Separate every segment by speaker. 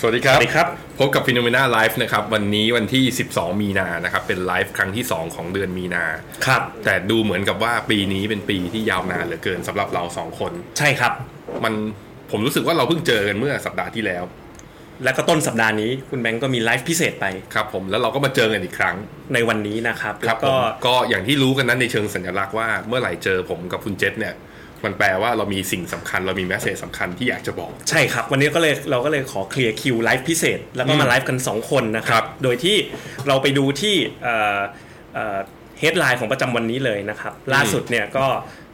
Speaker 1: สวัสดีครับ
Speaker 2: สวัสดีครับ
Speaker 1: พบกับฟิโนเมนาไลฟ์นะครับ วันนี้วันที่ 12 มีนานะครับ เป็นไลฟ์ครั้งที่ 2 ของเดือนมีนา
Speaker 2: ครับ
Speaker 1: แต่ดูเหมือนกับว่าปีนี้เป็นปีที่ยาวนานเหลือเกินสำหรับเรา 2 คน
Speaker 2: ใช่ครับ
Speaker 1: มันผมรู้สึกว่าเราเพิ่งเจอกันเมื่อสัปดาห์ที่แล้ว
Speaker 2: และก็ต้นสัปดาห์นี้คุณแบงก์ก็มีไลฟ์พิเศษไป
Speaker 1: ครับผมแล้วเราก็มาเจอกันอีกครั้ง
Speaker 2: ในวันนี้นะครับ
Speaker 1: ค
Speaker 2: แล้
Speaker 1: รั
Speaker 2: ว
Speaker 1: ผ
Speaker 2: ก็
Speaker 1: มก็อย่างที่รู้กันนั้นในเชิงสัญลักษณ์ว่าเมื่อไหร่เจอผมกับคุณเจษเนี่ย มันแปลว่าเรามีสิ่งสำคัญ เรามีแมสเซจสำคัญที่อยากจะบอก
Speaker 2: ใช่ครับ วันนี้ก็เลยเราก็เลยขอเคลียร์คิวไลฟ์พิเศษ แล้วก็มาไลฟ์กัน 2 คนนะครับ
Speaker 1: ครับ
Speaker 2: โดยที่เราไปดูที่เฮดไลน์ของประจำวันนี้เลยนะครับ ล่าสุดเนี่ยก็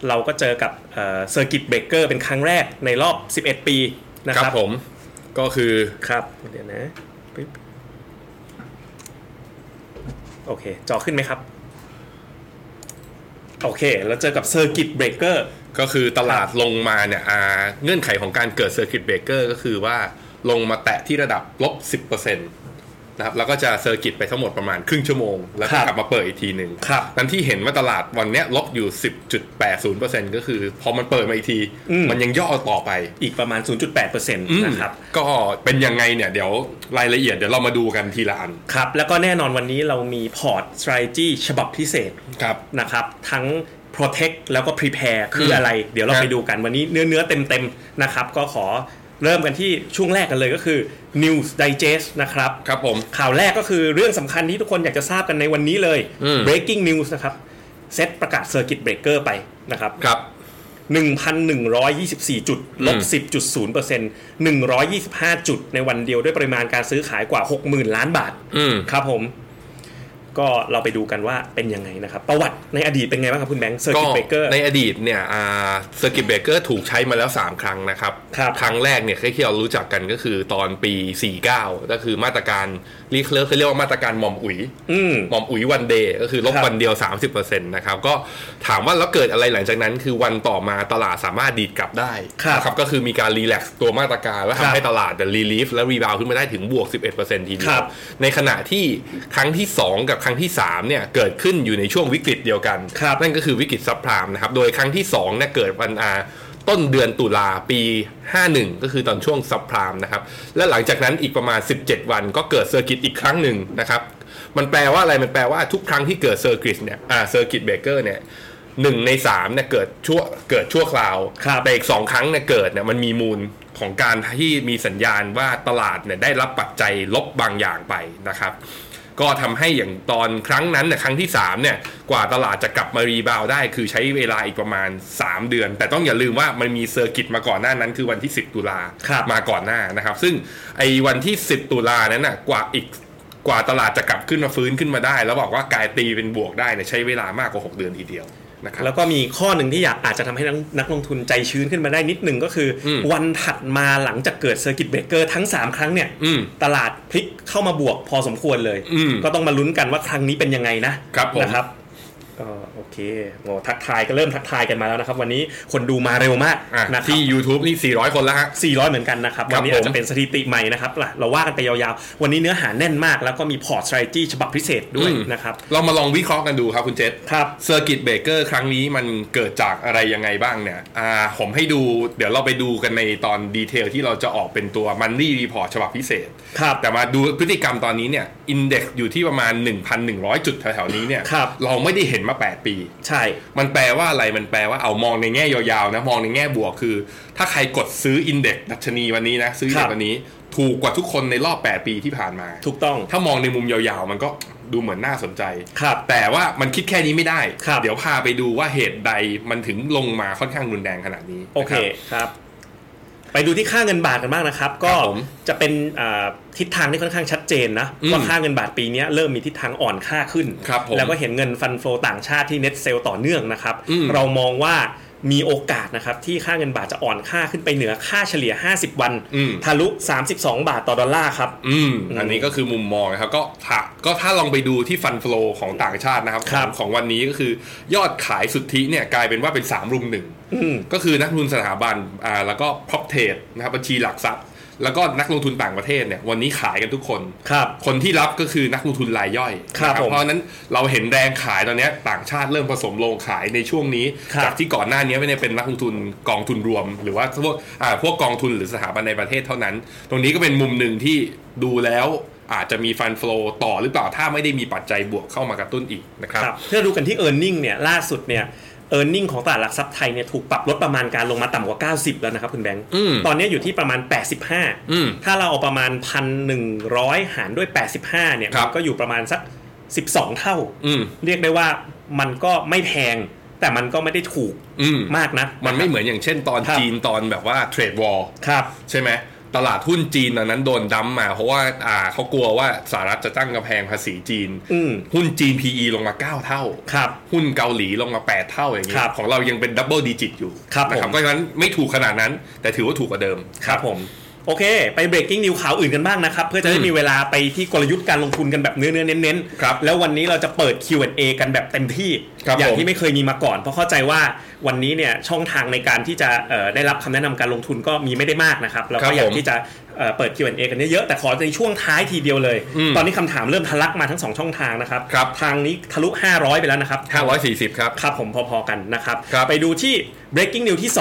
Speaker 2: เราก็เจอกับเซอร์กิตเบรกเกอร์เป็นครั้งแรกในรอบ 11 ปีนะ
Speaker 1: ค
Speaker 2: ค
Speaker 1: รั
Speaker 2: รั
Speaker 1: บบ ผมก็คือ
Speaker 2: ครับเดี๋ยวนะปึ๊บโอเค จอขึ้นไหมครับ โอเค เราเจอกับเซอร์กิตเบรกเกอร์
Speaker 1: ก็คือตลาดลงมาเนี่ยอ่าเงื่อนไขของการเกิดเซอร์กิตเบรกเกอร์ก็คือว่าลงมาแตะที่ระดับลบ10%นะครับแล้วก็จะเซอร์กิตไปทั้งหมดประมาณครึ่งชั่วโมง แล้วก็
Speaker 2: ค
Speaker 1: ก
Speaker 2: รับ
Speaker 1: ลับมาเปิดอีกทีหนึ่ง
Speaker 2: ครับ
Speaker 1: นั้นที่เห็นว่าตลาดวันเนี้ยลบอยู่ 10.80%ก็คือ พอมันเปิดมาอีกที
Speaker 2: อืม
Speaker 1: มันยังย่อต่อไป
Speaker 2: อีกประมาณ 0.8%นะครับ
Speaker 1: ก็เป็นยังไงเนี่ย เดี๋ยวรายละเอียดเดี๋ยวเรามาดูกันทีละอัน
Speaker 2: ครับ แล้วก็แน่นอนวันนี้เรามีพอร์ต strategy ฉบับพิเศษ
Speaker 1: ครับ
Speaker 2: นะครับ ทั้ง protect แล้วก็ prepare คืออะไร เดี๋ยวเรา
Speaker 1: ครับ
Speaker 2: ไปดูกันวันนี้เนื้อเนื้อเต็มเต็มๆนะครับ ก็ขอเริ่มกันที่ช่วงแรกกันเลยก็คือ news digest นะครับ
Speaker 1: ครับผม
Speaker 2: ข่าวแรกก็คือเรื่องสำคัญที่ทุกคนอยากจะทราบกันในวันนี้เลย
Speaker 1: อืม
Speaker 2: breaking news นะครับเซตประกาศ circuit breaker ไปนะครับ
Speaker 1: ครับ
Speaker 2: 1,124 จุด ล
Speaker 1: อื
Speaker 2: บ 10.0% 125 จุดในวันเดียวด้วยปริมาณการซื้อขายกว่า 60,000 ล้านบาท
Speaker 1: อืม
Speaker 2: ครับผม ก็เราไปดูกันว่าเป็นยังไงนะครับ ประวัติในอดีตเป็นไงบ้างครับคุณแบงค์เซอร์
Speaker 1: ก็
Speaker 2: กิตเบเกอร์
Speaker 1: ในอดีตเนี่ยเซอร์กิตเบเกอร์ถูกใช้มาแล้ว 3 ครั้งนะครับ
Speaker 2: ครับ
Speaker 1: ครั้งแรกเนี่ยที่เรารู้จักกันก็คือตอนปี 49 ก็คือมาตรการรีเคลิร์เขาเรียกว่ามาตรการหม่อม อุ๋ย
Speaker 2: อืม
Speaker 1: หม่อมอุ๋ยวันเดย์ก็คือลบ
Speaker 2: ครับ
Speaker 1: วันเดียว 30%นะครับก็ถามว่าแล้วเกิดอะไรหลังจากนั้นคือวันต่อมาตลาดสามารถดีดกลับได้
Speaker 2: ครับ
Speaker 1: นะก็คือมีการรีแลกซ์ตัวมาตรการแล้ว
Speaker 2: ครับ
Speaker 1: ทำให้ตลาดแต่รีลีฟและรีบาวขึ้นมาได้ถึงบวก 11%ทีเดี
Speaker 2: ครั
Speaker 1: ว
Speaker 2: บ
Speaker 1: ในขณะที่ครั้งที่สองกับครั้งที่สามเนี่ยเกิดขึ้นอยู่ในช่วงวิกฤตเดียวกัน
Speaker 2: ครับ
Speaker 1: นั่นก็คือวิกฤตซับไพรามนะครับ โดยครั้งที่2เนี่ยเกิดวันอาต้นเดือนตุลาปี 51 ก็คือตอนช่วงซับไพรามนะครับ และหลังจากนั้นอีกประมาณ 17 วันก็เกิดเซอร์กิตอีกครั้งหนึ่งนะครับ มันแปลว่าอะไร มันแปลว่าทุกครั้งที่เกิดเซอร์กิตเนี่ยอ่าเซอร์กิตเบรกเกอร์เนี่ยหนึ่งในสามเนี่ยเกิดชั่วเกิดชั่วคราว
Speaker 2: ครับ
Speaker 1: แต่อีกสองครั้งเนี่ยเกิดเนี่ยมันมีมูลของการที่มีสัญญาณว่าตลาดเนี่ยได้รับปัจจัยลบบางอย่างไปนะครับ ก็ทำให้อย่างตอนครั้งนั้นเนี่ยครั้งที่ 3 เนี่ยกว่าตลาดจะกลับมารีบาวด์ได้ คือใช้เวลาอีกประมาณ 3 เดือน แต่ต้องอย่าลืมว่ามันมีเซอร์กิตมาก่อนหน้านั้นคือวันที่ 10 ตุลา
Speaker 2: ครับ
Speaker 1: มาก่อนหน้านะครับ ซึ่งไอ้วันที่ 10 ตุลานั้นน่ะกว่าอีกกว่าตลาดจะกลับขึ้นมาฟื้นขึ้นมาได้ แล้วบอกว่ากลายตีเป็นบวกได้เนี่ยใช้เวลามากกว่า 6 เดือนทีเดียวนะครับ
Speaker 2: แล้วก็มีข้อหนึ่งที่อยากอาจจะทำให้นักนักลงทุนใจชื้นขึ้นมาได้นิดหนึ่งก็คืออ
Speaker 1: ม
Speaker 2: วันถัดมาหลังจากเกิดเซอร์กิตเบรกเกอร์ทั้ง 3 ครั้งเนี่ย
Speaker 1: อืม
Speaker 2: ตลาดพลิกเข้ามาบวกพอสมควรเลย
Speaker 1: อืม
Speaker 2: ก็ต้องมาลุ้นกันว่าครั้งนี้เป็นยังไงนะครับ
Speaker 1: ผม
Speaker 2: นะครับก็โอเคโอ้ทักทายก็เริ่มทักทายกันมาแล้วนะครับ วันนี้คนดูมาเร็วมาก
Speaker 1: อ่ะ
Speaker 2: นะครั
Speaker 1: ที่
Speaker 2: บ
Speaker 1: YouTube นี่ 400 คนแล้วฮะ
Speaker 2: 400 เหมือนกันนะครับ
Speaker 1: ครั
Speaker 2: วั
Speaker 1: บ
Speaker 2: นนี้
Speaker 1: ผม
Speaker 2: อาจจะเป็นสถิติใหม่นะครับล่ะเราว่ากันไปยาวๆ วันนี้เนื้อหาแน่นมาก แล้วก็มีพอร์ต strategy ฉบับพิเศษด้วยนะครับ
Speaker 1: เรามาลองวิเคราะห์กันดูครับคุณเจษ
Speaker 2: ครับ
Speaker 1: เซอร์กิตเบรกเกอร์ครั้งนี้มันเกิดจากอะไรยังไงบ้างเนี่ย อ่า ผมให้ดู เดี๋ยวเราไปดูกันในตอนดีเทลที่เราจะออกเป็นตัวมันนี่รีพอร์ตฉบับพิเศษ
Speaker 2: ครับ
Speaker 1: แต่มาดูพฤติกรรมตอนนี้เนี่ย อินเด็กซ์อยู่ที่ประมาณ 1,100 จุดแถวๆนี้เนี่ย
Speaker 2: ครับ
Speaker 1: เราไม่ได้เห็นมา 8 ปี
Speaker 2: ใช่
Speaker 1: มันแปลว่าอะไร มันแปลว่าเอามองในแง่ยาวๆนะ มองในแง่บวกคือ ถ้าใครกดซื้ออินเด็กซ์ดัชนีวันนี้นะ ซื้ออินเด็ก
Speaker 2: ครับ
Speaker 1: ซ์วันนี้ ถูกกว่าทุกคนในรอบ 8 ปีที่ผ่านมา
Speaker 2: ถูกต้อง
Speaker 1: ถ้ามองในมุมยาวๆ มันก็ดูเหมือนน่าสนใจ
Speaker 2: ครับ
Speaker 1: แต่ว่ามันคิดแค่นี้ไม่ได้
Speaker 2: ครับ
Speaker 1: เดี๋ยวพาไปดูว่าเหตุใดมันถึงลงมาค่อนข้างรุนแรงขนาดนี้
Speaker 2: โอเค
Speaker 1: นะครับ
Speaker 2: ครับ ไปดูที่ค่าเงินบาทกันบ้างนะครับ ก็
Speaker 1: ครับผม
Speaker 2: จะเป็นอ่าทิศทางที่ค่อนข้างชัดเจนนะ
Speaker 1: อืม
Speaker 2: ว่าค่าเงินบาทปีเนี้ยเริ่มมีทิศทางอ่อนค่าขึ้น
Speaker 1: ครับผม
Speaker 2: แล้วก็เห็นเงินฟันโฟต่างชาติที่เน็ตเซลต่อเนื่องนะครับ
Speaker 1: อืม
Speaker 2: เรามองว่ามีโอกาสนะครับ ที่ค่าเงินบาทจะอ่อนค่าขึ้นไปเหนือค่าเฉลี่ย 50 วัน
Speaker 1: อืม
Speaker 2: ทะลุ 32 บาทต่อดอลลาร์ครับ
Speaker 1: อืม
Speaker 2: อืม
Speaker 1: อันนี้ก็คือมุมมองนะครับ ก็ถ้าก็ถ้าลองไปดูที่ฟัน l ฟลของต่างชาตินะครับ
Speaker 2: ครั
Speaker 1: ข
Speaker 2: บ
Speaker 1: องของวันนี้ก็คือยอดขายสุทธิเนี่ยกลายเป็นว่าเป็น3รุมหนึ่ง ก็คือนักลงทุนสถาบันอ่าแล้วก็ prop trade นะครับบัญชีหลักทรัพย์ แล้วก็นักลงทุนต่างประเทศเนี่ยวันนี้ขายกันทุกคน
Speaker 2: ครับ
Speaker 1: คนที่รับก็คือนักลงทุนรายย่อย
Speaker 2: ครับ
Speaker 1: นะ
Speaker 2: ผม
Speaker 1: เพราะฉะนั้นเราเห็นแรงขายตอนเนี้ยต่างชาติเริ่มผสมโรงขายในช่วงนี้
Speaker 2: ครับ
Speaker 1: จากที่ก่อนหน้านี้ไม่ได้เป็นนักลงทุนกองทุนรวม หรือว่าพวกอ่าพวกกองทุนหรือสถาบันในประเทศเท่านั้น ตรงนี้ก็เป็นมุมหนึ่งที่ดูแล้วอาจจะมีฟันฟลอต่อหรือเปล่าถ้าไม่ได้มีปัจจัยบวกเข้ามากระตุ้นอีกนะครับ
Speaker 2: ับถ้าดูกันที่ e a r n i n g เนี่ยล่าสุดเนี่ยเออร์เน็งของตลาดหลักทรัพย์ไทยเนี่ยถูกปรับลดประมาณการลงมาต่ำกว่า 90 แล้วนะครับคุณแบงค์
Speaker 1: อืม
Speaker 2: ตอนเนี้ยอยู่ที่ประมาณ
Speaker 1: อืม
Speaker 2: 85 ถ้าเราเอาประมาณ 1,100 หารด้วย 85 เนี่ย
Speaker 1: ครั
Speaker 2: มั
Speaker 1: บ
Speaker 2: นก็อยู่ประมาณสัก 12 เท่า
Speaker 1: อืม
Speaker 2: เรียกได้ว่ามันก็ไม่แพง แต่มันก็ไม่ได้ถูก
Speaker 1: อืม
Speaker 2: มากนะ
Speaker 1: มันไม่เหมือนอย่างเช่นตอน
Speaker 2: ครับ
Speaker 1: จีนตอนแบบว่าเทรดวอล
Speaker 2: ครับ
Speaker 1: ใช่ไหมตลาดหุ้นจีนตอนนั้นโดนดั้มมา เพราะว่าอ่าเขากลัวว่าสหรัฐจะตั้งกำแพงภาษีจีน
Speaker 2: อืม
Speaker 1: หุ้นจีน PE ลงมา 9 เท่า
Speaker 2: ครับ
Speaker 1: หุ้นเกาหลีลงมา 8 เท่าอย่างนี้
Speaker 2: ครับ
Speaker 1: ของเรายังเป็นดับเบิลดิจิตอยู่
Speaker 2: ครับ
Speaker 1: นะครั
Speaker 2: ผ
Speaker 1: บ
Speaker 2: ม
Speaker 1: เพราะฉะนั้นไม่ถูกขนาดนั้น แต่ถือว่าถูกกว่าเดิม
Speaker 2: ครับผม โอเค ไป breaking news ข่าวอื่นกันบ้างนะครับ เพื่อจะได้
Speaker 1: อืม
Speaker 2: มีเวลาไปที่กลยุทธ์การลงทุนกันแบบเนื้อเนื้อเน้นเน้นๆ
Speaker 1: ครับ
Speaker 2: แล้ววันนี้เราจะเปิด Q&A กันแบบเต็มที่
Speaker 1: ครับ
Speaker 2: อย่าง
Speaker 1: ผม
Speaker 2: ที่ไม่เคยมีมาก่อน เพราะเข้าใจว่าวันนี้เนี่ยช่องทางในการที่จะเอ่อได้รับคำแนะนำการลงทุนก็มีไม่ได้มากนะครับเรา
Speaker 1: ครั
Speaker 2: ก็
Speaker 1: บ
Speaker 2: อยาก
Speaker 1: ผม
Speaker 2: ที่จะเอ่อเปิด Q&A กันเยอะๆแต่ขอในช่วงท้ายทีเดียวเลย
Speaker 1: อืม
Speaker 2: ตอนนี้คำถามเริ่มทะลักมาทั้งสองช่องทางนะครับ
Speaker 1: ครับ
Speaker 2: ทางนี้ทะลุ 500 ไปแล้วนะครับ
Speaker 1: 540 ครับ
Speaker 2: ครับผมพอๆกันนะครับ
Speaker 1: ครับ
Speaker 2: ไปดูที่ breaking news ที่ 2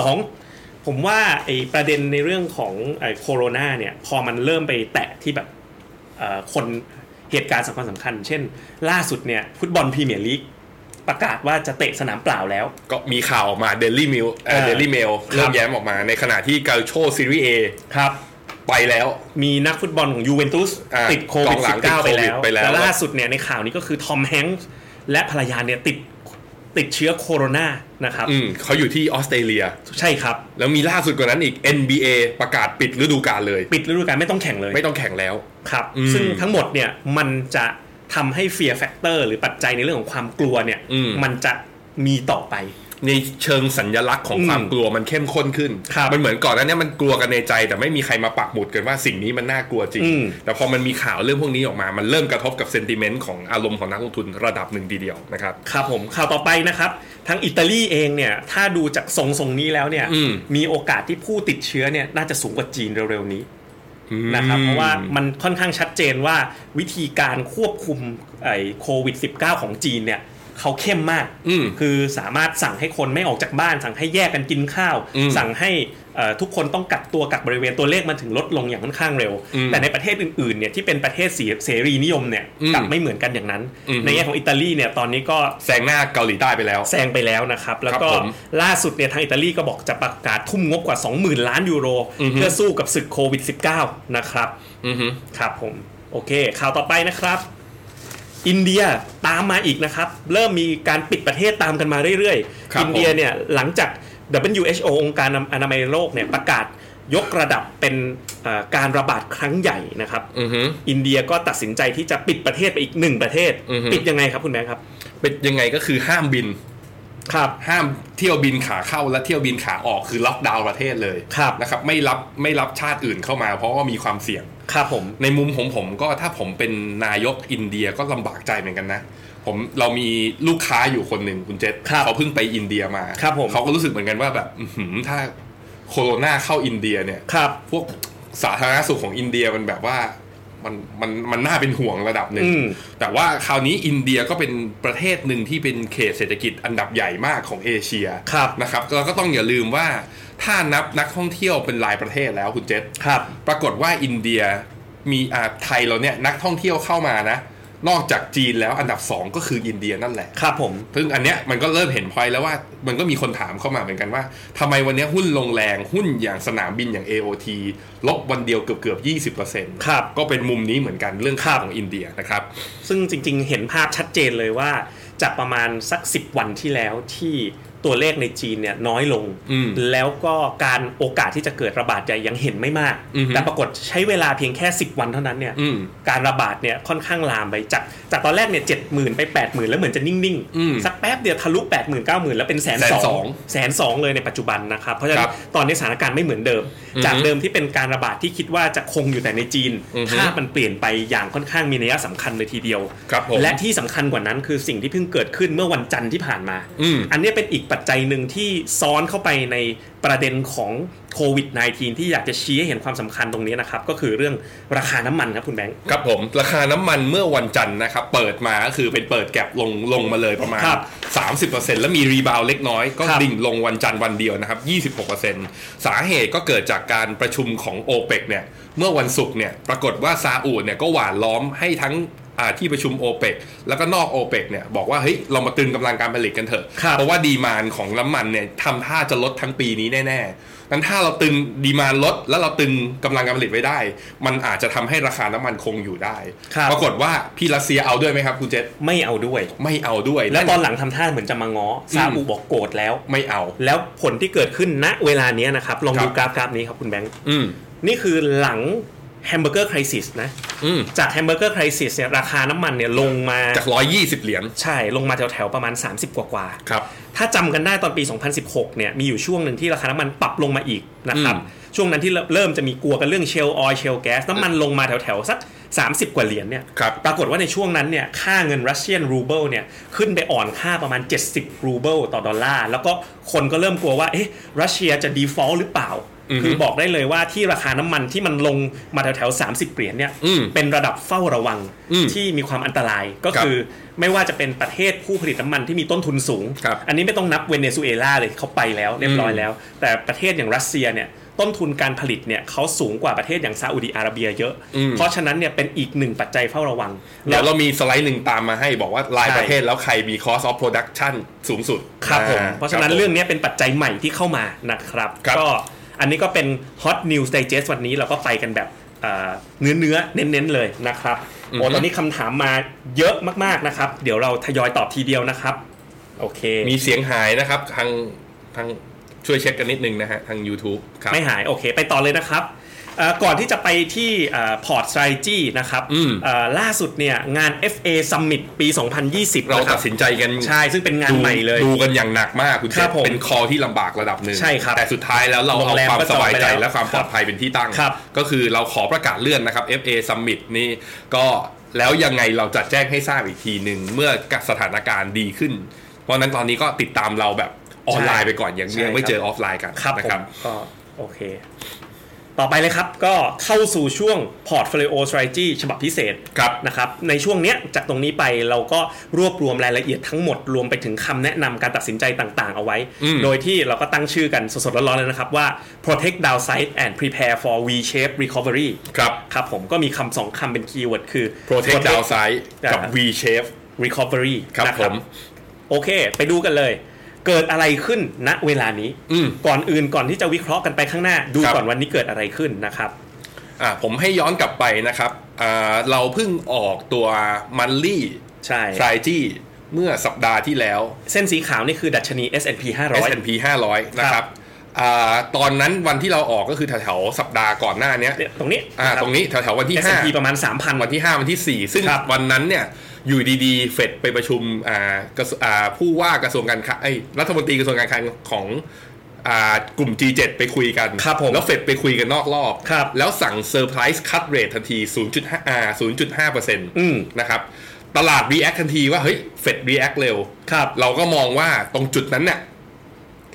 Speaker 2: ผมว่าไอ้ประเด็นในเรื่องของไอ้โคโรนาเนี่ยพอมันเริ่มไปแตะที่แบบเอ่อคนเหตุการณ์สำคัญสำคัญๆเช่น ล่าสุดเนี่ยฟุตบอลพรีเมียร์ลีกประกาศว่าจะเตะสนามเปล่าแล้ว
Speaker 1: ก็มีข่าวออกมาเดลี่มิล
Speaker 2: อ่า
Speaker 1: เดลี่เมล
Speaker 2: ครับ
Speaker 1: เริ่มแย้มออกมาในขณะที่กาโชซีรีเอ
Speaker 2: ครับ
Speaker 1: ไปแล้ว
Speaker 2: มีนักฟุตบอลของยูเวนตุส
Speaker 1: อ่า
Speaker 2: ติดโควิ
Speaker 1: ก
Speaker 2: ด
Speaker 1: องหลังติดโค
Speaker 2: 19ไป
Speaker 1: วิ
Speaker 2: แล้
Speaker 1: ด
Speaker 2: ว
Speaker 1: ไปแล้ว
Speaker 2: และล่าสุดเนี่ยในข่าวนี้ก็คือทอมแฮงค์และภรรยาเนี่ยติดติดเชื้อโคโรนานะครับ
Speaker 1: อืมเขาอยู่ที่ออสเตรเลีย
Speaker 2: ใช่ครับ
Speaker 1: แล้วมีล่าสุดกว่านั้นอีก NBA ประกาศปิดฤดูกาลเลย
Speaker 2: ปิดฤดูกาลไม่ต้องแข่งเลย
Speaker 1: ไม่ต้องแข่งแล้ว
Speaker 2: ครับ
Speaker 1: อืม
Speaker 2: ซึ่งทั้งหมดเนี่ยมันจะทำให้ fear factor หรือปัจจัยในเรื่องของความกลัวเนี่ย
Speaker 1: อืม
Speaker 2: มันจะมีต่อไป
Speaker 1: ในเชิงสัญลักษณ์ของ
Speaker 2: อืม
Speaker 1: ความกลัวมันเข้มข้นขึ้น
Speaker 2: ครับ
Speaker 1: มันเหมือนก่อนหนั้านเนี่ยมันกลัวกันในใจ แต่ไม่มีใครมาปักหมุดกันว่าสิ่งนี้มันน่ากลัวจริง
Speaker 2: อืม
Speaker 1: แต่พอมันมีข่าวเรื่องพวกนี้ออกมา มันเริ่มกระทบกับเซนติเมนต์ของอารมณ์ของนักลงทุนระดับหนึ่งทีเดียวนะครับ
Speaker 2: ครับผมข่าวต่อไปนะครับ ทั้งอิตาลีเองเนี่ยถ้าดูจากทรงทรงๆนี้แล้วเนี่ย
Speaker 1: อืม
Speaker 2: มีโอกาสที่ผู้ติดเชื้อเนี่ยน่าจะสูงกว่าจีนเร็วๆนี้นะครับเพราะว่ามันค่อนข้างชัดเจนว่าวิธีการควบคุมไอ้โควิด -19 ของจีนเนี่ยเขาเข้มมาก
Speaker 1: อืม
Speaker 2: คือสามารถสั่งให้คนไม่ออกจากบ้าน สั่งให้แยกกันกินข้าว
Speaker 1: อืม
Speaker 2: สั่งให้เอ่อทุกคนต้องกักตัวกักบริเวณตัวเลขมันถึงลดลงอย่างค่อนข้างเร็ว
Speaker 1: อืม
Speaker 2: แต่ในประเทศอื่นๆเนี่ยที่เป็นประเทศเสเสรีนิยมเนี่ย
Speaker 1: อืม
Speaker 2: กลับไม่เหมือนกันอย่างนั้น
Speaker 1: อืม
Speaker 2: ในแง่ของอิตาลีเนี่ยตอนนี้ก็
Speaker 1: แซงหน้าเกาหลีใต้ไปแล้ว
Speaker 2: แซงไปแล้วนะครับ แล้ว
Speaker 1: ครั
Speaker 2: ก็
Speaker 1: บผม
Speaker 2: ล่าสุดเนี่ยทางอิตาลีก็บอกจะประกาศทุ่มงบกว่า 20,000 ล้านยูโร
Speaker 1: อือฮึ
Speaker 2: เพื่อสู้กับศึกโควิด -19 นะครับ
Speaker 1: อือฮึ
Speaker 2: ครับผม โอเค ข่าวต่อไปนะครับ อินเดียตามมาอีกนะครับ เริ่มมีการปิดประเทศตามกันมาเรื่อยๆ อินเดียเนี่ยหลังจาก WHO องค์การอนามัยโลกเนี่ยประกาศยกระดับเป็นเอ่อการระบาดครั้งใหญ่นะครับ
Speaker 1: อือฮึ
Speaker 2: อินเดียก็ตัดสินใจที่จะปิดประเทศไปอีกหนึ่งประเทศ
Speaker 1: อือฮึ
Speaker 2: ปิดยังไงครับคุณแบงค์ครับ
Speaker 1: เป็นยังไงก็คือห้ามบิน
Speaker 2: ครับ
Speaker 1: ห้ามเที่ยวบินขาเข้าและเที่ยวบินขาออกคือล็อกดาวน์ประเทศเลย
Speaker 2: ครับ
Speaker 1: นะครับไม่รับไม่รับชาติอื่นเข้ามา เพราะว่ามีความเสี่ยง
Speaker 2: ครับผม
Speaker 1: ในมุมของผมก็ถ้าผมเป็นนายกอินเดียก็ลำบากใจเหมือนกันนะ ผมเรามีลูกค้าอยู่คนหนึ่งคุณเจษ
Speaker 2: ครับ
Speaker 1: เขาเพิ่งไปอินเดียมา
Speaker 2: ครับผม
Speaker 1: เขาก็รู้สึกเหมือนกันว่าแบบอื้อหือถ้าโคโรนาเข้าอินเดียเนี่ย
Speaker 2: ครับ
Speaker 1: พวกสาธารณสุขของอินเดียมันแบบว่ามันมันมันน่าเป็นห่วงระดับหนึ่ง
Speaker 2: อืม
Speaker 1: แต่ว่าคราวนี้อินเดียก็เป็นประเทศหนึ่งที่เป็นเขตเศรษฐกิจอันดับใหญ่มากของเอเชีย
Speaker 2: ครับ
Speaker 1: นะครับเราก็ต้องอย่าลืมว่าถ้านับนักท่องเที่ยวเป็นรายประเทศแล้วคุณเจษ
Speaker 2: ครับ
Speaker 1: ปรากฏว่าอินเดียมีอาไทยเราเนี่ยนักท่องเที่ยวเข้ามานะ นอกจากจีนแล้วอันดับ 2 ก็คืออินเดียนั่นแหละ
Speaker 2: ครับผม
Speaker 1: ซึ่งอันเนี้ยมันก็เริ่มเห็นพอยแล้วว่ามันก็มีคนถามเข้ามาเหมือนกันว่าทำไมวันเนี้ยหุ้นลงแรงหุ้นอย่างสนามบินอย่าง AOT ลบวันเดียวเกือบเกือบยี่สิบเปอร์เซ็นต์
Speaker 2: ครับ
Speaker 1: ก็เป็นมุมนี้เหมือนกันเรื่อง
Speaker 2: ค
Speaker 1: ข่า
Speaker 2: รั
Speaker 1: ว
Speaker 2: บ
Speaker 1: ของอินเดียนะครับ
Speaker 2: ซึ่งจริงๆ เห็นภาพชัดเจนเลยว่าจากประมาณสัก 10 วันที่แล้วที่ตัวเลขในจีนเนี่ยน้อยลง
Speaker 1: อืม
Speaker 2: แล้วก็การโอกาสที่จะเกิดระบาดใหญ่ยังเห็นไม่มาก
Speaker 1: อือฮึ
Speaker 2: แต่ปรากฏใช้เวลาเพียงแค่ 10 วันเท่านั้นเนี่ย
Speaker 1: อืม
Speaker 2: การระบาดเนี่ยค่อนข้างลามไปจากจากตอนแรกเนี่ยเจ็ดหมื่นไปแปดหมื่นแล้วเหมือนจะนิ่ง
Speaker 1: อืม
Speaker 2: สักแป๊บเดียวทะลุแปดหมื่นเก้าหมื่นแล้วเป็นแสนสอง
Speaker 1: 120,000
Speaker 2: แสนสองเลยในปัจจุบันนะครับเพราะฉะ
Speaker 1: ค
Speaker 2: นั้
Speaker 1: รั
Speaker 2: น
Speaker 1: บ
Speaker 2: ตอนนี้สถานการณ์ไม่เหมือนเดิม จาก
Speaker 1: อือฮึ
Speaker 2: เดิมที่เป็นการระบาดที่คิดว่าจะคงอยู่แต่ในจีน
Speaker 1: อือฮึ
Speaker 2: ภาพมันเปลี่ยนไปอย่างค่อนข้างมีนัยสำคัญเลยทีเดียว
Speaker 1: ครับผม
Speaker 2: และที่สำคัญกว่านั้นคือสิ่งที่เพิ่งเกิดขึ้นเมื่อวันจันทร์ที่ผ่านมา
Speaker 1: อืม
Speaker 2: อันเนี้ยเป็นอีก ปัจจัยหนึ่งที่ซ้อนเข้าไปในประเด็นของโควิด -19 ที่อยากจะชี้ให้เห็นความสำคัญตรงนี้นะครับ ก็คือเรื่องราคาน้ำมันครับคุณแบงค์
Speaker 1: ครับผมราคาน้ำมันเมื่อวันจันทร์นะครับ เปิดมาก็คือเป็นเปิดแก็บลงลงมาเลยประมาณ
Speaker 2: ครับ
Speaker 1: 30%แล้วมีรีบาวด์เล็กน้อย ก็
Speaker 2: ครับ
Speaker 1: ดิ่งลงวันจันทร์วันเดียวนะครับ 26%สาเหตุก็เกิดจากการประชุมของ o p e ปเนี่ยเมื่อวันศุกร์เนี่ยปรากฏว่าซาอุดเนี่ยก็หวานล้อมให้ทั้งอ่าที่ประชุม o p e ปแล้วก็นอก o p e ปเนี่ยบอกว่าเฮ้ยเรามาตรึงกำลังการผลิตกันเถอะ
Speaker 2: ครับ
Speaker 1: เพราะว่าดีมานของน้ำมันเนี่ยทำท่าจะลดทั้งปีนี้แน่ ๆ นั้นถ้าเราตึงดีมานลดแล้วเราตึงกำลังการผลิตไว้ได้ มันอาจจะทำให้ราคาน้ำมันคงอยู่ได้
Speaker 2: ครับ
Speaker 1: ปรากฏว่าพี่รัสเซียเอาด้วยไหมครับคุณเจษ
Speaker 2: ไม่เอาด้วย
Speaker 1: ไม่เอาด้วย
Speaker 2: แล้วตอนหลังทำท่าเหมือนจะมาง้อซาอุบอกโกรธแล้ว
Speaker 1: ไม่เอา
Speaker 2: แล้วผลที่เกิดขึ้นณเวลาเนี้ยนะครับ ลองดู
Speaker 1: ครับ
Speaker 2: กราฟกราฟนี้ครับคุณแบงค์
Speaker 1: อืม
Speaker 2: นี่คือหลังแฮมเบอร์เกอร์คริสนะ
Speaker 1: อืม
Speaker 2: จากแฮมเบอร์เกอร์คริสเนี่ยราคาน้ำมันเนี่ยลงมา
Speaker 1: จากร้อยยี่สิบเหรียญ
Speaker 2: ใช่ ลงมาแถวๆประมาณ 30 กว่ากว่าๆ
Speaker 1: ครับ
Speaker 2: ถ้าจำกันได้ตอนปี 2016 เนี่ย มีอยู่ช่วงหนึ่งที่ราคาน้ำมันปรับลงมาอีกนะครับ
Speaker 1: อืม
Speaker 2: ช่วงนั้นที่เริ่มเริ่มจะมีกลัวกันเรื่องเชลล์ออยล์เชลล์แก๊สน้ำมันลงมาแถวๆสัก 30 กว่าเหรียญเนี่ย
Speaker 1: ครับ
Speaker 2: ปรากฏว่าในช่วงนั้นเนี่ยค่าเงินรัสเซียนรูเบิลเนี่ยขึ้นไปอ่อนค่าประมาณ 70 รูเบิลต่อดอลลาร์ แล้วก็คนก็เริ่มกลัวว่าเอ๊ะรัสเซียจะดีฟอลต์หรือเปล่า
Speaker 1: อือฮึ
Speaker 2: คือบอกได้เลยว่าที่ราคาน้ำมันที่มันลงมาแถวๆ 30 เหรียญเนี่ย
Speaker 1: อืม
Speaker 2: เป็นระดับเฝ้าระวัง
Speaker 1: อืม
Speaker 2: ที่มีความอันตรายก็
Speaker 1: ครับ
Speaker 2: คือไม่ว่าจะเป็นประเทศผู้ผลิตน้ำมันที่มีต้นทุนสูง
Speaker 1: ครับ
Speaker 2: อันนี้ไม่ต้องนับเวเนซุเอลาเลยเขาไปแล้วเรียบร้อย
Speaker 1: อืม
Speaker 2: แล้ว แต่ประเทศอย่างรัสเซียเนี่ยต้นทุนการผลิตเนี่ยเขาสูงกว่าประเทศอย่างซาอุดีอาระเบียเยอะ เพราะฉะนั้นเนี่ยเป็นอีกหนึ่งปัจจัยเฝ้าระวัง
Speaker 1: เดี๋ยวเรามีสไลด์หนึ่งตามมาให้บอกว่าลาย
Speaker 2: ใช่
Speaker 1: ประเทศแล้วใครมี cost of production สูงสุด
Speaker 2: ครับผม
Speaker 1: อ่
Speaker 2: เพราะฉะนั้น
Speaker 1: คบผม
Speaker 2: เรื่องนี้เป็นปัจจัยใหม่ที่เข้ามานะครับ
Speaker 1: ครับ
Speaker 2: ก็อันนี้ก็เป็น Hot News Digest วันนี้เราก็ไปกันแบบเนื้อเนื้อๆเน้นๆเลยนะครับ
Speaker 1: อือฮึ
Speaker 2: โอ้ตอนนี้คำถามมาเยอะมากๆนะครับ เดี๋ยวเราทยอยตอบทีเดียวนะครับ โอเค
Speaker 1: มีเสียงหายนะครับทางทางช่วยเช็คกันนิดนึงนะฮะทาง YouTube ครับ
Speaker 2: ไม่หายโอเค ไปต่อเลยนะครับเอ่อก่อนที่จะไปที่พอร์ต t r a t e g y นะครับ
Speaker 1: อืม
Speaker 2: เอ่อล่าสุดเนี่ยงาน FA Summit ปี 2020
Speaker 1: เรา
Speaker 2: นะค
Speaker 1: ตั
Speaker 2: รั
Speaker 1: ด
Speaker 2: บ
Speaker 1: สินใจกัน
Speaker 2: ใช่ซึ่งเป็นงาน
Speaker 1: ดู
Speaker 2: ใหม่เลย
Speaker 1: ดูกันอย่างหนักมากคุณเจ
Speaker 2: ครั
Speaker 1: ษ
Speaker 2: บผม
Speaker 1: เป็นคอที่ลำบากระดับหนึ่ง
Speaker 2: ใช่ครับ
Speaker 1: แต่สุดท้ายแล้วเรา
Speaker 2: โร
Speaker 1: เอา
Speaker 2: งแรม
Speaker 1: ความ
Speaker 2: ก็
Speaker 1: ส
Speaker 2: จอง
Speaker 1: บาย
Speaker 2: ไป
Speaker 1: ใจ
Speaker 2: แล้ว
Speaker 1: และความ
Speaker 2: ครับ
Speaker 1: ปลอดภัยเป็นที่ตั้ง
Speaker 2: ครับ
Speaker 1: ก็คือเราขอประกาศเลื่อนนะครับ FA Summit นี่ก็แล้วยังไงเราจะแจ้งให้ทราบอีกทีหนึ่งเมื่อสถานการณ์ดีขึ้น เพราะฉะนั้นตอนนี้ก็ติดตามเราแบบออนไลน์ไปก่อนยัง
Speaker 2: ใช่
Speaker 1: ยังไม่
Speaker 2: ครับ
Speaker 1: เจอออฟไลน์กัน
Speaker 2: ครับ
Speaker 1: นะ
Speaker 2: ผ
Speaker 1: ครับ
Speaker 2: มก็โอเค ต่อไปเลยครับก็เข้าสู่ช่วง Portfolio Strategy ฉบับพิเศษ
Speaker 1: ครับ
Speaker 2: นะครับ ในช่วงเนี้ยจากตรงนี้ไปเราก็รวบรวมรายละเอียดทั้งหมดรวมไปถึงคำแนะนำการตัดสินใจต่างๆ เอาไว้
Speaker 1: อืม
Speaker 2: โดยที่เราก็ตั้งชื่อกันสดๆร้อนๆเลยนะครับว่า protect downside and prepare for V-shape recovery
Speaker 1: ครับ
Speaker 2: ครับผมก็มีคำสองคำเป็นคีย์เวิร์ดคือ
Speaker 1: Protect Downside กับ
Speaker 2: อ่า
Speaker 1: V Shape
Speaker 2: recovery
Speaker 1: ครับ
Speaker 2: นะ
Speaker 1: ผม
Speaker 2: โอเค ไปดูกันเลย เกิดอะไรขึ้นณเวลานี้
Speaker 1: อืม
Speaker 2: ก่อนอื่นก่อนที่จะวิเคราะห์กันไปข้างหน้า ดู
Speaker 1: ครับ
Speaker 2: ก่อนวันนี้เกิดอะไรขึ้นนะครับ
Speaker 1: อ่ะผมให้ย้อนกลับไปนะครับอ่าเราเพิ่งออกตัวมันลี่
Speaker 2: ใช่
Speaker 1: ทรายจี้เมื่อสัปดาห์ที่แล้ว
Speaker 2: เส้นสีขาวนี่คือดัชนี S&P 500
Speaker 1: S&P 500 นะครับอาตอนนั้นวันที่เราออกก็คือแถวๆสัปดาห์ก่อนหน้าเนี้ย
Speaker 2: เนี่ยตรงนี้
Speaker 1: อ่า
Speaker 2: ะคบ
Speaker 1: ตรงนี้แถวๆวันที่
Speaker 2: S&P
Speaker 1: 5
Speaker 2: ประมาณ 3,000
Speaker 1: วันที่ 5 วันที่ 4 ซึ่ง
Speaker 2: ครับ
Speaker 1: วันนั้นเนี่ยอยู่ดีๆ เฟดไปประชุมอ่ากระทรวงอ่าผู้ว่ากระทรวงการคลังไอ้ยรัฐมนตรีกระทรวงการคลังของอ่ากลุ่ม G7 ไปคุยกัน
Speaker 2: ครับผม
Speaker 1: แล้วเฟดไปคุยกันนอกรอบ
Speaker 2: ครับ
Speaker 1: แล้วสั่งเซอร์ไพรส์คัตเรททันที 0.5อ่า0.5เปอร์เซ็นต์
Speaker 2: อืม
Speaker 1: นะครับตลาดรีแอคทันทีว่าเฮ้ยเฟดรีแอคเร็ว
Speaker 2: ครับ
Speaker 1: เราก็มองว่าตรงจุดนั้นเนี่ย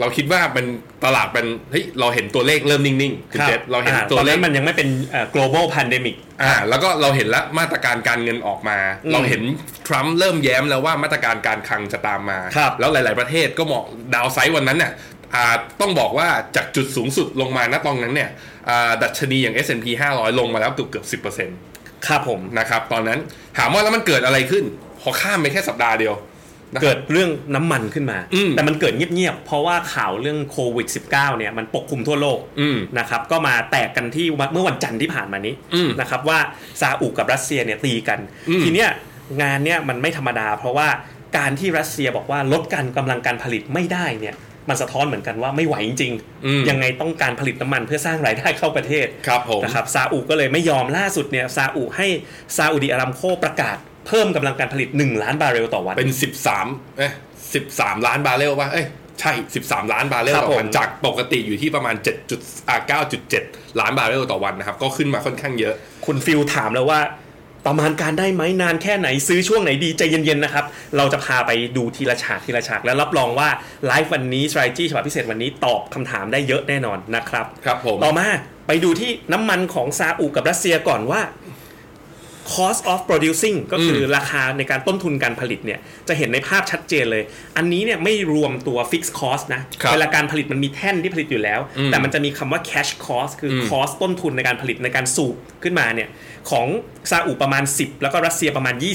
Speaker 1: เราคิดว่ามันตลาดมันเฮ้ยเราเห็นตัวเลขเริ่มนิ่งๆคุณ
Speaker 2: ครั
Speaker 1: เจ
Speaker 2: บ
Speaker 1: ษเราเห็น
Speaker 2: อ่
Speaker 1: ตัว
Speaker 2: ตอน
Speaker 1: เลข
Speaker 2: นั้นมันยังไม่เป็นเอ่อ global pandemic
Speaker 1: อ่า แล้วก็เราเห็นละมาตรการการเงินออกมา
Speaker 2: อืม
Speaker 1: เราเห็นทรัมป์เริ่มแย้มแล้วว่ามาตรการการคลังจะตามมา
Speaker 2: ครับ
Speaker 1: แล้วหลาย ๆประเทศก็มองดาวไซด์วันนั้นเนี่ยอ่าต้องบอกว่าจากจุดสูงสุดลงมาณตอนนั้นเนี่ยอ่าดัชนีอย่าง S&P 500 ลงมาแล้วเกือบเกือบสิบเปอร์เซ็นต์
Speaker 2: ครับผม
Speaker 1: นะครับตอนนั้นถามว่าแล้วมันเกิดอะไรขึ้น พอข้ามไปแค่สัปดาห์เดียวนะครับ
Speaker 2: เกิดเรื่องน้ำมันขึ้นมา
Speaker 1: อืม
Speaker 2: แต่มันเกิดเงียบๆ เพราะว่าข่าวเรื่องโควิด -19 เนี่ยมันปกคลุมทั่วโลก
Speaker 1: อืม
Speaker 2: นะครับ ก็มาแตกกันที่เมื่อวันจันทร์ที่ผ่านมานี้
Speaker 1: อืม
Speaker 2: นะครับว่าซาอุกับรัสเซียเนี่ยตีกัน
Speaker 1: อืม
Speaker 2: ทีเนี้ยงานเนี่ยมันไม่ธรรมดา เพราะว่าการที่รัสเซียบอกว่าลดการกำลังการผลิตไม่ได้เนี่ยมันสะท้อนเหมือนกันว่าไม่ไหวจริง
Speaker 1: อืม
Speaker 2: ยังไงต้องการผลิตน้ำมันเพื่อสร้างรายได้เข้าประเทศ
Speaker 1: ครับผม
Speaker 2: นะครับซาอุก็เลยไม่ยอมล่าสุดเนี่ยซาอุให้ซาอุดิอารามโคประกาศเพิ่มกำลังการผลิต 1 ล้านบาร์เรลต่อวัน
Speaker 1: เป็น 13เอ้ย13 ล้านบาร์เรลป่ะ เอ้ย ใช่ 13 ล้านบาร์เรล
Speaker 2: ครับ
Speaker 1: ต่อวัน
Speaker 2: ผม
Speaker 1: จากปกติอยู่ที่ประมาณ7จุดอ่า9.7 ล้านบาร์เรลต่อวันนะครับ ก็ขึ้นมาค่อนข้างเยอะ
Speaker 2: คุณฟิลถามแล้วว่า ประมาณการได้ไหมนานแค่ไหนซื้อช่วงไหนดีใจเย็นๆนะครับ เราจะพาไปดูทีละฉากทีละฉาก และรับรองว่าไลฟ์วันนี้ strategy ฉบับพิเศษวันนี้ตอบคำถามได้เยอะแน่นอนนะครับ
Speaker 1: ครับผม
Speaker 2: ต่อมาไปดูที่น้ำมันของซาอุกับรัสเซียก่อนว่า cost of producing ก็คือราคาในการต้นทุนการผลิตเนี่ย จะเห็นในภาพชัดเจนเลย อันนี้เนี่ยไม่รวมตัว fixed cost นะครับ เวลาการผลิตมันมีแท่นที่ผลิตอยู่แล้ว แต่มันจะมีคำว่า cash cost คืออ
Speaker 1: ม
Speaker 2: cost ต้นทุนในการผลิตในการสูบขึ้นมาเนี่ย ของซาอุประมาณ 10 แล้วก็รัสเซียประมาณ
Speaker 1: อื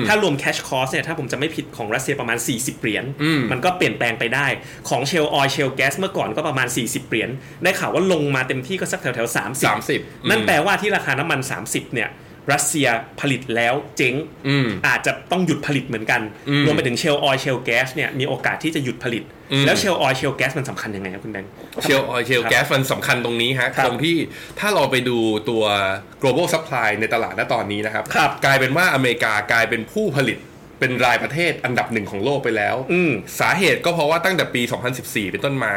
Speaker 1: ม
Speaker 2: 20 ถ้ารวม cash cost เนี่ยถ้าผมจะไม่ผิดของรัสเซียประมาณ 40 เหรียญ
Speaker 1: อืม
Speaker 2: มันก็เปลี่ยนแปลงไปได้ของเชลออยเชลแก๊สเมื่อก่อนก็ประมาณ 40 เหรียญได้ข่าวว่าลงมาเต็มที่ก็สักแถวแถวๆ30
Speaker 1: สามสิบ
Speaker 2: นั่น
Speaker 1: อืม
Speaker 2: แปลว่าที่ราคาน้ำมัน 30 เนี่ย รัสเซียผลิตแล้วเจ๊ง
Speaker 1: อืม
Speaker 2: อาจจะต้องหยุดผลิตเหมือนกัน
Speaker 1: อืม
Speaker 2: รวมไปถึงเชลออยเชลแก๊สเนี่ย มีโอกาสที่จะหยุดผลิต
Speaker 1: อืม
Speaker 2: แล้วเชลออยเชลแก๊สมันสำคัญยังไงครับคุณแบงค์
Speaker 1: เชลออยเชลแก๊สมันสำคัญตรงนี้ฮะ
Speaker 2: ครับ
Speaker 1: ตรงที่ถ้าเราไปดูตัว global supply ในตลาดณตอนนี้นะครับ
Speaker 2: ครับ
Speaker 1: กลายเป็นว่าอเมริกากลายเป็นผู้ผลิตเป็นรายประเทศอันดับหนึ่งของโลกไปแล้ว
Speaker 2: อืม
Speaker 1: สาเหตุก็เพราะว่าตั้งแต่ปี 2014 เป็นต้นมา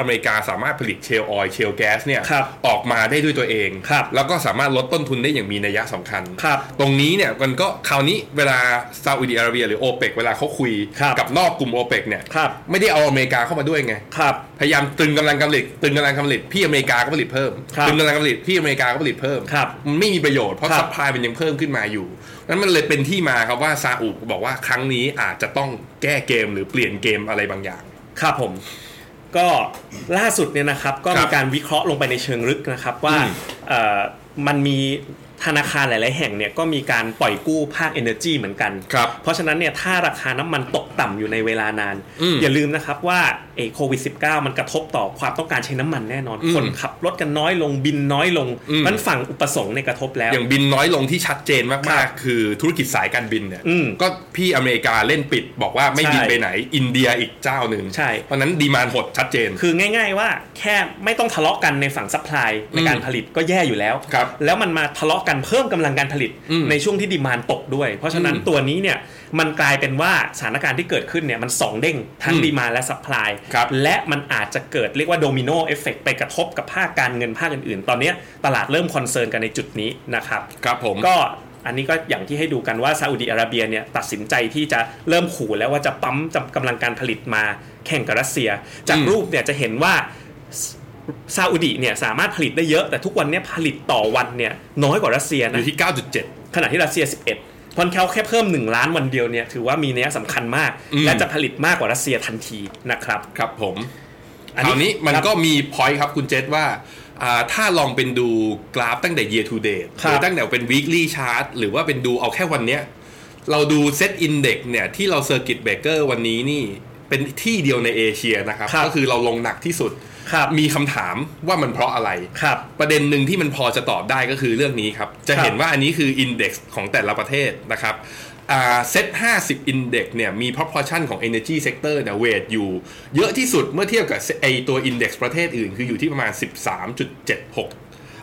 Speaker 1: อเมริกาสามารถผลิตเชลออยเชลแก๊สเนี่ย
Speaker 2: ครับ
Speaker 1: ออกมาได้ด้วยตัวเอง
Speaker 2: ครับ
Speaker 1: แล้วก็สามารถลดต้นทุนได้อย่างมีนัยสำคัญ
Speaker 2: ครับ
Speaker 1: ตรงนี้เนี่ยมันก็คราวนี้เวลาซาอุดิอาระเบียหรือโอเปกเวลาเขาคุย
Speaker 2: ครับ
Speaker 1: กับนอกกลุ่มโอเปกเนี่ย
Speaker 2: ครับ
Speaker 1: ไม่ได้เอาอเมริกาเข้ามาด้วยไง
Speaker 2: ครับ
Speaker 1: พยายามตรึงกำลังการผลิตตรึงกำลังการผลิตพี่อเมริกาก็ผลิตเพิ่ม
Speaker 2: ครับ
Speaker 1: ตรึงกำลังการผลิตพี่อเมริกาก็ผลิตเพิ่ม
Speaker 2: ครับ
Speaker 1: มันไม่มีประโยชน์เพราะ
Speaker 2: ครับ
Speaker 1: ซัพพลายมันยังเพิ่มขึ้นมาอยู่นั้นมันเลยเป็นที่มาครับว่าซาอุบอกว่าครั้งนี้อาจจะต้องแก้เกมหรือเปลี่ยนเกมอะไรบางอย่าง
Speaker 2: ครับผม ก็ล่าสุดเนี่ยนะครับ ก็
Speaker 1: ครั
Speaker 2: มี
Speaker 1: บ
Speaker 2: การวิเคราะห์ลงไปในเชิงลึกนะครับว่า
Speaker 1: อืม
Speaker 2: เอ่อมันมีธนาคารหลาย ๆ แห่งเนี่ยก็มีการปล่อยกู้ภาค Energy เหมือนกัน
Speaker 1: ครับ
Speaker 2: เพราะฉะนั้นเนี่ยถ้าราคาน้ำมันตกต่ำอยู่ในเวลานาน
Speaker 1: อืม
Speaker 2: อย่าลืมนะครับว่าไอ้โควิด -19 มันกระทบต่อความต้องการใช้น้ำมันแน่นอน
Speaker 1: อืม
Speaker 2: คนขับรถกันน้อยลงบินน้อยลง
Speaker 1: อืม
Speaker 2: มันฝั่งอุปสงค์ในยกระทบแล้ว
Speaker 1: อย่างบินน้อยลงที่ชัดเจน
Speaker 2: ครั
Speaker 1: มาก
Speaker 2: บ
Speaker 1: ๆ คือธุรกิจสายการบินเนี่ย
Speaker 2: อืม
Speaker 1: ก็พี่อเมริกาเล่นปิด บอกว่าไม่
Speaker 2: ใช่
Speaker 1: บินไปไหน อินเดียอีกเจ้าหนึ่ง
Speaker 2: ใช่
Speaker 1: เพราะฉะนั้นดีมานหดชัดเจน
Speaker 2: คือง่ายๆว่าแค่ไม่ต้องทะเลาะกันในฝั่งซัพพลายในการผลิตก็แย่อยู่แล้ว
Speaker 1: ครับ
Speaker 2: แล้วมันมาทะเลาะกันเพิ่มกำลังการผลิต
Speaker 1: อืม
Speaker 2: ในช่วงที่ดีมานด์ตกด้วย เพราะฉะนั้น
Speaker 1: อืม
Speaker 2: ตัวนี้เนี่ยมันกลายเป็นว่าสถานการณ์ที่เกิดขึ้นเนี่ยมันสองเด้งทั้ง
Speaker 1: อืม
Speaker 2: ดีมานด์และซัพพลาย
Speaker 1: ครับ
Speaker 2: และมันอาจจะเกิดเรียกว่าโดมิโนเอฟเฟกไปกระทบกับภาคการเงินภาคอื่นๆ ตอนเนี้ยตลาดเริ่มคอนเซิร์นกันในจุดนี้นะครับ
Speaker 1: ครับผม
Speaker 2: ก็อันนี้ก็อย่างที่ให้ดูกันว่าซาอุดิอาระเบียเนี่ยตัดสินใจที่จะเริ่มขู่แล้วว่าจะปั๊มจำกำลังการผลิตมาแข่งกับรัสเซีย จาก
Speaker 1: อืม
Speaker 2: รูปเนี่ยจะเห็นว่า ซาอุดีเนี่ยสามารถผลิตได้เยอะแต่ทุกวันเนี่ยผลิตต่อวันเนี่ยน้อยกว่ารัสเซีย
Speaker 1: อ
Speaker 2: นะ
Speaker 1: ยู่ที่ 9.7
Speaker 2: ขณะที่รัสเซีย 11 พอนแคลแค่เพิ่ม 1 ล้านวันเดียวเนี่ยถือว่ามีนัยสำคัญมาก
Speaker 1: อืม
Speaker 2: และจะผลิตมากกว่ารัสเซียทันทีนะครับ
Speaker 1: ครับผม คราวนี้มันก็
Speaker 2: ครับ
Speaker 1: มีพอยต์ครับคุณเจษว่าอ่า ถ้าลองเป็นดูกราฟตั้งแต่ year to date ห
Speaker 2: ครับ
Speaker 1: รือตั้งแต่เป็น weekly chart หรือว่าเป็นดูเอาแค่วันเนี้ย เราดู set index เนี่ย ที่เรา circuit breaker วันนี้นี่ เป็นที่เดียวในเอเชียนะครับ
Speaker 2: ครับ
Speaker 1: ก็คือเราลงหนักที่สุด
Speaker 2: ครับ
Speaker 1: มีคำถามว่ามันเพราะอะไร
Speaker 2: ครับ
Speaker 1: ประเด็นหนึ่งที่มันพอจะตอบได้ก็คือเรื่องนี้ครับ จะ
Speaker 2: ครับ
Speaker 1: เห็นว่าอันนี้คืออินเด็กซ์ของแต่ละประเทศนะครับอ่าเซต50 Index เนี่ยมี proportion ของ Energy Sector เนี่ยเวทอยู่ เยอะที่สุดเมื่อเทียบกับไอตัว Index ประเทศอื่น คืออยู่ที่ประมาณ 13.76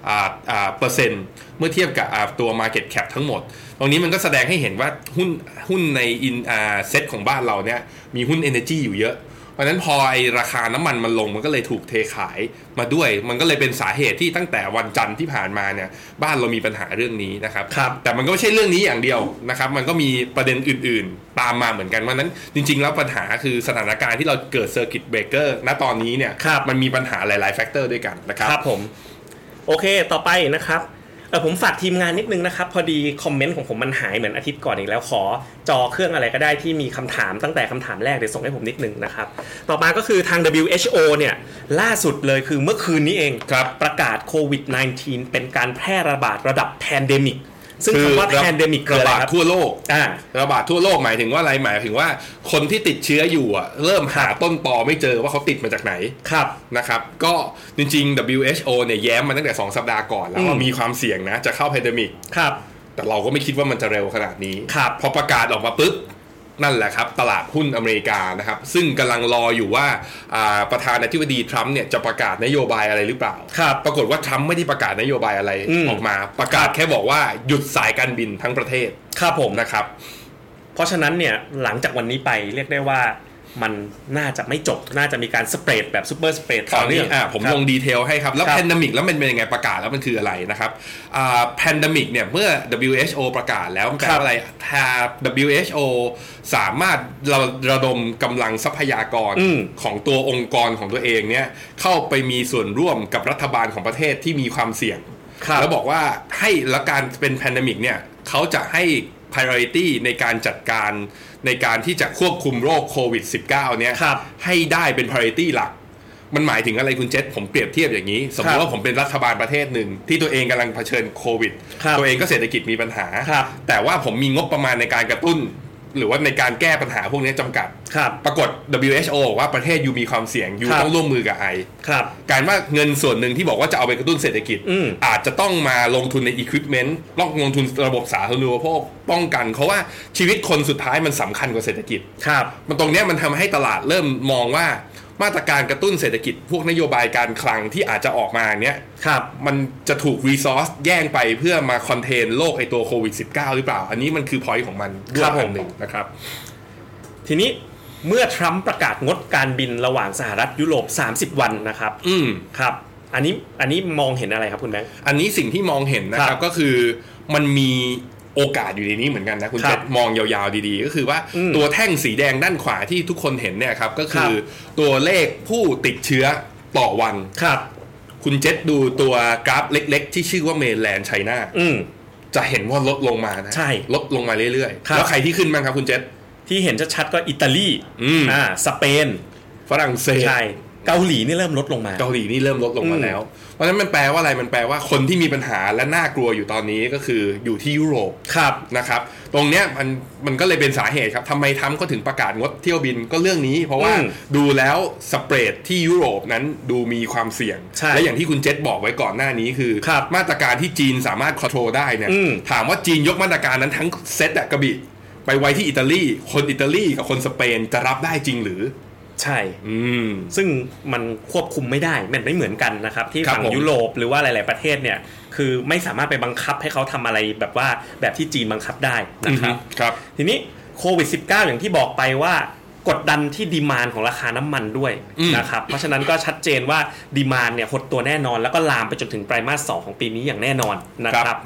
Speaker 1: อ่าอ่าเปอร์เซ็นต์เมื่อเทียบกับอ่าตัว Market Cap ทั้งหมด ตรงนี้มันก็แสดงให้เห็นว่าหุ้นหุ้นในอินอ่าเซตของบ้านเราเนี่ยมีหุ้น Energy อยู่เยอะ เพราะฉะนั้นพอไอราคาน้ำมันมันลงมันก็เลยถูกเทขายมาด้วย มันก็เลยเป็นสาเหตุที่ตั้งแต่วันจันทร์ที่ผ่านมาเนี่ยบ้านเรามีปัญหาเรื่องนี้นะครับ
Speaker 2: ครับ
Speaker 1: แต่มันก็ไม่ใช่เรื่องนี้อย่างเดียวนะครับ มันก็มีประเด็นอื่นๆ ตามมาเหมือนกันเพราะฉะนั้นจริง ๆ แล้วปัญหาคือสถานการณ์ที่เราเกิดเซอร์กิตเบรกเกอร์ณตอนนี้เนี่ย
Speaker 2: ครับ
Speaker 1: มันมีปัญหาหลายๆแฟกเตอร์ด้วยกันนะครับ
Speaker 2: ครับผม โอเคต่อไปนะครับเออผมฝากทีมงานนิดนึงนะครับ พอดีคอมเมนต์ของผมมันหายเหมือนอาทิตย์ก่อนอีกแล้วขอจอเครื่องอะไรก็ได้ที่มีคำถามตั้งแต่คำถามแรกเดี๋ยวส่งให้ผมนิดนึงนะครับ ต่อมาก็คือทาง WHO เนี่ย ล่าสุดเลยคือเมื่อคืนนี้เอง
Speaker 1: ครับ
Speaker 2: ประกาศโควิด -19 เป็นการแพร่ระบาดระดับแพนเดมิกซึ่ง
Speaker 1: คือ
Speaker 2: คำว่า
Speaker 1: ระ
Speaker 2: แพนเดมิกคือ
Speaker 1: ระ
Speaker 2: อะไร
Speaker 1: บาด
Speaker 2: ครับ
Speaker 1: ทั่วโลก
Speaker 2: อ่า
Speaker 1: ระบาดทั่วโลกหมายถึงว่าอะไรหมายถึงว่าคนที่ติดเชื้ออยู่อะเริ่มหาต้นตอไม่เจอว่าเขาติดมาจากไหน
Speaker 2: ครับ
Speaker 1: นะครับก็จริงๆ WHO เนี่ยแย้มมาตั้งแต่ 2 สัปดาห์ก่อนแล้วว่า
Speaker 2: อืม
Speaker 1: มีความเสี่ยงนะ จะเข้า pandemic
Speaker 2: ครับ
Speaker 1: แต่เราก็ไม่คิดว่ามันจะเร็วขนาดนี้
Speaker 2: ครับ
Speaker 1: พอประกาศออกมาปุ๊บ นั่นแหละครับ ตลาดหุ้นอเมริกานะครับ ซึ่งกำลังรออยู่ว่าอ่าประธานาธิบดีทรัมป์เนี่ยจะประกาศนโยบายอะไรหรือเปล่า
Speaker 2: ครับ
Speaker 1: ปรากฏว่าทรัมป์ไม่ได้ประกาศนโยบายอะไร
Speaker 2: อืม
Speaker 1: ออกมา ประกาศแค่บอกว่าหยุดสายการบินทั้งประเทศ
Speaker 2: ครับผม
Speaker 1: นะครับ
Speaker 2: เพราะฉะนั้นเนี่ยหลังจากวันนี้ไปเรียกได้ว่า มันน่าจะไม่จบ น่าจะมีการสเปรดแบบซูเปอร์สเปร
Speaker 1: ต
Speaker 2: ดต่
Speaker 1: อ
Speaker 2: อน เนื่
Speaker 1: นี้
Speaker 2: อง
Speaker 1: อ่ะผม
Speaker 2: ครับ
Speaker 1: ลงดีเทลให้ครับ แล้ว
Speaker 2: ครับ
Speaker 1: แพนดมิกแล้วมันเป็นยังไงประกาศแล้วมันคืออะไรนะครับอ่าแพนดมิกเนี่ยเมื่อ WHO ประกาศแล้วมันแปล
Speaker 2: ครับ
Speaker 1: ว่าอะไรทาง WHO สามารถระระดมกำลังทรัพยากร
Speaker 2: อืม
Speaker 1: ของตัวองค์กรของตัวเองเนี่ยเข้าไปมีส่วนร่วมกับรัฐบาลของประเทศที่มีความเสี่ยง
Speaker 2: ครับ
Speaker 1: แล้วบอกว่าให้และการเป็นแพนดมิกเนี่ยเขาจะให้ priority ในการจัดการในการที่จะควบคุมโรคโควิด -19 เนี่ย
Speaker 2: ครับ
Speaker 1: ให้ได้เป็น priority หลัก มันหมายถึงอะไรคุณเจษผมเปรียบเทียบอย่างนี้ สมม
Speaker 2: ครั
Speaker 1: ติ
Speaker 2: บ
Speaker 1: ว่าผมเป็นรัฐบาลประเทศหนึ่ง ที่ตัวเองกำลังเผชิญโควิด
Speaker 2: ครับ
Speaker 1: ตัวเองก็เศรษฐกิจมีปัญหา
Speaker 2: ครับ
Speaker 1: แต่ว่าผมมีงบประมาณในการกระตุ้น หรือว่าในการแก้ปัญหาพวกนี้จำกัด
Speaker 2: ครับ
Speaker 1: ปรากฏ WHO บอกว่าประเทศยูมีความเสี่ยงยู
Speaker 2: ครับ
Speaker 1: ต้องร่วมมือกับไอ
Speaker 2: ครับ
Speaker 1: การว่าเงินส่วนหนึ่งที่บอกว่าจะเอาไปกระตุ้นเศรษฐกิจ
Speaker 2: อืม
Speaker 1: อาจจะต้องมาลงทุนในอุปกรณ์ต้องลงทุนระบบสาธารณูปโภคป้องกัน เพราะว่าชีวิตคนสุดท้ายมันสำคัญกว่าเศรษฐกิจ
Speaker 2: ครับ
Speaker 1: มันตรงเนี้ยมันทำให้ตลาดเริ่มมองว่ามาตรการกระตุ้นเศรษฐกิจ พวกนโยบายการคลังที่อาจจะออกมาเนี้ย
Speaker 2: ครับ
Speaker 1: มันจะถูกรีซอสแย่งไปเพื่อมาคอนเทนโรคไอตัวโควิด -19 หรือเปล่า อันนี้มันคือพอยต์ของมันด้ว
Speaker 2: ครั
Speaker 1: ย
Speaker 2: บผม
Speaker 1: อันหนึ่งนะครับ
Speaker 2: ทีนี้เมื่อทรัมป์ประกาศงดการบินระหว่างสหรัฐยุโรป 30 วันนะครับ
Speaker 1: อืม
Speaker 2: ครับ อันนี้ อันนี้มองเห็นอะไรครับคุณแบงค์
Speaker 1: อันนี้สิ่งที่มองเห็นนะค
Speaker 2: ครั
Speaker 1: รับบ ก็คือมันมีโอกาสอยู่ในนี้เหมือนกันนะคุณ
Speaker 2: ครั
Speaker 1: เจษ
Speaker 2: บ
Speaker 1: มองยาวๆดีๆ ก็คือว่า
Speaker 2: อืม
Speaker 1: ตัวแท่งสีแดงด้านขวาที่ทุกคนเห็นเนี่ยครับก็คือ
Speaker 2: ครับ
Speaker 1: ตัวเลขผู้ติดเชื้อต่อวัน
Speaker 2: ครับ
Speaker 1: คุณเจษดูตัวกราฟเล็ก ๆ ที่ชื่อว่าเมนแลนด์ไชน่า
Speaker 2: อืม
Speaker 1: จะเห็นว่าลดลงมานะ
Speaker 2: ใช่
Speaker 1: ลดลงมาเรื่อย
Speaker 2: ครั
Speaker 1: ๆ
Speaker 2: บ
Speaker 1: แล้วใครที่ขึ้นบ้างครับคุณเจษ
Speaker 2: ที่เห็นชัดๆก็อิตาลี
Speaker 1: อืม
Speaker 2: สเปน
Speaker 1: ฝรั่งเศส
Speaker 2: ใช่ เกาหลีนี่เริ่มลดลงมา
Speaker 1: เกาหลีนี่เริ่มลดลงมา
Speaker 2: อืม
Speaker 1: แล้ว เพราะฉะนั้นมันแปลว่าอะไรมันแปลว่าคนที่มีปัญหาและน่ากลัวอยู่ตอนนี้ก็คืออยู่ที่ยุโรป
Speaker 2: ครับ
Speaker 1: นะครับ ตรงเนี้ยมันมันก็เลยเป็นสาเหตุครับทำไมทรัมป์ก็ถึงประกาศงดเที่ยวบินก็เรื่องนี้ เพราะว่า
Speaker 2: อืม
Speaker 1: ดูแล้วสเปรดที่ยุโรปนั้นดูมีความเสี่ยง
Speaker 2: ใช่
Speaker 1: และอย่างที่คุณเจษบอกไว้ก่อนหน้านี้คือ
Speaker 2: ครับ
Speaker 1: มาตรการที่จีนสามารถควบคุมได้เนี่ย
Speaker 2: อืม
Speaker 1: ถามว่าจีนยกมาตรการนั้นทั้งเซตอะกระบี่ไปไว้ที่อิตาลีคนอิตาลีกับคนสเปนจะรับได้จริงหรือ
Speaker 2: ใช่
Speaker 1: อืม
Speaker 2: ซึ่งมันควบคุมไม่ได้ มันไม่เหมือนกันนะครับ ที่
Speaker 1: ครับ
Speaker 2: ฝั่ง
Speaker 1: ผม
Speaker 2: ยุโรปหรือว่าหลาย ๆ ประเทศเนี่ย คือไม่สามารถไปบังคับให้เขาทำอะไรแบบว่าแบบที่จีนบังคับได้นะครับ
Speaker 1: อือฮึครับ
Speaker 2: ทีนี้โควิด -19 อย่างที่บอกไปว่ากดดันที่ดีมานของราคาน้ำมันด้วย
Speaker 1: อืม
Speaker 2: นะครับ เพราะฉะนั้นก็ชัดเจนว่าดีมานเนี่ยหดตัวแน่นอน แล้วก็ลามไปจนถึงไตรมาส 2 ของปีนี้อย่างแน่นอนนะครับ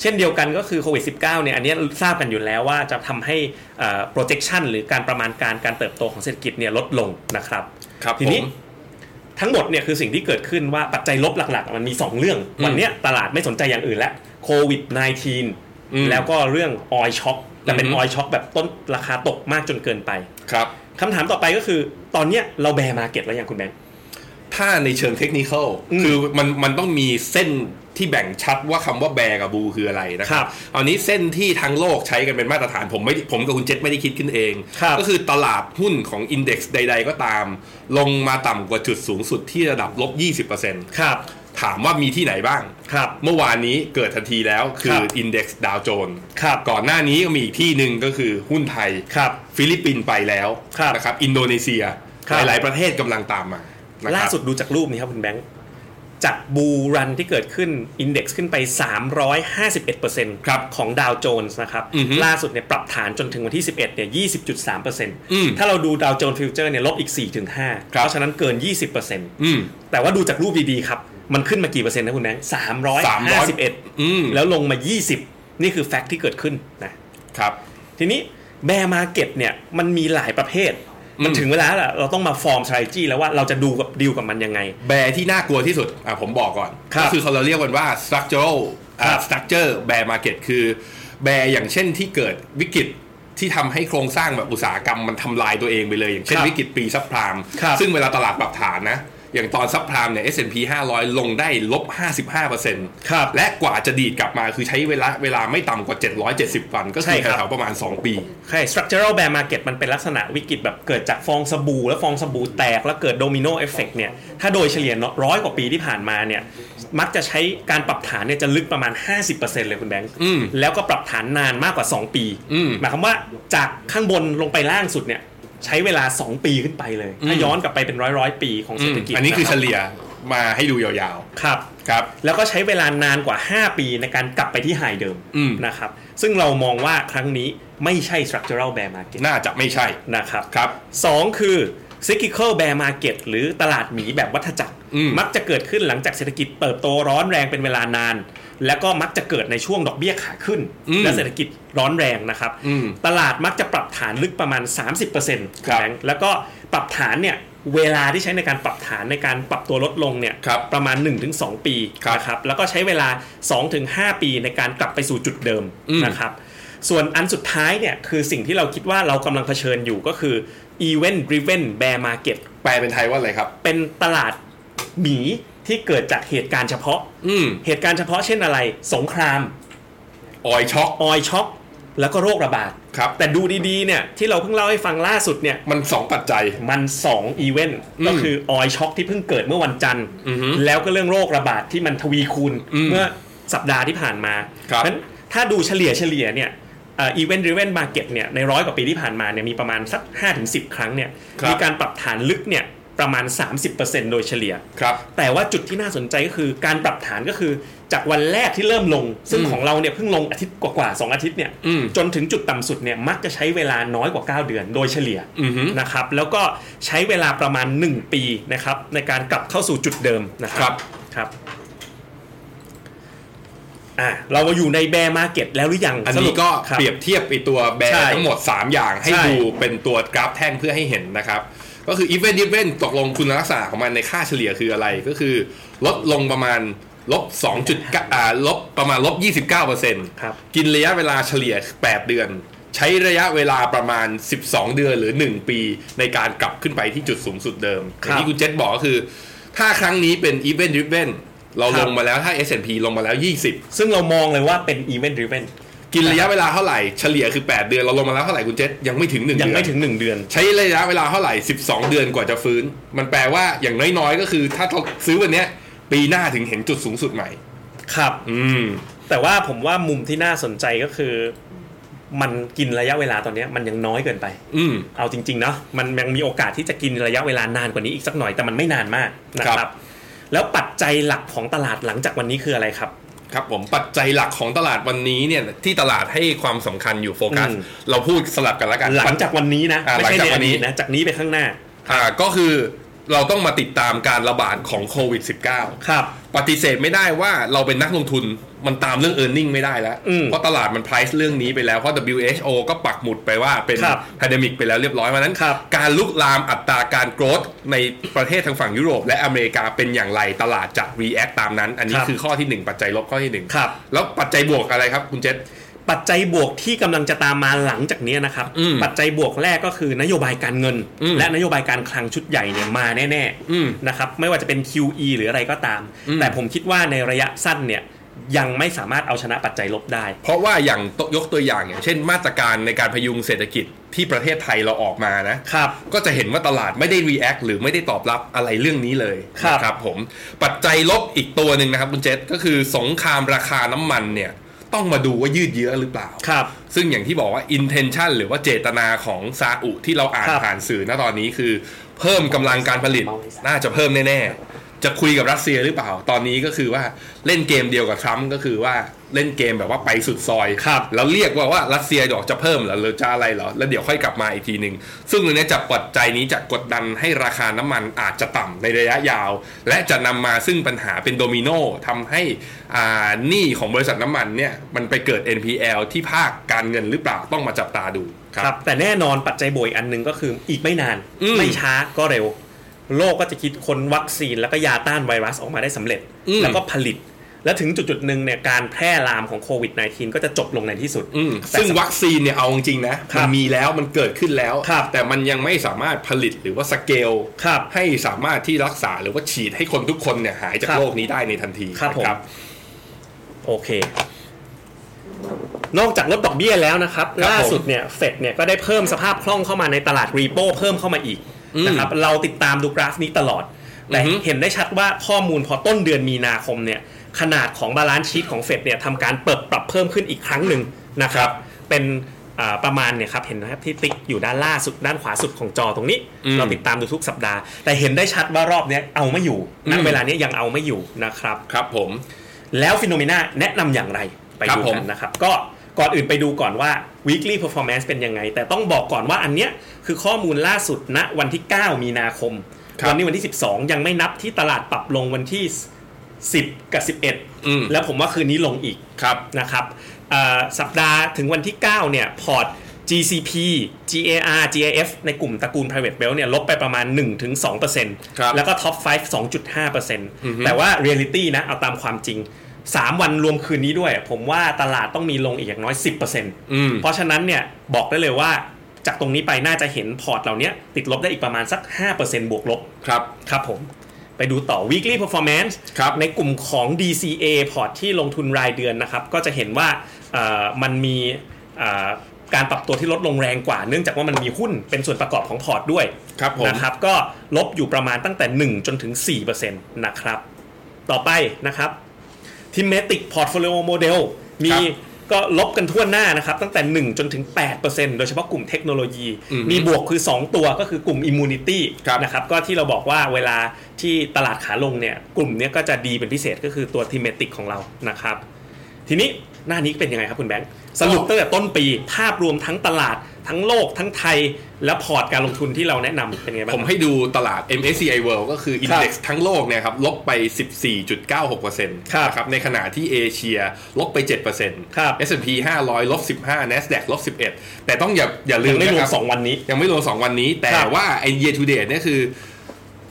Speaker 2: เช่นเดียวกันก็คือโควิด -19 เนี่ยอันเนี้ยทราบกันอยู่แล้วว่าจะทำให้เอ่อ projection หรือการประมาณการการเติบโตของเศรษฐกิจเนี่ยลดลงนะครับ
Speaker 1: ครับ
Speaker 2: ทีนี้
Speaker 1: ผม
Speaker 2: ทั้งหมดเนี่ยคือสิ่งที่เกิดขึ้นว่าปัจจัยลบหลักๆ มันมี 2 เรื่อง
Speaker 1: อืม
Speaker 2: วันเนี้ยตลาดไม่สนใจอย่างอื่นแล้วโควิด
Speaker 1: อืม
Speaker 2: -19 แล้วก็เรื่องออยช็อคแต่เป็นออยช็อคแบบต้นราคาตกมากจนเกินไป
Speaker 1: ครับ
Speaker 2: คำถามต่อไปก็คือตอนเนี้ยเราแบร์มาเก็ตแล้วยังคุณแบงค์
Speaker 1: ถ้าในเชิงเทคนิคอล
Speaker 2: อืม
Speaker 1: คือมันมันต้องมีเส้นที่แบ่งชัดว่าคำว่าแบร์กับบูคืออะไรนะค
Speaker 2: ครั
Speaker 1: รับบ เอานี้เส้นที่ทั้งโลกใช้กันเป็นมาตรฐานผมไม่ผมกับคุณเจษไม่ได้คิดขึ้นเอง
Speaker 2: ครับ
Speaker 1: ก็คือตลาดหุ้นของอิน e x ใด ๆ ก็ตาม ลงมาต่ำกว่าจุดสูงสุดที่ระดับลบ 20%
Speaker 2: ครับ
Speaker 1: ถามว่ามีที่ไหนบ้าง
Speaker 2: ครับ
Speaker 1: เมื่อวานนี้เกิดทันทีแล้วคื
Speaker 2: ครั
Speaker 1: อบ อิน e x ดาวโจนส์
Speaker 2: ครับ
Speaker 1: ก่อนหน้านี้ก็มีอีกที่หนึ่งก็คือหุ้นไทย
Speaker 2: ครับ
Speaker 1: ฟิลิปปินส์ไปแล้ว
Speaker 2: ครับ
Speaker 1: นะครับอินโดนีเซีย
Speaker 2: ครับ
Speaker 1: หลายๆประเทศกำลังตามมานะครับ
Speaker 2: ล่าสุดดูจากรูปนี้ครับคุณแบงค์จากบูรันที่เกิดขึ้นอินเด็กซ์ขึ้นไป 351%
Speaker 1: ครับ
Speaker 2: ของดาวโจนส์นะครับ
Speaker 1: อือฮึ
Speaker 2: ล่าสุดเนี่ยปรับฐานจนถึงวันที่ 11เนี่ย
Speaker 1: อืม
Speaker 2: 20.3%ถ้าเราดูดาวโจนส์ฟิวเจอร์เนี่ยลบอีก 4-5
Speaker 1: ครับ
Speaker 2: เพราะฉะนั้นเกิน 20%
Speaker 1: อืม
Speaker 2: แต่ว่าดูจากรูปดีๆครับ มันขึ้นมากี่เปอร์เซ็นต์นะคุณแบงค์351
Speaker 1: อืม
Speaker 2: แล้วลงมา 20 นี่คือแฟกต์ที่เกิดขึ้นนะ
Speaker 1: ครับ
Speaker 2: ทีนี้แบร์มาเก็ตเนี่ยมันมีหลายประเภท มัน
Speaker 1: อืม
Speaker 2: ถึงเวลาแล้วล่ะเราต้องมาฟอร์ม strategy แล้วว่าเราจะดูกับดีลกับมันยังไง
Speaker 1: แบร์ที่น่ากลัวที่สุด อ่ะผมบอกก่อน
Speaker 2: ครับ
Speaker 1: ก็คือเขาเราเรียกกันว่า structural อ่า
Speaker 2: ครับ
Speaker 1: structure bear market คือแบร์อย่างเช่นที่เกิดวิกฤตที่ทำให้โครงสร้างแบบอุตสาหกรรมมันทำลายตัวเองไปเลย อย่างเช่น
Speaker 2: ครับ
Speaker 1: วิกฤตปีซับพราม
Speaker 2: ครับ
Speaker 1: ซึ่งเวลาตลาดปรับฐานนะ อย่างตอนซับพรามเนี่ย S&P 500 ลงได้ลบ 55%
Speaker 2: ครับ
Speaker 1: และกว่าจะดีดกลับมาคือใช้เวลาเวลาไม่ต่ำกว่า 770 วัน ก็
Speaker 2: ใช่
Speaker 1: คือ
Speaker 2: ครับ
Speaker 1: แถวๆประมาณ 2 ปี
Speaker 2: ใช่ structural bear market มันเป็นลักษณะวิกฤตแบบเกิดจากฟองสบู่ แล้วฟองสบู่แตกแล้วเกิดโดมิโนเอฟเฟกเนี่ย ถ้าโดยเฉลี่ยเนอะร้อยกว่าปีที่ผ่านมาเนี่ย มักจะใช้การปรับฐานเนี่ยจะลึกประมาณ 50%เลยคุณแบงค์
Speaker 1: อืม
Speaker 2: แล้วก็ปรับฐานนานมากกว่า 2 ปี
Speaker 1: อืม
Speaker 2: หมายความว่าจากข้างบนลงไปล่างสุดเนี่ย ใช้เวลา 2 ปีขึ้นไปเลย ถ้า
Speaker 1: อืม
Speaker 2: ย้อนกลับไปเป็นร้อยร้อยๆปีของเศรษฐกิจ
Speaker 1: อันนี้คือ
Speaker 2: นะ
Speaker 1: เฉ
Speaker 2: รับ
Speaker 1: ลี่ยมาให้ดูยาว
Speaker 2: ครับ
Speaker 1: ๆ ครับ
Speaker 2: แล้วก็ใช้เวลานานกว่า 5 ปีในการกลับไปที่ไฮเดิม
Speaker 1: อืม
Speaker 2: นะครับ ซึ่งเรามองว่าครั้งนี้ ไม่ใช่ structural bear market
Speaker 1: น่าจะไม่ใช่
Speaker 2: นะครับ
Speaker 1: ครับ
Speaker 2: สองคือ cyclical bear market หรือตลาดหมีแบบวัฏจักร
Speaker 1: อืม
Speaker 2: มักจะเกิดขึ้นหลังจากเศรษฐกิจเติบโตร้อนแรงเป็นเวลานาน แล้วก็มักจะเกิดในช่วงดอกเบี้ยขาขึ้น และเศรษฐกิจร้อนแรงนะครับ
Speaker 1: อืม
Speaker 2: ตลาดมักจะปรับฐานลึกประมาณ 30%
Speaker 1: ครับ
Speaker 2: แบงค์แล้วก็ปรับฐานเนี่ยเวลาที่ใช้ในการปรับฐานในการปรับตัวลดลงเนี่ย
Speaker 1: ครับ
Speaker 2: ประมาณ 1-2 ปี
Speaker 1: ครับ
Speaker 2: นะครับแล้วก็ใช้เวลา 2-5 ปีในการกลับไปสู่จุดเดิมนะครับส่วนอันสุดท้ายเนี่ยคือสิ่งที่เราคิดว่าเรากำลังเผชิญอยู่ก็คือ event driven bear market
Speaker 1: แปลเป็นไทยว่าอะไรครับ
Speaker 2: เป็นตลาดหมีที่เกิดจากเหตุการณ์เฉพาะ
Speaker 1: อืม
Speaker 2: เหตุการณ์เฉพาะเช่นอะไร สงคราม
Speaker 1: ออยช็อก
Speaker 2: ออยช็อคแล้วก็โรคระบาด
Speaker 1: ครับ
Speaker 2: แต่ดูดีๆ เนี่ย ที่เราเพิ่งเล่าให้ฟังล่าสุดเนี่ย
Speaker 1: มันสองปัจจัย
Speaker 2: มัน 2 อีเวนต์ก็คือออยช็อคที่เพิ่งเกิดเมื่อวันจันทร์
Speaker 1: อือฮึ
Speaker 2: แล้วก็เรื่องโรคระบาดที่มันทวีคูณ
Speaker 1: อืม
Speaker 2: เมื่อสัปดาห์ที่ผ่านมาเพ
Speaker 1: ครั
Speaker 2: ราะ
Speaker 1: บ
Speaker 2: ฉะนั้นถ้าดูเฉลี่ยเฉลี่ยเนี่ยอีเวนต์ริเวนมาเก็ตเนี่ยในร้อยกว่าปีที่ผ่านมาเนี่ยมีประมาณสัก 5-10 ครั้งเนี่ย
Speaker 1: ครับ
Speaker 2: มีการปรับฐานลึกเนี่ยประมาณ 30%โดยเฉลี่ย
Speaker 1: ครับ
Speaker 2: แต่ว่าจุดที่น่าสนใจก็คือการปรับฐานก็คือจากวันแรกที่เริ่มลง ซึ่ง
Speaker 1: อืม
Speaker 2: ของเราเนี่ยเพิ่งลงอาทิตย์กว่าๆสองอาทิตย์เนี่ย
Speaker 1: อืม
Speaker 2: จนถึงจุดต่ำสุดเนี่ยมักจะใช้เวลาน้อยกว่า 9 เดือนโดยเฉลี่ย
Speaker 1: อือฮึ
Speaker 2: นะครับแล้วก็ใช้เวลาประมาณ 1 ปีนะครับในการกลับเข้าสู่จุดเดิมนะค
Speaker 1: ครั
Speaker 2: รับ ครับอ่ะเรามาอยู่ในแบร์มาเก็ตแล้วหรือยัง
Speaker 1: อัน
Speaker 2: สรุ
Speaker 1: นี้ก็
Speaker 2: ครับ
Speaker 1: เปรียบเทียบไอตัวแบรน
Speaker 2: ใช่
Speaker 1: ด์ทั้งหมด 3 อย่างให้
Speaker 2: ใช่
Speaker 1: ดูเป็นตัวกราฟแท่งเพื่อให้เห็นนะครับ ก็คือ event driven ตกลงคุณลักษณะของมันในค่าเฉลี่ยคืออะไรก็คือ ลดลงประมาณลบ2จุดอ่าลบประมาณลบ 29%
Speaker 2: ครับ
Speaker 1: กินระยะเวลาเฉลี่ย 8 เดือน ใช้ระยะเวลาประมาณ 12 เดือนหรือ 1 ปีในการกลับขึ้นไปที่จุดสูงสุดเดิม
Speaker 2: ค
Speaker 1: อ
Speaker 2: รับ
Speaker 1: ย่างที่คุณเจษบอกก็คือ ถ้าครั้งนี้เป็น event driven เรา
Speaker 2: ครั
Speaker 1: ล
Speaker 2: บ
Speaker 1: งมาแล้วถ้า S&P ลงมาแล้ว 20
Speaker 2: ซึ่งเรามองเลยว่าเป็นอีเวนต์ดริเวน
Speaker 1: กินระยะเวลาเท่าไหร่เฉลี่ยคือ 8 เดือนเราลงมาแล้วเท่าไหร่คุณเจษยังไม่ถึง1เดือน
Speaker 2: ยังไม่ถึง 1 เดือน
Speaker 1: ใช้ระยะเวลาเท่าไหร่ 12 เดือนกว่าจะฟื้น มันแปลว่าอย่างน้อยๆ ก็คือ ถ้าเราซื้อวันเนี้ย ปีหน้าถึงเห็นจุดสูงสุดใหม่
Speaker 2: ครับ
Speaker 1: อืม
Speaker 2: แต่ว่าผมว่ามุมที่น่าสนใจก็คือ มันกินระยะเวลาตอนเนี้ยมันยังน้อยเกินไป
Speaker 1: อืม
Speaker 2: เอาจริงๆเนาะมันยังมีโอกาสที่จะกินระยะเวลานานกว่านี้อีกสักหน่อยแต่มันไม่นานมากนะ
Speaker 1: ค
Speaker 2: ค
Speaker 1: รั
Speaker 2: รับ
Speaker 1: บ
Speaker 2: แล้วปัจจัยหลักของตลาดหลังจากวันนี้คืออะไรครับ
Speaker 1: ครับผมปัจจัยหลักของตลาดวันนี้เนี่ยที่ตลาดให้ความสำคัญอยู่โฟกัส
Speaker 2: อืม
Speaker 1: เราพูดสลับกันแล้วกัน
Speaker 2: หลังจากวันนี้นะ
Speaker 1: อ่า
Speaker 2: ไม่ใช่
Speaker 1: หลัง
Speaker 2: ใน
Speaker 1: จาก
Speaker 2: อ
Speaker 1: วันนี้
Speaker 2: ดีตนะจากนี้ไปข้างหน้า
Speaker 1: อ่าก็คือเราต้องมาติดตามการระบาดของโควิด -19
Speaker 2: ครับ
Speaker 1: ปฏิเสธไม่ได้ว่าเราเป็นนักลงทุนมันตามเรื่อง e a r n i n g ไม่ได้แล้ว
Speaker 2: อืม
Speaker 1: เพราะตลาดมัน price เรื่องนี้ไปแล้ว เพราะ WHO ก็ปักหมุดไปว่าเป็น
Speaker 2: ครับ
Speaker 1: pandemic ไปแล้วเรียบร้อยวันนั้น
Speaker 2: ครับ
Speaker 1: การลุกลามอัตราการ growth ในประเทศทางฝั่งยุโรป และอเมริกาเป็นอย่างไรตลาดจะ react ตามนั้น อันนี้คือข้อทีหนึ่1 ปัจจัยลบข้อที่
Speaker 2: ครับ
Speaker 1: 1 แล้วปัจจัยบวกอะไรครับคุณเจษ
Speaker 2: ปัจจัยบวกที่กำลังจะตามมาหลังจากนี้นะครับ
Speaker 1: อืม
Speaker 2: ปัจจัยบวกแรกก็คือนโยบายการเงิน
Speaker 1: อืม
Speaker 2: และนโยบายการคลังชุดใหญ่เนี่ยมาแน่
Speaker 1: อืม
Speaker 2: ๆนะครับไม่ว่าจะเป็น QE หรืออะไรก็ตาม
Speaker 1: อืม
Speaker 2: แต่ผมคิดว่าในระยะสั้นเนี่ยยังไม่สามารถเอาชนะปัจจัยลบได้
Speaker 1: เพราะว่าอย่างยกตัวอย่างอย่างเช่น มาตรการในการพยุงเศรษฐกิจที่ประเทศไทยเราออกมานะ
Speaker 2: ครับ
Speaker 1: ก็จะเห็นว่าตลาดไม่ได้ react หรือไม่ได้ตอบรับอะไรเรื่องนี้เลย
Speaker 2: ครับ
Speaker 1: นะครับผมปัจจัยลบอีกตัวหนึ่งนะครับคุณเจษก็คือสงครามราคาน้ำมันเนี่ย ต้องมาดูว่ายืดเยื้อหรือเปล่า
Speaker 2: ครับ
Speaker 1: ซึ่งอย่างที่บอกว่า intention หรือว่าเจตนาของซาอุที่เราอ่าน
Speaker 2: ครับ
Speaker 1: ผ่านสื่อณตอนนี้คือ เพิ่มกำลังการผลิตน่าจะเพิ่มแน่ๆ จะคุยกับรัสเซียหรือเปล่า ตอนนี้ก็คือว่าเล่นเกมเดียวกับทรัมป์ก็คือว่าเล่นเกมแบบว่าไปสุดซอย
Speaker 2: ครับ
Speaker 1: แล้วเรียกว่าว่ารัสเซียดอกจะเพิ่มเหรอหรือจะอะไรเหรอแล้วเดี๋ยวค่อยกลับมาอีกทีหนึ่งซึ่งตรงเนี้ยจะปัจจัยนี้จะกดดันให้ราคาน้ำมันอาจจะต่ำในระยะยาว และจะนำมาซึ่งปัญหาเป็นโดมิโนทำให้อ่าหนี้ของบริษัทน้ำมันเนี่ยมันไปเกิด NPL ที่ภาคการเงินหรือเปล่าต้องมาจับตาดู
Speaker 2: ครับแต่แน่นอนปัจจัยบวกอีกอันหนึ่งก็คืออีกไม่นาน
Speaker 1: อืม
Speaker 2: ไม่ช้าก็เร็ว โลกก็จะคิดค้นวัคซีนแล้วก็ยาต้านไวรัสออกมาได้สำเร็จ
Speaker 1: อืม
Speaker 2: แล้วก็ผลิต และถึงจุดจุดๆหนึ่งเนี่ยการแพร่ลามของโควิด -19 ก็จะจบลงในที่สุด
Speaker 1: อืม
Speaker 2: แต่
Speaker 1: ซึ่งวัคซีนเนี่ยเอาจริงๆนะครับ มันมีแล้วมันเกิดขึ้นแล้ว
Speaker 2: ครับ
Speaker 1: แต่มันยังไม่สามารถผลิตหรือว่าสเกล
Speaker 2: ครับ
Speaker 1: ให้สามารถที่รักษาหรือว่าฉีดให้คนทุกคนเนี่ยหายจาก
Speaker 2: ครับ
Speaker 1: โรคนี้ได้ในทันที
Speaker 2: ครับผม
Speaker 1: นะ
Speaker 2: โอเค นอกจากลดดอกเบี้ยแล้วนะครับ
Speaker 1: ครับผม
Speaker 2: ล่าสุดเนี่ยเฟดเนี่ยก็ได้เพิ่มสภาพคล่องเข้ามาในตลาดรีโปเพิ่มเข้ามาอีก
Speaker 1: อืม
Speaker 2: นะครับเราติดตามดูกราฟนี้ตลอด แต่
Speaker 1: อือฮึ
Speaker 2: เห็นได้ชัดว่าข้อมูลพอต้นเดือนมีนาคมเนี่ยขนาดของบาลานซ์ชีตของเฟดเนี่ยทำการเปิดปรับเพิ่มขึ้นอีกครั้งหนึ่งนะครับ เป็นอ่าประมาณเนี่ยครับเห็นนะครับที่ติ๊กอยู่ด้านล่าสุดด้านขวาสุดของจอตรงนี้ เราติดตามดูทุกสัปดาห์ แต่เห็นได้ชัดว่ารอบเนี้ยเอาไม่อยู่ณเวลาเนี้ยยังเอาไม่อยู่นะครับ
Speaker 1: ครับผม
Speaker 2: แล้วฟิโนเมนาแนะนำอย่างไรไป
Speaker 1: ครับ
Speaker 2: ดู
Speaker 1: ผม
Speaker 2: กันนะครับ ก็ ก่อนอื่นไปดูก่อนว่า weekly performance เป็นยังไง แต่ต้องบอกก่อนว่าอันเนี้ยคือข้อมูลล่าสุดณวันที่ 9 มีนาคม
Speaker 1: ครับ
Speaker 2: วันนี้วันที่ 12 ยังไม่นับที่ตลาดปรับลงวันที่ 10 กับ
Speaker 1: อืม
Speaker 2: 11 แล้วผมว่าคืนนี้ลงอีก
Speaker 1: ครับ
Speaker 2: นะครับเอ่อสัปดาห์ถึงวันที่ 9 เนี่ย พอร์ต GCP GAR GIF ในกลุ่มตระกูล private wealth เนี่ย ลบไปประมาณ
Speaker 1: ครั
Speaker 2: 1-2%
Speaker 1: บ
Speaker 2: แล้วก็ top 5 2.5%แต่ว่า reality นะ เอาตามความจริง 3 วันรวมคืนนี้ด้วย ผมว่าตลาดต้องมีลงอีกอย่างน้อย 10%
Speaker 1: ม
Speaker 2: เพราะฉะนั้นเนี่ย บอกได้เลยว่าจากตรงนี้ไปน่าจะเห็นพอร์ตเหล่านี้ติดลบได้อีกประมาณสัก 5%บวกลบ
Speaker 1: ครับ
Speaker 2: ครับผม ไปดูต่อ weekly performance
Speaker 1: ครับ
Speaker 2: ในกลุ่มของ DCA พอร์ตที่ลงทุนรายเดือนนะครับ ก็จะเห็นว่าเอ่อมันมีเอ่อการปรับตัวที่ลดลงแรงกว่า เนื่องจากว่ามันมีหุ้นเป็นส่วนประกอบของพอร์ตด้วย
Speaker 1: ครับผม
Speaker 2: นะครับ ก็ลบอยู่ประมาณตั้งแต่ 1 จนถึง 4%นะครับ ต่อไปนะครับ t h e m a t i c Portfolio Model มี
Speaker 1: ครับ
Speaker 2: ก็ลบกันทั่วหน้านะครับ ตั้งแต่ 1 จนถึง 8%โดยเฉพาะกลุ่มเทคโนโลยี
Speaker 1: อืม
Speaker 2: มีบวกคือ 2 ตัวก็คือกลุ่ม Immunity
Speaker 1: ครับ
Speaker 2: นะครับ ก็ที่เราบอกว่าเวลาที่ตลาดขาลงเนี่ย กลุ่มเนี้ยก็จะดีเป็นพิเศษก็คือตัว t h e m a t i c ของเรานะครับ ทีนี้หน้านี้เป็นยังไงครับคุณแบงค์ สรุปตั้งแต่ต้นปีภาพรวมทั้งตลาดทั้งโลกทั้งไทยและพอร์ตการลงทุนที่เราแนะนำเป็นยังไงบ้าง
Speaker 1: ผมให้ดูตลาด MSCI World ก็คือ Index ทั้งโลกเนี่ยครับลบไป 14.96%นะครับในขณะที่เอเชียลบไป 7%
Speaker 2: ครับ
Speaker 1: S&P 500 ลบ 15 NASDAQ ลบ 11 แต่ต้องอย่าอย่าลื
Speaker 2: ยั
Speaker 1: ม
Speaker 2: งไม่ร
Speaker 1: นะค
Speaker 2: วม
Speaker 1: รับ
Speaker 2: สองวันนี้
Speaker 1: ยังไม่รวมสองวันนี้ แต่
Speaker 2: ครับ
Speaker 1: ว่าไอ year to date เนี่ยคือ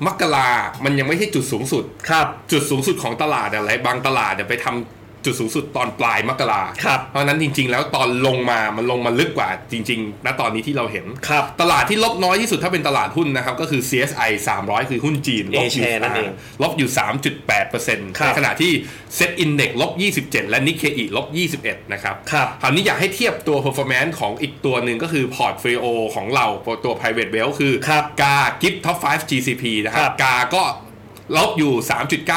Speaker 1: มกรามันยังไม่ใช่จุดสูงสุด
Speaker 2: ครับ
Speaker 1: จุดสูงสุดของตลาดอะไรบางตลาดเนี่ยไปทำจุดสูงสุดตอนปลายมกรา
Speaker 2: ครับ
Speaker 1: เพราะฉะนั้นจริง ๆ แล้วตอนลงมามันลงมาลึกกว่าจริงๆณตอนนี้ที่เราเห็น
Speaker 2: ครับ
Speaker 1: ตลาดที่ลบน้อยที่สุดถ้าเป็นตลาดหุ้นนะครับก็คือ CSI 300 คือหุ้นจีนลบอยู่
Speaker 2: A-share นั่นเอง
Speaker 1: ลบอยู่ 3.8%
Speaker 2: ครับ
Speaker 1: ในขณะที่ Set Index ลบ 27 และ Nikkei ลบ 21 นะครับ
Speaker 2: ครับ
Speaker 1: คราวนี้อยากให้เทียบตัว performance ของอีกตัวหนึ่งก็คือพอร์ตฟ i โอของเราตัว private wealth คือ
Speaker 2: ครับ
Speaker 1: กา กิฟท็อป5 GCP นะครั
Speaker 2: ครับ บ
Speaker 1: กาก็ลบอยู่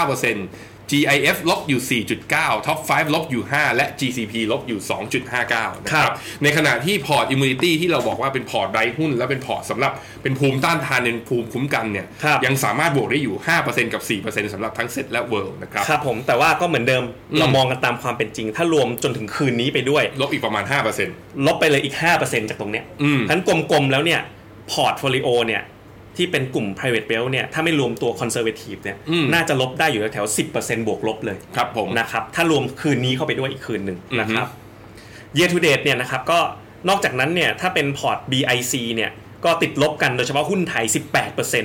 Speaker 1: 3.9% GIF ลบอยู่ 4.9 Top 5 ลบอยู่ 5 และ GCP ลบอยู่ 2.59 นะค
Speaker 2: ครั
Speaker 1: รับ
Speaker 2: บ
Speaker 1: ในขณะที่พอร์ต Immunity ที่เราบอกว่าเป็นพอร์ตไร้หุ้น และเป็นพอร์ตสำหรับเป็นภูมิต้านทานเป็นภูมิคุ้มกันเนี่ย
Speaker 2: ครับ
Speaker 1: ยังสามารถบวกได้อยู่ 5%กับ 4%สำหรับทั้งเซตและเวิร์นะครับ
Speaker 2: ครับผมแต่ว่าก็เหมือนเดิม
Speaker 1: อืม
Speaker 2: เรามองกันตามความเป็นจริง ถ้ารวมจนถึงคืนนี้ไปด้วย
Speaker 1: ลบอีกประมาณ 5%
Speaker 2: ลบไปเลยอีก 5%จากตรงเนี้ย
Speaker 1: อืม
Speaker 2: ทั้นกลมๆแล้วเนี่ยพอร์ตโฟลิโอเนี่ยที่เป็นกลุ่ม private wealth เนี่ยถ้าไม่รวมตัว conservative เนี่ย
Speaker 1: อืม
Speaker 2: น่าจะลบได้อยู่แถวๆ10%บวกลบเลย
Speaker 1: ครับผม
Speaker 2: นะครับถ้ารวมคืนนี้เข้าไปด้วยอีกคืนหนึ่งนะครั
Speaker 1: อือฮึ
Speaker 2: บ year to date เนี่ยนะครับก็นอกจากนั้นเนี่ยถ้าเป็นพอร์ต BIC เนี่ยก็ติดลบกันโดยเฉพาะหุ้นไทย
Speaker 1: ม
Speaker 2: 18%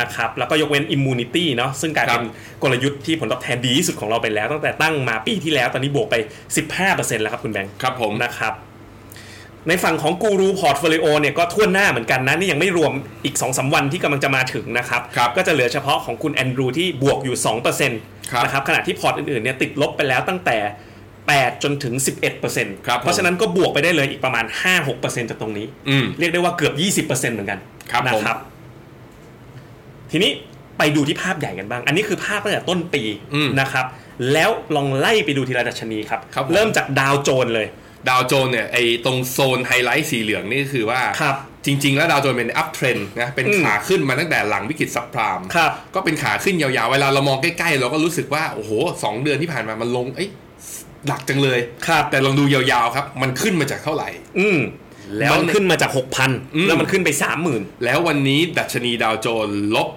Speaker 2: นะครับแล้วก็ยกเว้น immunity เนาะซึ่งกลายเป็
Speaker 1: ค
Speaker 2: น
Speaker 1: รับ
Speaker 2: กลยุทธ์ที่ผลตอบแทนดีที่สุดของเราไปแล้ว ตั้งแต่ตั้งมาปีที่แล้วตอนนี้บวกไป 15%แล้วครับคุณแบงค์
Speaker 1: ครับผม
Speaker 2: นะครับในฝั่งของกูรูพอร์ตโฟลิโอเนี่ยก็ท่วนหน้าเหมือนกันนะ นี่ยังไม่รวมอีก2อสวันที่กำลังจะมาถึงนะครับ
Speaker 1: ครับ
Speaker 2: ก็จะเหลือเฉพาะของคุณแอนดรูที่บวกอยู่ 2%น
Speaker 1: ครับ
Speaker 2: ะครับขณะที่พอร์ตอื่นๆเนี่ยติดลบไปแล้วตั้งแต่ 8 จนถึง 11%
Speaker 1: ครับผม
Speaker 2: เพราะฉะนั้นก็บวกไปได้เลยอีกประมาณ 5-6%จากตรงนี้
Speaker 1: อืม
Speaker 2: เรียกได้ว่าเกือบ 20%เหมือนกัน
Speaker 1: ครับผม
Speaker 2: นะครับ ทีนี้ไปดูที่ภาพใหญ่กันบ้าง อันนี้คือภาพตั้งแต่ต้นปีนะครับ แล้วลองไล่ไปดูทีละดัชนีครับ
Speaker 1: ครับผม
Speaker 2: เริ่มจากดาวโจนส์เลย
Speaker 1: ดาวโจนส์เนี่ยไอตรงโซนไฮไลท์สีเหลืองนี่คือว่า
Speaker 2: ครับ
Speaker 1: จริง ๆ แล้วดาวโจนส์เป็นอัพเทรนนะเป็น
Speaker 2: อืม
Speaker 1: ขาขึ้นมาตั้งแต่หลังวิกฤตซับไพราม
Speaker 2: ครับ
Speaker 1: ก็เป็นขาขึ้นยาวๆ เวลาเรามองใกล้ ๆ เราก็รู้สึกว่า โอ้โหสองเดือนที่ผ่านมามันลงเอ้ยหนักจังเลย
Speaker 2: ครับ
Speaker 1: แต่ลองดูยาวๆครับ มันขึ้นมาจากเท่าไหร่
Speaker 2: อืมแล้วมันขึ้นมาจาก
Speaker 1: อืม
Speaker 2: 6,000 แล้วมันขึ้นไป
Speaker 1: แล้ววันนี้ดัชนีดาวโจนส์ลบ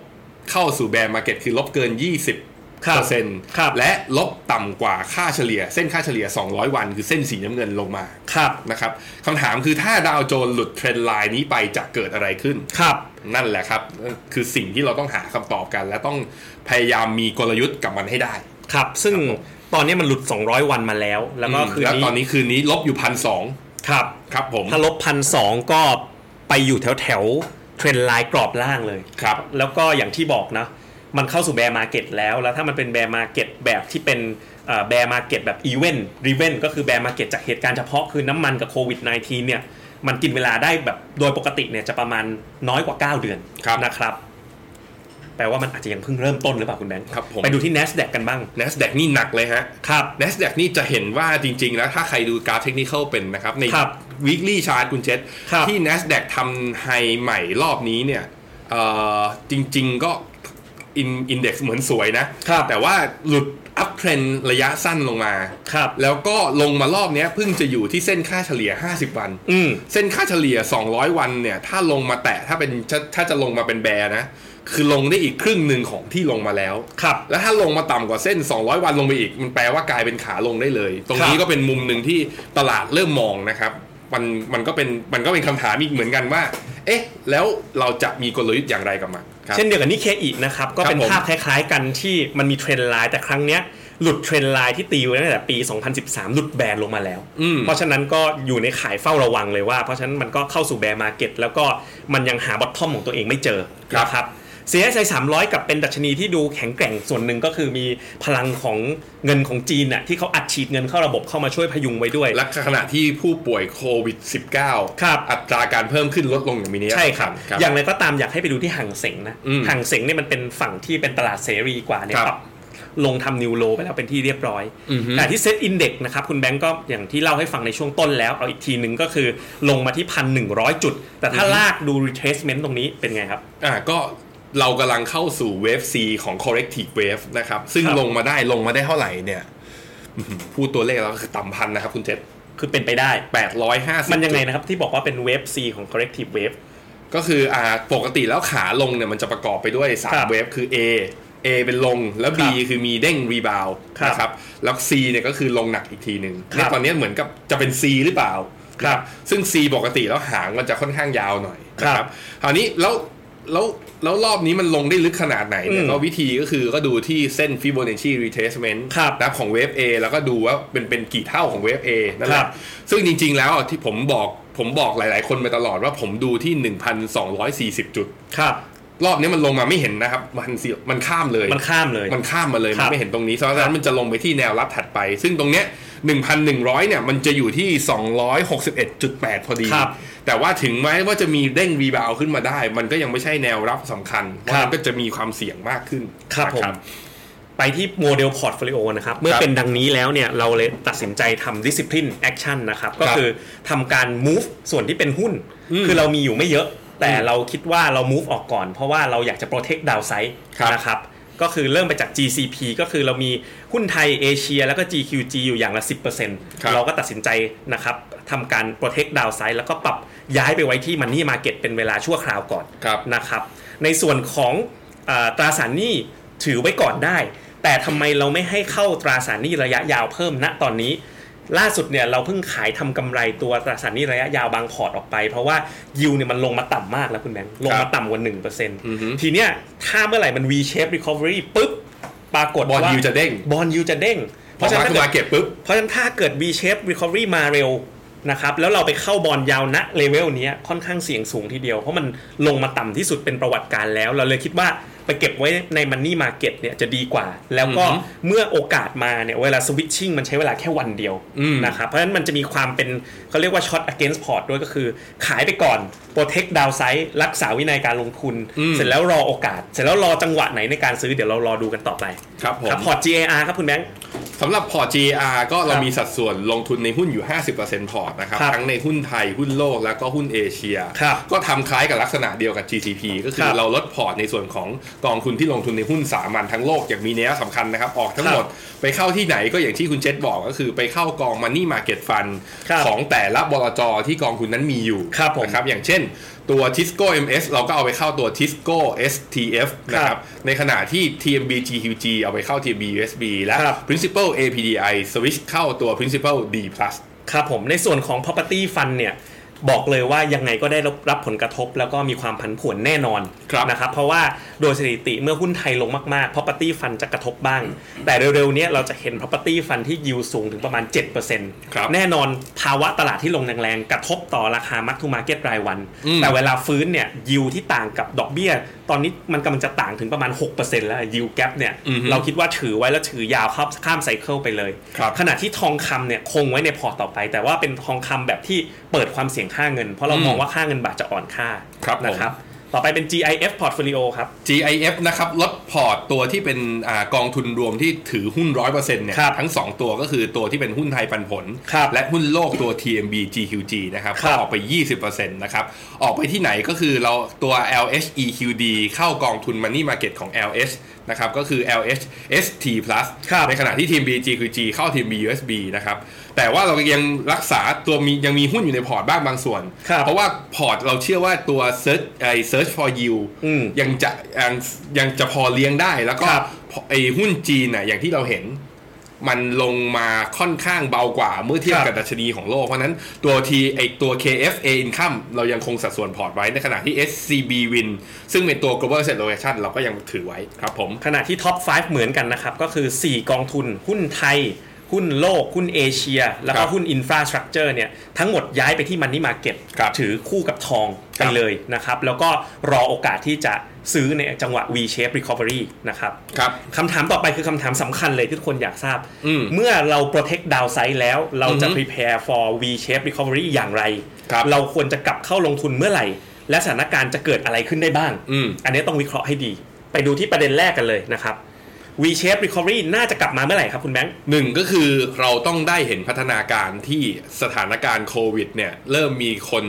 Speaker 1: เข้าสู่แบร์มาร์เก็ตคือลบเกิน 20
Speaker 2: ครับ
Speaker 1: เปอร์เซ็นต์
Speaker 2: ครับ
Speaker 1: และลบต่ำกว่าค่าเฉลี่ย เส้นค่าเฉลี่ย 200 วัน คือเส้นสีน้ำเงินลงมา
Speaker 2: 30,000 ครับ
Speaker 1: นะครับคำถามคือถ้าดาวโจนส์หลุดเทรนด์ไลน์นี้ไปจะเกิดอะไรขึ้น
Speaker 2: ครับ
Speaker 1: นั่นแหละครับ คือสิ่งที่เราต้องหาคำตอบกัน และต้องพยายามมีกลยุทธ์กับมันให้ได้
Speaker 2: ครับ ซึ่งตอนนี้มันหลุด 200 วันมาแล้ว แล้วก็
Speaker 1: ม
Speaker 2: คืน
Speaker 1: แล้ว
Speaker 2: นี้
Speaker 1: ตอนนี้คืนนี้ลบอยู่พันสอง
Speaker 2: ครับ
Speaker 1: ครับผม
Speaker 2: ถ้าลบพันสองก็ไปอยู่แถวแถวเทรนไลน์กรอบล่างเลย
Speaker 1: ครับ
Speaker 2: แล้วก็อย่างที่บอกนะ มันเข้าสู่แบร์มาเก็ตแล้ว แล้วถ้ามันเป็นแบร์มาเก็ตแบบที่เป็นแบร์มาเก็ตแบบอีเวนต์รีเวนก็คือแบร์มาเก็ตจากเหตุการณ์เฉพาะคือน้ำมันกับโควิด -19 เนี่ย มันกินเวลาได้แบบโดยปกติเนี่ยจะประมาณน้อยกว่า 9 เดือน
Speaker 1: ครับ
Speaker 2: นะครับ แปลว่ามันอาจจะยังเพิ่งเริ่มต้นหรือเปล่าคุณแบงค์
Speaker 1: ครับผม
Speaker 2: ไปดูที่ NASDAQ กันบ้าง
Speaker 1: n a s d a q นี่หนักเลยฮะ
Speaker 2: ครับ
Speaker 1: n a s d a q นี่จะเห็นว่าจริง ๆ แล้วถ้าใครดูกราฟเทคนิคอลเป็นนะครับ ใน
Speaker 2: ครับ
Speaker 1: weekly chart คุณเจษ
Speaker 2: ครับ
Speaker 1: ที่ n a s d a q ทำไฮใหม่รอบนี้เนี่ยเอ่อจริง ๆ ก็อินอินเด็กซ์เหมือนสวยนะ
Speaker 2: ครับ
Speaker 1: แต่ว่าหลุด อัพเทรนระยะสั้นลงมา
Speaker 2: ครับ
Speaker 1: แล้วก็ลงมารอบเนี้ยเพิ่งจะอยู่ที่เส้นค่าเฉลี่ย 50 วัน
Speaker 2: อืม
Speaker 1: เส้นค่าเฉลี่ย 200 วันเนี่ย ถ้าลงมาแตะถ้าเป็นถ้าถ้าจะลงมาเป็นแบร์นะ คือลงได้อีกครึ่งหนึ่งของที่ลงมาแล้ว
Speaker 2: ครับ
Speaker 1: แล้วถ้าลงมาต่ำกว่าเส้น 200 วันลงไปอีก มันแปลว่ากลายเป็นขาลงได้เลย ตรง
Speaker 2: ค
Speaker 1: นี้
Speaker 2: รับ
Speaker 1: ก็เป็นมุมหนึ่งที่ตลาดเริ่มมองนะครับ มันมันก็เป็นมันก็เป็นคำถามอีกเหมือนกันว่า เอ๊ะ แล้วเราจะมีกลยุทธ์อย่างไรกับมันครับ
Speaker 2: เช่นเดียวกับนิเคอีนะครับ ก็เป็น
Speaker 1: ครับผม
Speaker 2: ภาพคล้ายๆกันที่มันมีเทรนด์ไลน์แต่ครั้งเนี้ยหลุดเทรนด์ไลน์ที่ตีไว้ตั้งแต่ปี 2013 หลุดแบนลงมาแล้ว
Speaker 1: อืม
Speaker 2: เพราะฉะนั้นก็อยู่ในขายเฝ้าระวังเลยว่า เพราะฉะนั้นมันก็เข้าสู่แบร์มาร์เก็ตแล้วก็มันยังหาบอททอมของตัวเองไม่เจอ
Speaker 1: ครับ
Speaker 2: นะครับ CSI 300 กับเป็นดัชนีที่ดูแข็งแกร่งส่วนหนึ่งก็คือมีพลังของเงินของจีนน่ะที่เขาอัดฉีดเงินเข้าระบบเข้ามาช่วยพยุงไว้ด้วย
Speaker 1: และขณะที่ผู้ป่วยโควิด -19
Speaker 2: ครับ
Speaker 1: อัตราการเพิ่มขึ้นลดลงอย่างมีนัย
Speaker 2: ใช่ครับ
Speaker 1: ครับ
Speaker 2: อย่างไรก็ตามอยากให้ไปดูที่ห่างเสงนะ
Speaker 1: อืม
Speaker 2: ห่างเสงเนี่ยมันเป็นฝั่งที่เป็นตลาดเสรีกว่าเนี่ย
Speaker 1: ครับ
Speaker 2: ปรับลงทำนิวโลไปแล้วเป็นที่เรียบร้อย
Speaker 1: อือฮึ
Speaker 2: แต่ที่เซ็ตอินเด็กนะครับ คุณแบงก์ก็อย่างที่เล่าให้ฟังในช่วงต้นแล้ว เอาอีกทีหนึ่งก็คือลงมาที่พันหนึ่งร้อยจุด แต่ถ้าลากดู retracement ตรงนี้เป็นไงครับ
Speaker 1: อ่ะก็เรากำลังเข้าสู่เวฟ C ของ corrective wave นะครับ ซึ่ง
Speaker 2: ครับ
Speaker 1: ลงมาได้ลงมาได้เท่าไหร่เนี่ยอื้อหือพูดตัวเลขแล้วก็คือต่ำพันนะครับคุณเจษ
Speaker 2: คือเป็นไปได้
Speaker 1: แปดร้อยห้าสิบ
Speaker 2: มันยังไงนะครับ ที่บอกว่าเป็นเวฟ C ของ corrective wave
Speaker 1: ก็คืออ่าปกติแล้วขาลงเนี่ยมันจะประกอบไปด้วยสา
Speaker 2: ค
Speaker 1: ม
Speaker 2: รับ
Speaker 1: เวฟคือ A A เป็นลงแล้ว B
Speaker 2: ครับ
Speaker 1: คือมีเด้งรีบาว
Speaker 2: ครับ
Speaker 1: นะครับแล้ว C เนี่ยก็คือลงหนักอีกทีหนึ่ง
Speaker 2: ครับ
Speaker 1: เนี่ยตอนเนี้ยเหมือนกับจะเป็น C หรือเปล่า
Speaker 2: ครับ
Speaker 1: ซึ่ง C ปกติแล้วหางมันจะค่อนข้างยาวหน่อย
Speaker 2: ครับ
Speaker 1: นะครับคราวนี้แล้วแล้วแล้วรอบนี้มันลงได้ลึกขนาดไหนเนี่ย
Speaker 2: อืม
Speaker 1: ก็วิธีก็คือก็ดูที่เส้น Fibonacci retracement
Speaker 2: ครับ
Speaker 1: นะของเวฟ A แล้วก็ดูว่าเป็นเป็นกี่เท่าของเวฟ A นั่นแห
Speaker 2: ครั
Speaker 1: ละ
Speaker 2: บ
Speaker 1: ซึ่งจริงๆแล้วอ่ะที่ผมบอกผมบอกหลายๆคนมาตลอดว่าผมดูที่ 1,240 จุด
Speaker 2: ครับ
Speaker 1: รอบนี้มันลงมาไม่เห็นนะครับ มันสี่มันข้ามเลย
Speaker 2: มันข้ามเลย
Speaker 1: มันข้ามมาเลย
Speaker 2: ครั
Speaker 1: มั
Speaker 2: บ
Speaker 1: นไม่เห็นตรงนี้เพราะฉะนั้นมันจะลงไปที่แนวรับถัดไป ซึ่งตรงเนี้ย1,100 เนี่ย มันจะอยู่ที่ 261.8 พอดี
Speaker 2: ครับ
Speaker 1: แต่ว่าถึงไหมว่าจะมีเด้งรีบาวขึ้นมาได้ มันก็ยังไม่ใช่แนวรับสำคัญเพ
Speaker 2: ครั
Speaker 1: ราะ
Speaker 2: บ
Speaker 1: มันก็จะมีความเสี่ยงมากขึ้น
Speaker 2: ครับ
Speaker 1: นะ
Speaker 2: ผมไปที่โมเดลพอร์ตโฟลิโอนะครับ เมื่อ
Speaker 1: ครับ
Speaker 2: เป็นดังนี้แล้วเนี่ย เราเลยตัดสินใจทำ discipline action นะครับ ก็คือทำการ move ส่วนที่เป็นหุ้น
Speaker 1: อืม
Speaker 2: คือเรามีอยู่ไม่เยอะ แต่
Speaker 1: อืม
Speaker 2: เราคิดว่าเรา move ออกก่อน เพราะว่าเราอยากจะ protect downside
Speaker 1: ครับ
Speaker 2: นะครับ ก็คือเริ่มไปจาก GCP ก็คือเรามีหุ้นไทยเอเชีย แล้วก็ GQG อยู่อย่างละ
Speaker 1: ครับ
Speaker 2: 10%เราก็ตัดสินใจนะครับทำการ protect downside แล้วก็ปรับย้ายไปไว้ที่ money market เป็นเวลาชั่วคราวก่อน
Speaker 1: ครับ
Speaker 2: นะครับในส่วนของอาตราสารหนี้ถือไว้ก่อนได้ แต่ทำไมเราไม่ให้เข้าตราสารหนี้ระยะยาวเพิ่มณตอนนี้ ล่าสุดเนี่ยเราเพิ่งขายทำกำไรตัวตราสารหนี้ระยะยาวบางพอร์ตออกไป เพราะว่ายิวเนี่ยมันลงมาต่ำมากแล้วคุณแบงค์ลงมาต่ำกว่า
Speaker 1: อฮึ
Speaker 2: 1%ทีเนี้ยถ้าเมื่อไหร่มัน V shape recovery ปุ๊บปรากฏ
Speaker 1: บอล
Speaker 2: ว่า
Speaker 1: ยูจะเด้ง
Speaker 2: บอลยูจะเด้ง
Speaker 1: พอมาขึ้นมาเก็บปุ๊บ
Speaker 2: เพราะฉะนั้นถ้าเกิด V shape recovery มาเร็วนะครับแล้วเราไปเข้าบอลยาวณเลเวลเนี้ยค่อนข้างเสี่ยงสูงทีเดียว เพราะมันลงมาต่ำที่สุดเป็นประวัติการแล้ว เราเลยคิดว่าไปเก็บไว้ใน Money Market เนี่ยจะดีกว่า แล้วก็
Speaker 1: อือฮึ
Speaker 2: เมื่อโอกาสมาเนี่ยเวลาสวิตชิ่งมันใช้เวลาแค่วันเดียว
Speaker 1: อืม
Speaker 2: นะครับเพราะฉะนั้นมันจะมีความเป็นเขาเรียกว่า short against port ด้วยก็คือขายไปก่อน protect downside รักษาวินัยการลงทุน เสร็จแล้วรอโอกาส เสร็จแล้วรอจังหวะไหนในการซื้อเดี๋ยวเรารอดูกันต่อไป
Speaker 1: ครับผม
Speaker 2: ครับพอร์ต GAR ครับคุณแบงค์
Speaker 1: สำหรับพอร์ต GR ก็เรา
Speaker 2: ครับ
Speaker 1: มีสัดส่วนลงทุนในหุ้นอยู่ 50%พอร์ตนะครับ
Speaker 2: ครับ
Speaker 1: ทั้งในหุ้นไทยหุ้นโลกแล้วก็หุ้นเอเชีย
Speaker 2: ครับ
Speaker 1: ก็ทำคล้ายกับลักษณะเดียวกับ GCP ก็คื
Speaker 2: ค
Speaker 1: อ
Speaker 2: รับ
Speaker 1: เราลดพอร์ตในส่วนของกองทุนที่ลงทุนในหุ้นสามัญทั้งโลกอย่างมีนัยสำคัญนะครับ ออกทั้งหมดไปเข้าที่ไหนก็อย่างที่คุณเจษบอกก็คือไปเข้ากอง Money Market Fund
Speaker 2: ครับ
Speaker 1: ของแต่ละบลจที่กองทุนนั้นมีอยู่
Speaker 2: ครับผม
Speaker 1: นะครับอย่างเช่นตัว Tisco MS เราก็เอาไปเข้าตัว Tisco STF นะค
Speaker 2: ครั
Speaker 1: รั
Speaker 2: บบ
Speaker 1: ในขณะที่ TMB GQG เอาไปเข้า TMB USB และ
Speaker 2: ครับ
Speaker 1: Principal APDI Switch เข้าตัว Principal D Plus
Speaker 2: ครับผมในส่วนของ property fund เนี่ยบอกเลยว่ายังไงก็ได้รับรับผลกระทบแล้วก็มีความผันผวนแน่นอน
Speaker 1: ครับ
Speaker 2: นะครับเพราะว่าโดยสถิติเมื่อหุ้นไทยลงมากๆ property fund จะกระทบบ้าง แต่เร็วๆเนี้ยเราจะเห็น property fund ที่ยิวสูงถึงประมาณ 7%
Speaker 1: ครับ
Speaker 2: แน่นอนภาวะตลาดที่ลงแรงๆ กระทบต่อราคา mark to market รายวัน
Speaker 1: อืม
Speaker 2: แต่เวลาฟื้นเนี่ยยิวที่ต่างกับดอกเบี้ย ตอนนี้มันกำลังจะต่างถึงประมาณ 6%แล้วยิวแกปเนี่ยเราคิดว่าถือไว้แล้วถือยาวครับข้ามไซเคิลไปเลย
Speaker 1: ครับ
Speaker 2: ขณะที่ทองคำเนี่ยคงไว้ในพอร์ตต่อไป แต่ว่าเป็นทองคำแบบที่เปิดความเสี่ยงค่าเงิน เพราะเรา
Speaker 1: อืม
Speaker 2: มองว่าค่าเงินบาทจะอ่อนค่า
Speaker 1: ครับผม
Speaker 2: นะครับ ต่อไปเป็น GIF portfolio ครับ
Speaker 1: GIF นะครับลดพอร์ตตัวที่เป็นอากองทุนรวมที่ถือหุ้น 100%เนี่ย
Speaker 2: ครับ
Speaker 1: ทั้ง 2 ตัวก็คือตัวที่เป็นหุ้นไทยปันผล
Speaker 2: ครับ
Speaker 1: และหุ้นโลกตัว TMB GQG นะครับ
Speaker 2: ครั
Speaker 1: ก็
Speaker 2: บ
Speaker 1: ออกไป 20%นะครับ ออกไปที่ไหนก็คือเราตัว LHEQD เข้ากองทุน Money Market ของ LH นะครับก็คือ LHST+
Speaker 2: ครับ
Speaker 1: ในขณะที่ทีม BG คือ G เข้าทีม BUSB นะครับแต่ว่าเรายังรักษาตัวมียังมีหุ้นอยู่ในพอร์ตบ้างบางส่วน
Speaker 2: ครับ
Speaker 1: เพราะว่าพอร์ตเราเชื่อว่าตัว Search ไอ Search for You
Speaker 2: อืม
Speaker 1: ยังจะยังยังจะพอเลี้ยงได้แล้วก็
Speaker 2: ครับ
Speaker 1: ไอหุ้นจีนน่ะอย่างที่เราเห็น มันลงมาค่อนข้างเบากว่าเมื่อเทียบกับดัชนีของโลก เพราะฉะนั้นตัวทีไอตัว KFA Income เรายังคงสัดส่วนพอร์ตไว้ในขณะที่ SCB Win ซึ่งเป็นตัว Global Asset Allocation เราก็ยังถือไว้ครับผม
Speaker 2: ขณะที่ท็อป 5 เหมือนกันนะครับ ก็คือ 4 กองทุน หุ้นไทย หุ้นโลก หุ้นเอเชีย แล้ว
Speaker 1: ครั
Speaker 2: ก็
Speaker 1: บ
Speaker 2: หุ้นอินฟราสตรักเจอร์เนี่ย ทั้งหมดย้ายไปที่มันนี่มาเก็ต
Speaker 1: ครับ
Speaker 2: ถือคู่กับทอง
Speaker 1: ครั
Speaker 2: ไป
Speaker 1: บ
Speaker 2: เลยนะครับ แล้วก็รอโอกาสที่จะซื้อในจังหวะ V-shape recovery นะครับ
Speaker 1: ครับ
Speaker 2: คำถามต่อไปคือคำถามสำคัญเลยที่ทุกคนอยากทราบ
Speaker 1: อืม
Speaker 2: เมื่อเรา protect downside แล้วเราจะ
Speaker 1: อือฮึ
Speaker 2: prepare for V shape recovery อย่างไร
Speaker 1: ครับ
Speaker 2: เราควรจะกลับเข้าลงทุนเมื่อไหร่ และสถานการณ์จะเกิดอะไรขึ้นได้บ้าง
Speaker 1: อืม
Speaker 2: อันนี้ต้องวิเคราะห์ให้ดี ไปดูที่ประเด็นแรกกันเลยนะครับ V shape recovery น่าจะกลับมาเมื่อไหร่ครับคุณแบงค์
Speaker 1: หนึ่งก็คือเราต้องได้เห็นพัฒนาการที่สถานการณ์โควิดเนี่ยเริ่มมีคน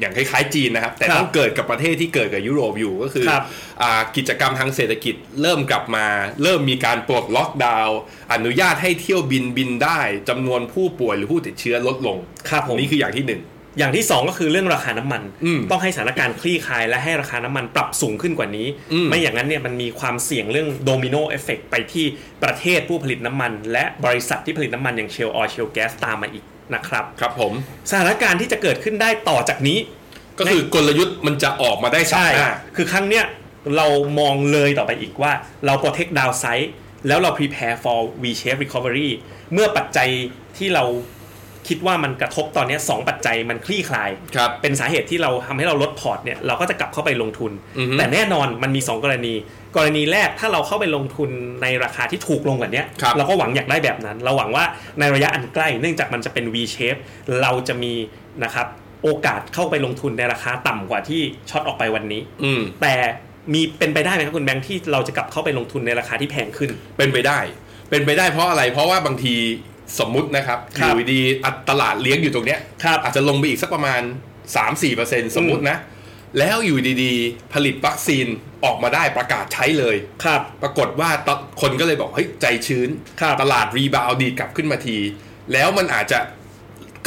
Speaker 1: อย่างคล้ายๆจีนนะครับ แต่
Speaker 2: ครับ
Speaker 1: ต้องเกิดกับประเทศที่เกิดกับยุโรปอยู่ก็คือ
Speaker 2: ครับ
Speaker 1: อากิจกรรมทางเศรษฐกิจเริ่มกลับมา เริ่มมีการปลดล็อกดาวน์อนุญาตให้เที่ยวบินบินได้จำนวนผู้ป่วยหรือผู้ติดเชื้อลดลง
Speaker 2: ครับผม
Speaker 1: นี่คืออย่างที่หนึ่ง
Speaker 2: อย่างที่ 2 ก็คือเรื่องราคาน้ำมัน
Speaker 1: อืม
Speaker 2: ต้องให้สถานการณ์คลี่คลายและให้ราคาน้ำมันปรับสูงขึ้นกว่านี้
Speaker 1: อืม
Speaker 2: ไม่อย่างนั้นเนี่ยมันมีความเสี่ยงเรื่องโดมิโนเอฟเฟกไปที่ประเทศผู้ผลิตน้ำมัน และบริษัทที่ผลิตน้ำมันอย่างเชลออยเชลแก๊สตามมาอีกนะครับ
Speaker 1: ครับผม
Speaker 2: สถานการณ์ที่จะเกิดขึ้นได้ต่อจากนี้
Speaker 1: ก็คือกลยุทธ์มันจะออกมาได้สัป
Speaker 2: ใช่
Speaker 1: ดาห์
Speaker 2: คือครั้งเนี้ยเรามองเลยต่อไปอีกว่าเรา protect down side แล้วเรา prepare for V shape recovery เมื่อปัจจัยที่เราคิดว่ามันกระทบตอนเนี้ยสองปัจจัยมันคลี่คลาย
Speaker 1: ครับ
Speaker 2: เป็นสาเหตุที่เราทำให้เราลดพอร์ตเนี่ยเราก็จะกลับเข้าไปลงทุน
Speaker 1: อือฮึ
Speaker 2: แต่แน่นอนมันมี 2 กรณี กรณีแรกถ้าเราเข้าไปลงทุนในราคาที่ถูกลงกว่าเนี้ย
Speaker 1: ครับ
Speaker 2: เราก็หวังอยากได้แบบนั้น เราหวังว่าในระยะอันใกล้เนื่องจากมันจะเป็น V shape เราจะมีนะครับโอกาสเข้าไปลงทุนในราคาต่ำกว่าที่ช็อตออกไปวันนี้
Speaker 1: อืม
Speaker 2: แต่มีเป็นไปได้ไหมครับคุณแบงค์ที่เราจะกลับเข้าไปลงทุนในราคาที่แพงขึ้น
Speaker 1: เป็นไปได้ เป็นไปได้เพราะอะไร เพราะว่าบางทีสมมุตินะครับ
Speaker 2: ค
Speaker 1: อ
Speaker 2: รับ
Speaker 1: ยู่ดีๆอ่ะตลาดเลี้ยงอยู่ตรงเนี้ย
Speaker 2: ครับ
Speaker 1: อาจจะลงไปอีกสักประมาณ 3-4%สมมุติ
Speaker 2: อืม
Speaker 1: นะ แล้วอยู่ดีๆ ผลิตวัคซีนออกมาได้ประกาศใช้เลย
Speaker 2: ครับ
Speaker 1: ปรากฏว่าตคนก็เลยบอกเฮ้ยใจชื้น
Speaker 2: ครับ
Speaker 1: ตลาดรีบาวด์ดีดกลับขึ้นมาที แล้วมันอาจจะ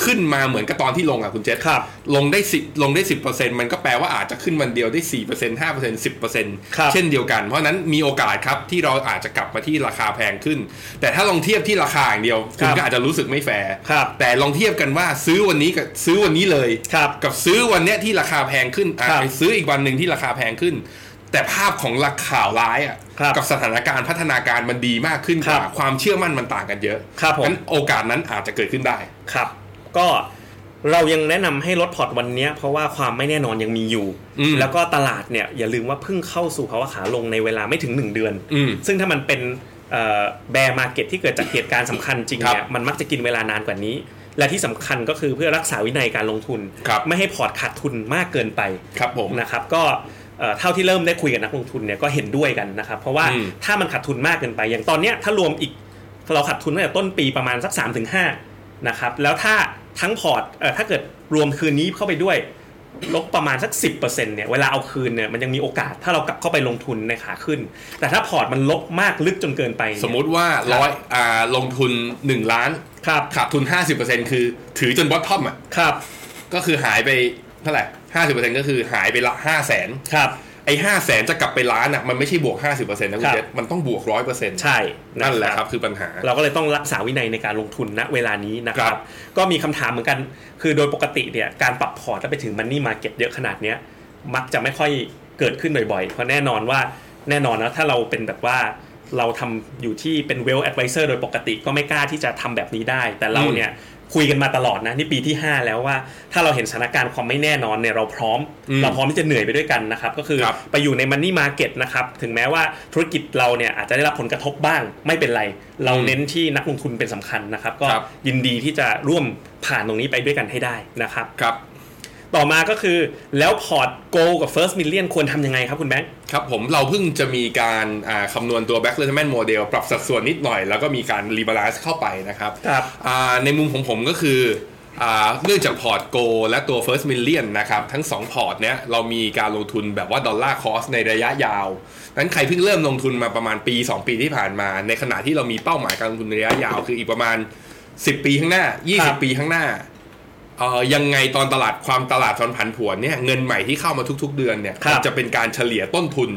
Speaker 1: ขึ้นมาเหมือนกับตอนที่ลงอ่ะคุณเจษ
Speaker 2: ครับ
Speaker 1: ลงได้สิลงได้สิบเปอร์เซ็นต์มันก็แปลว่าอาจจะขึ้นวันเดียวได้สี่เปอร์เซ็นต์ห้าเปอร์เซ็นต์สิบเปอร์เซ็นต์
Speaker 2: ครับ
Speaker 1: เช่นเดียวกัน เพราะฉะนั้นมีโอกาสครับที่เราอาจจะกลับมาที่ราคาแพงขึ้น แต่ถ้าลองเทียบที่ราคาอย่างเดียว คุ
Speaker 2: ค
Speaker 1: ณ
Speaker 2: รับ
Speaker 1: ก็อาจจะรู้สึกไม่แฟร์
Speaker 2: ครับ
Speaker 1: แต่ลองเทียบกันว่าซื้อวันนี้กับซื้อวันนี้เลย
Speaker 2: ครับ
Speaker 1: กับซื้อวันเนี้ยที่ราคาแพงขึ้นอ่ะ
Speaker 2: ครับ
Speaker 1: ไปซื้ออีกวันหนึ่งที่ราคาแพงขึ้น แต่ภาพของราข่าวร้ายอ่ะ
Speaker 2: ครับ
Speaker 1: กับ สถานการณ์พัฒนาการมันดีมากขึ้นก
Speaker 2: ครั
Speaker 1: ว่า
Speaker 2: บ
Speaker 1: ความเชื่อมั่นมันต่างกันเยอะ
Speaker 2: ครับผม
Speaker 1: งั้นโอกาสนั้นอาจจะเกิดขึ้นได้
Speaker 2: ครับ ก็เรายังแนะนำให้ลดพอร์ตวันเนี้ยเพราะว่าความไม่แน่นอนยังมีอยู่
Speaker 1: อืม
Speaker 2: แล้วก็ตลาดเนี่ยอย่าลืมว่าเพิ่งเข้าสู่ภาวะขาลงในเวลาไม่ถึง 1 เดือน
Speaker 1: อืม
Speaker 2: ซึ่งถ้ามันเป็นแบร์มาเก็ตที่เกิดจากเหตุการณ์สำคัญจริง
Speaker 1: ค
Speaker 2: เนี่
Speaker 1: รั
Speaker 2: ย
Speaker 1: บ
Speaker 2: มันมักจะกินเวลานานกว่านี้ และที่สำคัญก็คือเพื่อรักษาวินัยการลงทุน
Speaker 1: ครับ
Speaker 2: ไม่ให้พอร์ตขาดทุนมากเกินไป
Speaker 1: ครับผม
Speaker 2: นะครับก็เอ่อเท่าที่เริ่มได้คุยกับนักลงทุนเนี่ยก็เห็นด้วยกันนะครับเพราะว่า
Speaker 1: อืม
Speaker 2: ถ้ามันขาดทุนมากเกินไป อย่างตอนเนี้ยถ้ารวมอีกเราขาดทุนตั้งแต่ต้นปีประมาณสัก 3-5นะครับแล้วถ้าทั้งพอร์ตเอ่อถ้าเกิดรวมคืนนี้เข้าไปด้วยลบประมาณสัก 10%เนี่ยเวลาเอาคืนเนี่ยมันยังมีโอกาสถ้าเรากลับเข้าไปลงทุนในขาขึ้น แต่ถ้าพอร์ตมันลบมากลึกจนเกินไปเนี่ย
Speaker 1: สมมุติว่าร้อยอ่าลงทุน 1 ล้าน
Speaker 2: ครับ
Speaker 1: ขาดทุน 50%คือถือจนบอททอมอ่ะ
Speaker 2: ครับ
Speaker 1: ก็คือหายไปเท่าไหร่50%ก็คือหายไปละ 5 0 0 0 0น
Speaker 2: ครับ
Speaker 1: ไอ้ห้าแสนจะกลับไปล้านอ่ะมันไม่ใช่บวก 50%นะคุณ
Speaker 2: ครับ
Speaker 1: เจษมันต้องบวก 100%
Speaker 2: ใช่
Speaker 1: นั่นแหละ
Speaker 2: บ
Speaker 1: ครับคือปัญหา
Speaker 2: เราก็เลยต้องรักษาวินัยในการลงทุนณเวลานี้นะครั
Speaker 1: ครับ บ
Speaker 2: ก็มีคำถามเหมือนกัน คือโดยปกติเนี่ยการปรับพอร์ตแล้วไปถึงมันนี่มาเก็ตเยอะขนาดเนี้ยมักจะไม่ค่อยเกิดขึ้นบ่อยๆ เพราะแน่นอนว่าแน่นอนนะถ้าเราเป็นแบบว่าเราทำอยู่ที่เป็นเวลแอดไวเซอร์โดยปกติก็ไม่กล้าที่จะทำแบบนี้ได้ แต่เรา
Speaker 1: อืม
Speaker 2: เนี่ยคุยกันมาตลอดนะนี่ปีที่ 5 แล้วว่า ถ้าเราเห็นสถานการณ์ความไม่แน่นอนเนี่ยเราพร้อม
Speaker 1: อืม
Speaker 2: เราพร้อมที่จะเหนื่อยไปด้วยกันนะครับ ก็คือ
Speaker 1: ครับ
Speaker 2: ไปอยู่ในมันนี่มาเก็ตนะครับ ถึงแม้ว่าธุรกิจเราเนี่ยอาจจะได้รับผลกระทบบ้างไม่เป็นไร เราเน้นที่นักลงทุนเป็นสำคัญนะครับ ก็
Speaker 1: ครับ
Speaker 2: ยินดีที่จะร่วมผ่านตรงนี้ไปด้วยกันให้ได้นะครับ
Speaker 1: ครับ
Speaker 2: ต่อมาก็คือแล้วพอร์ตโกกับ First Million ควรทำยังไงครับคุณแบงค์
Speaker 1: ครับผมเราเพิ่งจะมีการอ่าคำนวณตัว back r e t m e n t model ปรับสัดส่วนนิดหน่อย แล้วก็มีการ rebalance เข้าไปนะครับ
Speaker 2: ครับ
Speaker 1: อ่าในมุมของผมก็คือ อ่าเนื่องจากพอร์ตโกและตัว First Million นะครับ ทั้ง 2 พอร์ตเนี้ยเรามีการลงทุนแบบว่าดอลลาร์คอสในระยะยาวนั้นใครเพิ่งเริ่มลงทุนมาประมาณปี 2 ปีที่ผ่านมา ในขณะที่เรามีเป้าหมายการลงทุนระยะยาว คืออีกประมาณ 10 ปีข้างหน้า
Speaker 2: ครับ
Speaker 1: 20 ปีข้างหน้าเอ่อยังไงตอนตลาดความตลาดมันผันผวนเนี่ยเงินใหม่ที่เข้ามาทุก ๆ เดือนเนี่ย
Speaker 2: ครับ
Speaker 1: มัจะเป็นการเฉลี่ยต้นทุน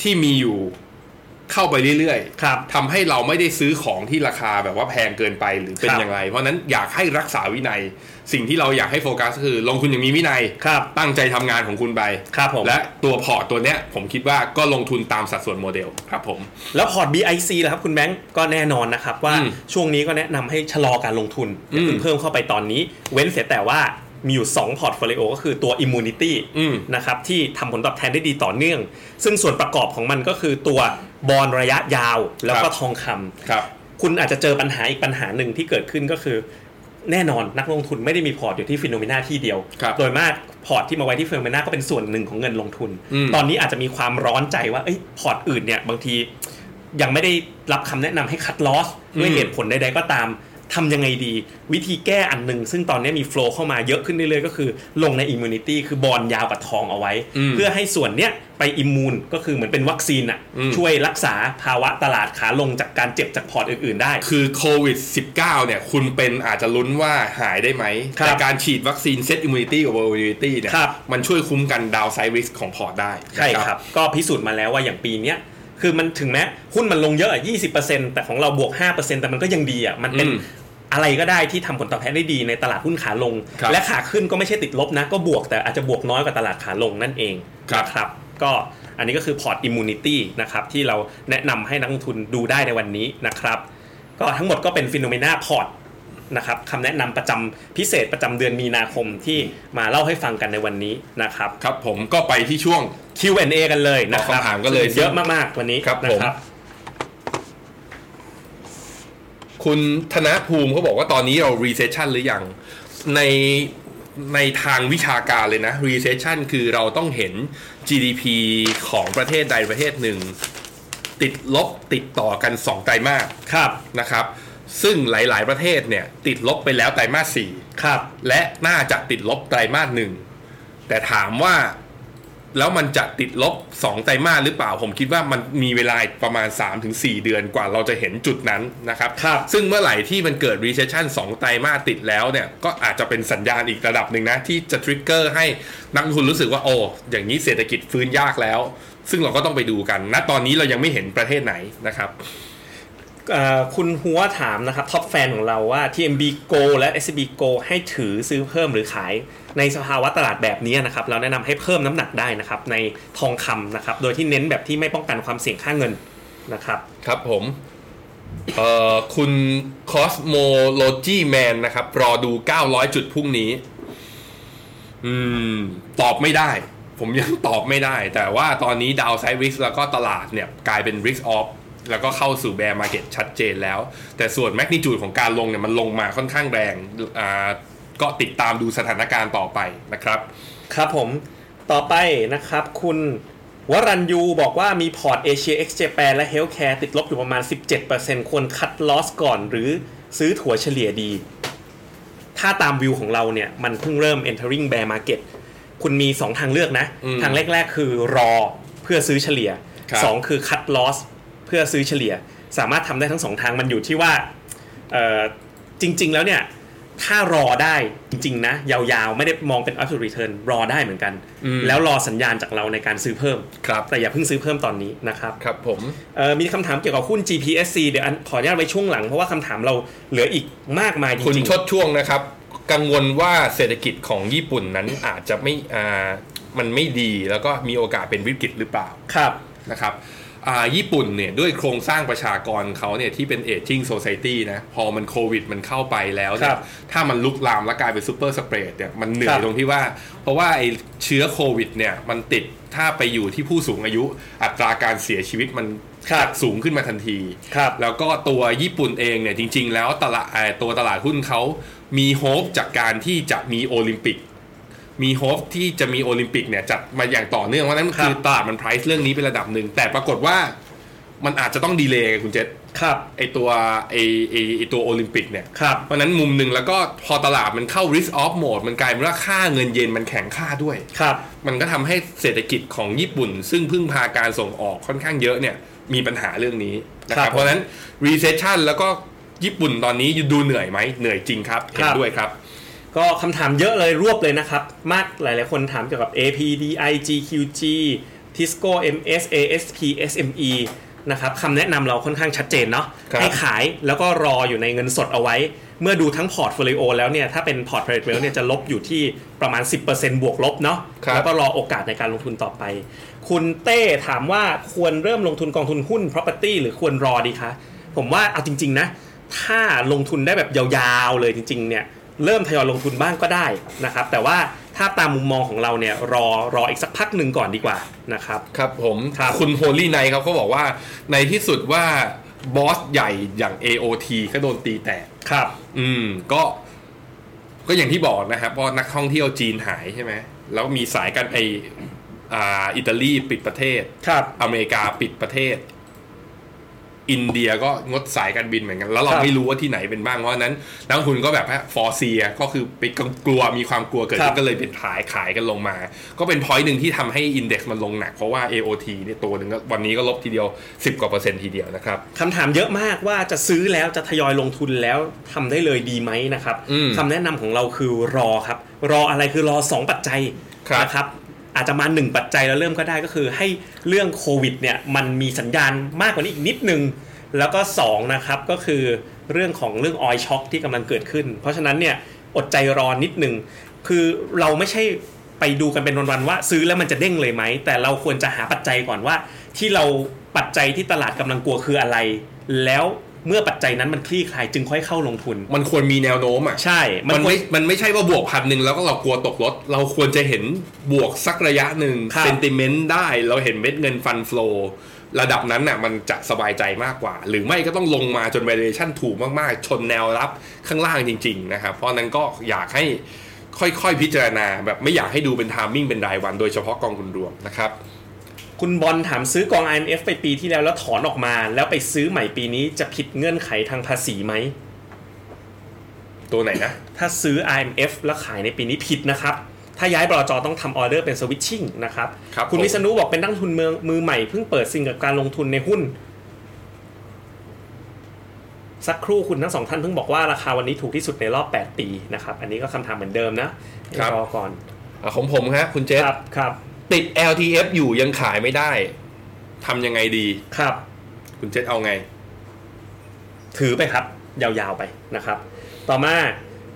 Speaker 1: ที่มีอยู่เข้าไปเรื่อยๆ
Speaker 2: ครับ
Speaker 1: ทำให้เราไม่ได้ซื้อของที่ราคาแบบว่าแพงเกินไปหรือเป็น
Speaker 2: ครับ
Speaker 1: อย่างไร เพราะฉะนั้นอยากให้รักษาวินัย สิ่งที่เราอยากให้โฟกัสก็คือ ลงทุนอย่างมีวินัย
Speaker 2: ครับ
Speaker 1: ตั้งใจทำงานของคุณไป
Speaker 2: ครับผม
Speaker 1: และตัวพอร์ตตัวเนี้ยผมคิดว่าก็ลงทุนตามสัดส่วนโมเดลครับผม
Speaker 2: แล้วพอร์ต BIC ล่ะครับคุณแบงก์ก็แน่นอนนะครับว่า
Speaker 1: อืม
Speaker 2: ช่วงนี้ก็แนะนำให้ชะลอการลงทุนอย่า
Speaker 1: อื
Speaker 2: เพิ่ง
Speaker 1: ม
Speaker 2: เพิ่มเข้าไปตอนนี้ เว้นเสียแต่ว่ามีอยู่ 2 พอร์ตโฟลิโอก็คือตัว Immunity
Speaker 1: อืม
Speaker 2: นะครับที่ทำผลตอบแทนได้ดีต่อเนื่อง ซึ่งส่วนประกอบของมันก็คือตัวบอลระยะยาวแล้วก็ทองคำ
Speaker 1: ครับ
Speaker 2: คุณอาจจะเจอปัญหาอีกปัญหาหนึ่งที่เกิดขึ้นก็คือ แน่นอนนักลงทุนไม่ได้มีพอร์ตอยู่ที่ฟิโนเมนาที่เดียว
Speaker 1: ครับ
Speaker 2: โดยมากพอร์ตที่มาไว้ที่ฟิโนเมนาก็เป็นส่วนหนึ่งของเงินลงทุน
Speaker 1: อืม
Speaker 2: ตอนนี้อาจจะมีความร้อนใจว่าเอ้ยพอร์ตอื่นเนี่ยบางทียังไม่ได้รับคำแนะนำให้คัดลอสด้วย
Speaker 1: อืม
Speaker 2: เหตุผลใดๆก็ตามทำยังไงดี วิธีแก้อันหนึ่งซึ่งตอนนี้มีโฟล์เข้ามาเยอะขึ้นเรื่อยๆก็คือลงในอิมมูนิตี้คือบอลยาวกับทองเอาไว้ เพื่อให้ส่วนเนี้ยไปอิมมูนก็คือเหมือนเป็นวัคซีนอะ
Speaker 1: อืม
Speaker 2: ช่วยรักษาภาวะตลาดขาลงจากการเจ็บจากพอร์ตอื่นๆได้
Speaker 1: คือโควิด -19 เนี่ยคุณเป็นอาจจะลุ้นว่าหายได้ไหม
Speaker 2: ครับ
Speaker 1: แต่การฉีดวัคซีนเซตอิมมูนิตี้กับเวอร์อิตี้เนี่ย
Speaker 2: ครับ
Speaker 1: มันช่วยคุ้มกันดาวไซริสของพอร์ตได้นะ
Speaker 2: ใช่ครับ ก็พิสูจน์มาแล้วว่าอย่างปีเนี้ยคือมันถึงแม้หุ้นมันลงเยอะอะ20%แต่ของเราบวก 5%แต่มันก็ยังดีอ่ะ มันเป็น
Speaker 1: อืม
Speaker 2: อะไรก็ได้ที่ทำผลตอบแทนได้ดีในตลาดหุ้นขาลง
Speaker 1: ครับ
Speaker 2: และขาขึ้นก็ไม่ใช่ติดลบนะ ก็บวกแต่อาจจะบวกน้อยกว่าตลาดขาลงนั่นเอง
Speaker 1: ครับ
Speaker 2: นะครับ ก็อันนี้ก็คือพอร์ตอิมมูนิตี้นะครับที่เราแนะนำให้นักลงทุนดูได้ในวันนี้นะครับ ก็ทั้งหมดก็เป็นฟิโนเมนาพอร์ตนะครับคำแนะนำประจำพิเศษประจำเดือนมีนาคมที่มาเล่าให้ฟังกันในวันนี้นะครับ
Speaker 1: ครับผมก็ไปที่ช่วง
Speaker 2: Q&A กันเลยนะครับ
Speaker 1: ตอบคำถามกันเลย
Speaker 2: เยอะมาก ๆ วันนี้
Speaker 1: ครับ
Speaker 2: นะ
Speaker 1: ผม คุณธนภูมิเขาบอกว่าตอนนี้เรา recession หรือยัง ในในทางวิชาการเลยนะ recession คือเราต้องเห็น GDP ของประเทศใดประเทศหนึ่ง ติดลบติดต่อกัน 2 ไตรมาส
Speaker 2: ครับ
Speaker 1: นะครับ ซึ่งหลาย ๆ ประเทศเนี่ย ติดลบไปแล้วไตรมาสสี่
Speaker 2: ครับ
Speaker 1: และน่าจะติดลบไตรมาสหนึ่ง แต่ถามว่าแล้วมันจะติดลบ 2 ไตรมาสหรือเปล่า ผมคิดว่ามันมีเวลาประมาณ 3-4 เดือนกว่าเราจะเห็นจุดนั้นนะครับ
Speaker 2: ครับ
Speaker 1: ซึ่งเมื่อไหร่ที่มันเกิด recession 2 ไตรมาสติดแล้วเนี่ย ก็อาจจะเป็นสัญญาณอีกระดับหนึ่งนะ ที่จะ trigger ให้นักลงทุนรู้สึกว่า โอ้ อย่างนี้เศรษฐกิจฟื้นยากแล้ว ซึ่งเราก็ต้องไปดูกันณตอนนี้เรายังไม่เห็นประเทศไหนนะครับ
Speaker 2: เอ่อคุณหัวถามนะครับ ท็อปแฟนของเราว่า TMB Go และ SCB Go ให้ถือซื้อเพิ่มหรือขาย ในสภาวะตลาดแบบนี้นะครับ เราแนะนำให้เพิ่มน้ำหนักได้นะครับ ในทองคำนะครับ โดยที่เน้นแบบที่ไม่ป้องกันความเสี่ยงค่าเงินนะครับ
Speaker 1: ครับผม เอ่อ คุณคอสโมโลจีแมนนะครับ รอดู 900 จุดพรุ่งนี้ อืม ตอบไม่ได้ ผมยังตอบไม่ได้ แต่ว่าตอนนี้ดาวไซด์ริสแล้วก็ตลาดเนี่ย กลายเป็น Risk Off แล้วก็เข้าสู่แบร์มาเก็ตชัดเจนแล้ว แต่ส่วนแมกนิจูดของการลงเนี่ย มันลงมาค่อนข้างแรง อ่า ก็ติดตามดูสถานการณ์ต่อไปนะครับ
Speaker 2: ครับผมต่อไปนะครับ คุณวรัญยูบอกว่ามีพอร์ตเอเชียเอ็กซ์เจแปนและเฮลท์แคร์ติดลบอยู่ประมาณ 17%ควรคัดลอสก่อนหรือซื้อถั่วเฉลี่ยดี ถ้าตามวิวของเราเนี่ย มันเพิ่งเริ่ม entering bear market คุณมี 2 ทางเลือกนะ
Speaker 1: อืม
Speaker 2: ทางแรก ๆ คือรอเพื่อซื้อเฉลี่ย
Speaker 1: ครับ
Speaker 2: 2 คือคัดลอสเพื่อซื้อเฉลี่ย สามารถทำได้ทั้ง 2 ทางมันอยู่ที่ว่า เอ่อจริง ๆ แล้วเนี่ย ถ้ารอได้จริง ๆ นะ ยาวๆ ไม่ได้มองเป็น absolute return รอได้เหมือนกัน
Speaker 1: อืม
Speaker 2: แล้วรอสัญญาณจากเราในการซื้อเพิ่ม
Speaker 1: ครับ
Speaker 2: แต่อย่าเพิ่งซื้อเพิ่มตอนนี้นะครับ
Speaker 1: ครับผม
Speaker 2: เอ่อมีคำถามเกี่ยวกับหุ้น GPSC เดี๋ยวอันขออนุญาตไว้ช่วงหลัง เพราะว่าคำถามเราเหลืออีกมากมายจ
Speaker 1: คุณ
Speaker 2: ริง
Speaker 1: ชดช่วงนะครับ กังวลว่าเศรษฐกิจของญี่ปุ่นนั้นอาจจะไม่อ่ามันไม่ดีแล้วก็มีโอกาสเป็นวิกฤตหรือเปล่า
Speaker 2: ๆครับ
Speaker 1: นะครับอ่าญี่ปุ่นเนี่ยด้วยโครงสร้างประชากรเขาเนี่ยที่เป็นเอจิ n งโซซ i ตี้นะ พอมันโควิดมันเข้าไปแล้วเนี่
Speaker 2: ครั
Speaker 1: ย
Speaker 2: บ
Speaker 1: ถ้ามันลุกลามและกลายเป็นซูเปอร์สเปรดเนี่ยมันเหนื่อ
Speaker 2: ครั
Speaker 1: ย
Speaker 2: บ
Speaker 1: ตรงที่ว่า เพราะว่าไอเชื้อโควิดเนี่ยมันติดถ้าไปอยู่ที่ผู้สูงอายุ อัตราการเสียชีวิตมัน
Speaker 2: ครับ
Speaker 1: สูงขึ้นมาทันที
Speaker 2: ครับ
Speaker 1: แล้วก็ตัวญี่ปุ่นเองเนี่ยจริง ๆ แล้วตลาดเอ่อตัวตลาดหุ้นเขามีโฮปจากการที่จะมีโอลิมปิก มีโฮปที่จะมีโอลิมปิกเนี่ยจัดมาอย่างต่อเนื่องเพราะฉะนั้น
Speaker 2: ครับ
Speaker 1: คือตลาดมันไพรซ์เรื่องนี้เป็นระดับหนึ่ง แต่ปรากฏว่า มันอาจจะต้องดีเลย์ไงคุณเจษ
Speaker 2: ครับ
Speaker 1: ไอตัวไอไอไอตัวโอลิมปิกเนี่ย
Speaker 2: ครับ
Speaker 1: เพราะฉะนั้นมุมหนึ่งแล้วก็พอตลาดมันเข้า risk off mode มันกลายเป็นว่าค่าเงินเยนมันแข็งค่าด้วย
Speaker 2: ครับ
Speaker 1: มันก็ทำให้เศรษฐกิจของญี่ปุ่น ซึ่งพึ่งพาการส่งออกค่อนข้างเยอะเนี่ยมีปัญหาเรื่องนี้นะค
Speaker 2: ครั
Speaker 1: รั
Speaker 2: บบ
Speaker 1: เพราะฉะนั้น recession แล้วก็ญี่ปุ่นตอนนี้ดูเหนื่อยไหมเหนื่อยจริงครับ
Speaker 2: ค
Speaker 1: เห็
Speaker 2: รั
Speaker 1: น
Speaker 2: บ
Speaker 1: ด้วยครับ
Speaker 2: ก็คำถามเยอะเลยรวบเลยนะครับ มากหลายๆคนถามเกี่ยวกับ APDI GQG Tisco MS ASP SME นะครับคำแนะนำเราค่อนข้างชัดเจนเนาะ
Speaker 1: ครับ
Speaker 2: ให้ขายแล้วก็รออยู่ในเงินสดเอาไว้ เมื่อดูทั้งพอร์ตโฟลิโอแล้วเนี่ย ถ้าเป็นพอร์ตโฟลิโอเนี่ยจะลบอยู่ที่ประมาณ 10%บวกลบเนาะ
Speaker 1: ครับ
Speaker 2: แล้วก็รอโอกาสในการลงทุนต่อไป คุณเต้ถามว่าควรเริ่มลงทุนกองทุนหุ้น property หรือควรรอดีคะ ผมว่าเอาจริง ๆ นะ ถ้าลงทุนได้แบบยาวๆเลยจริง ๆ เนี่ย เริ่มทยอยลงทุนบ้างก็ได้นะครับ แต่ว่าถ้าตามมุมมองของเราเนี่ย รอรออีกสักพักหนึ่งก่อนดีกว่านะครับ
Speaker 1: ครับผม
Speaker 2: ครับ
Speaker 1: ณโฮลี่ไนครับเขาบอกว่าในที่สุดว่าบอสใหญ่อย่าง AOT ก็โดนตีแตก
Speaker 2: ครับ
Speaker 1: อืมก็ก็อย่างที่บอกนะครับเพราะนักท่องเที่ยวจีนหายใช่ไหมแล้วมีสายการไออ่าอิตาลีปิดประเทศ
Speaker 2: ครับ
Speaker 1: อเมริกาปิดประเทศ อินเดียก็งดสายการบินเหมือนกัน แล้วเรา
Speaker 2: ครับ
Speaker 1: ไม่รู้ว่าที่ไหนเป็นบ้างเพราะฉะนั้นนักลงทุนก็แบบฟอร์เซียก็คือไปกลัวมีความกลัวเกิด
Speaker 2: ครั
Speaker 1: ขึ้
Speaker 2: บ
Speaker 1: นก็เลยเป็นขายขายกันลงมา ก็เป็นพอยต์หนึ่งที่ทำให้อินเด็กซ์มันลงหนัก เพราะว่า AOT เนี่ยตัวหนึ่งก็วันนี้ก็ลบทีเดียว 10 กว่าเปอร์เซ็นต์ทีเดียวนะครับ
Speaker 2: คำถามเยอะมากว่าจะซื้อแล้วจะทยอยลงทุนแล้วทำได้เลยดีไหมนะครับ
Speaker 1: อืม
Speaker 2: คำแนะนำของเราคือรอครับ รออะไรคือรอ 2 ปัจจัย
Speaker 1: ครับ
Speaker 2: นะครับ อาจจะมา 1 ปัจจัยแล้วเริ่มก็ได้ก็คือให้เรื่องโควิดเนี่ยมันมีสัญญาณมากกว่านี้อีกนิดนึง แล้วก็2นะครับก็คือเรื่องของเรื่องออยช็อคที่กำลังเกิดขึ้น เพราะฉะนั้นเนี่ยอดใจรอนิดนึงคือเราไม่ใช่ ไปดูกันเป็นวันๆว่าซื้อแล้วมันจะเด้งเลยไหม แต่เราควรจะหาปัจจัยก่อนว่า ที่เราปัจจัยที่ตลาดกำลังกลัวคืออะไร แล้วเมื่อปัจจัยนั้นมันคลี่คลายจึงค่อยเข้าลงทุน
Speaker 1: มันควรมีแนวโน้มอ่ะ
Speaker 2: ใช่
Speaker 1: มัน
Speaker 2: ควร
Speaker 1: ไม่ มันไม่ใช่ว่าบวกพันหนึ่งแล้วก็เรากลัวตกรถ เราควรจะเห็นบวกสักระยะหนึ่ง
Speaker 2: ครับ
Speaker 1: เซนติเมนต์ได้ เราเห็นเม็ดเงินฟันฟลอระดับนั้นน่ะมันจะสบายใจมากกว่า หรือไม่ก็ต้องลงมาจน valuation ถูกมากๆ ชนแนวรับข้างล่างจริง ๆ นะครับ เพราะนั้นก็อยากให้ค่อยๆพิจารณาแบบไม่อยากให้ดูเป็น t i มิ่งเป็นรายวัน โดยเฉพาะกองทุนรวมนะครับ
Speaker 2: คุณบอลถามซื้อกอง IMF ไปปีที่แล้วแล้วถอนออกมา แล้วไปซื้อใหม่ปีนี้จะผิดเงื่อนไขทางภาษีไหม
Speaker 1: ตัวไหนนะ
Speaker 2: ถ้าซื้อ IMF แล้วขายในปีนี้ผิดนะครับ ถ้าย้ายบลจต้องทำออเดอร์เป็นสวิตชิ่งนะครับ
Speaker 1: ครับ
Speaker 2: คุณ
Speaker 1: ผม
Speaker 2: วิษณุบอกเป็นนักลงทุนมือมือใหม่เพิ่งเปิดสิ่งกับการลงทุนในหุ้น สักครู่คุณทั้งสองท่านเพิ่งบอกว่าราคาวันนี้ถูกที่สุดในรอบ 8 ปีนะครับ อันนี้ก็คำถามเหมือนเดิมนะให้รอก่อน
Speaker 1: อ่ะของผมฮะคุณเจษ
Speaker 2: ครับครับ
Speaker 1: ติด LTF อยู่ยังขายไม่ได้ทำยังไงดี
Speaker 2: ครับ
Speaker 1: คุณเจษเอาไง
Speaker 2: ถือไปครับ ยาวๆไปนะครับ ต่อมา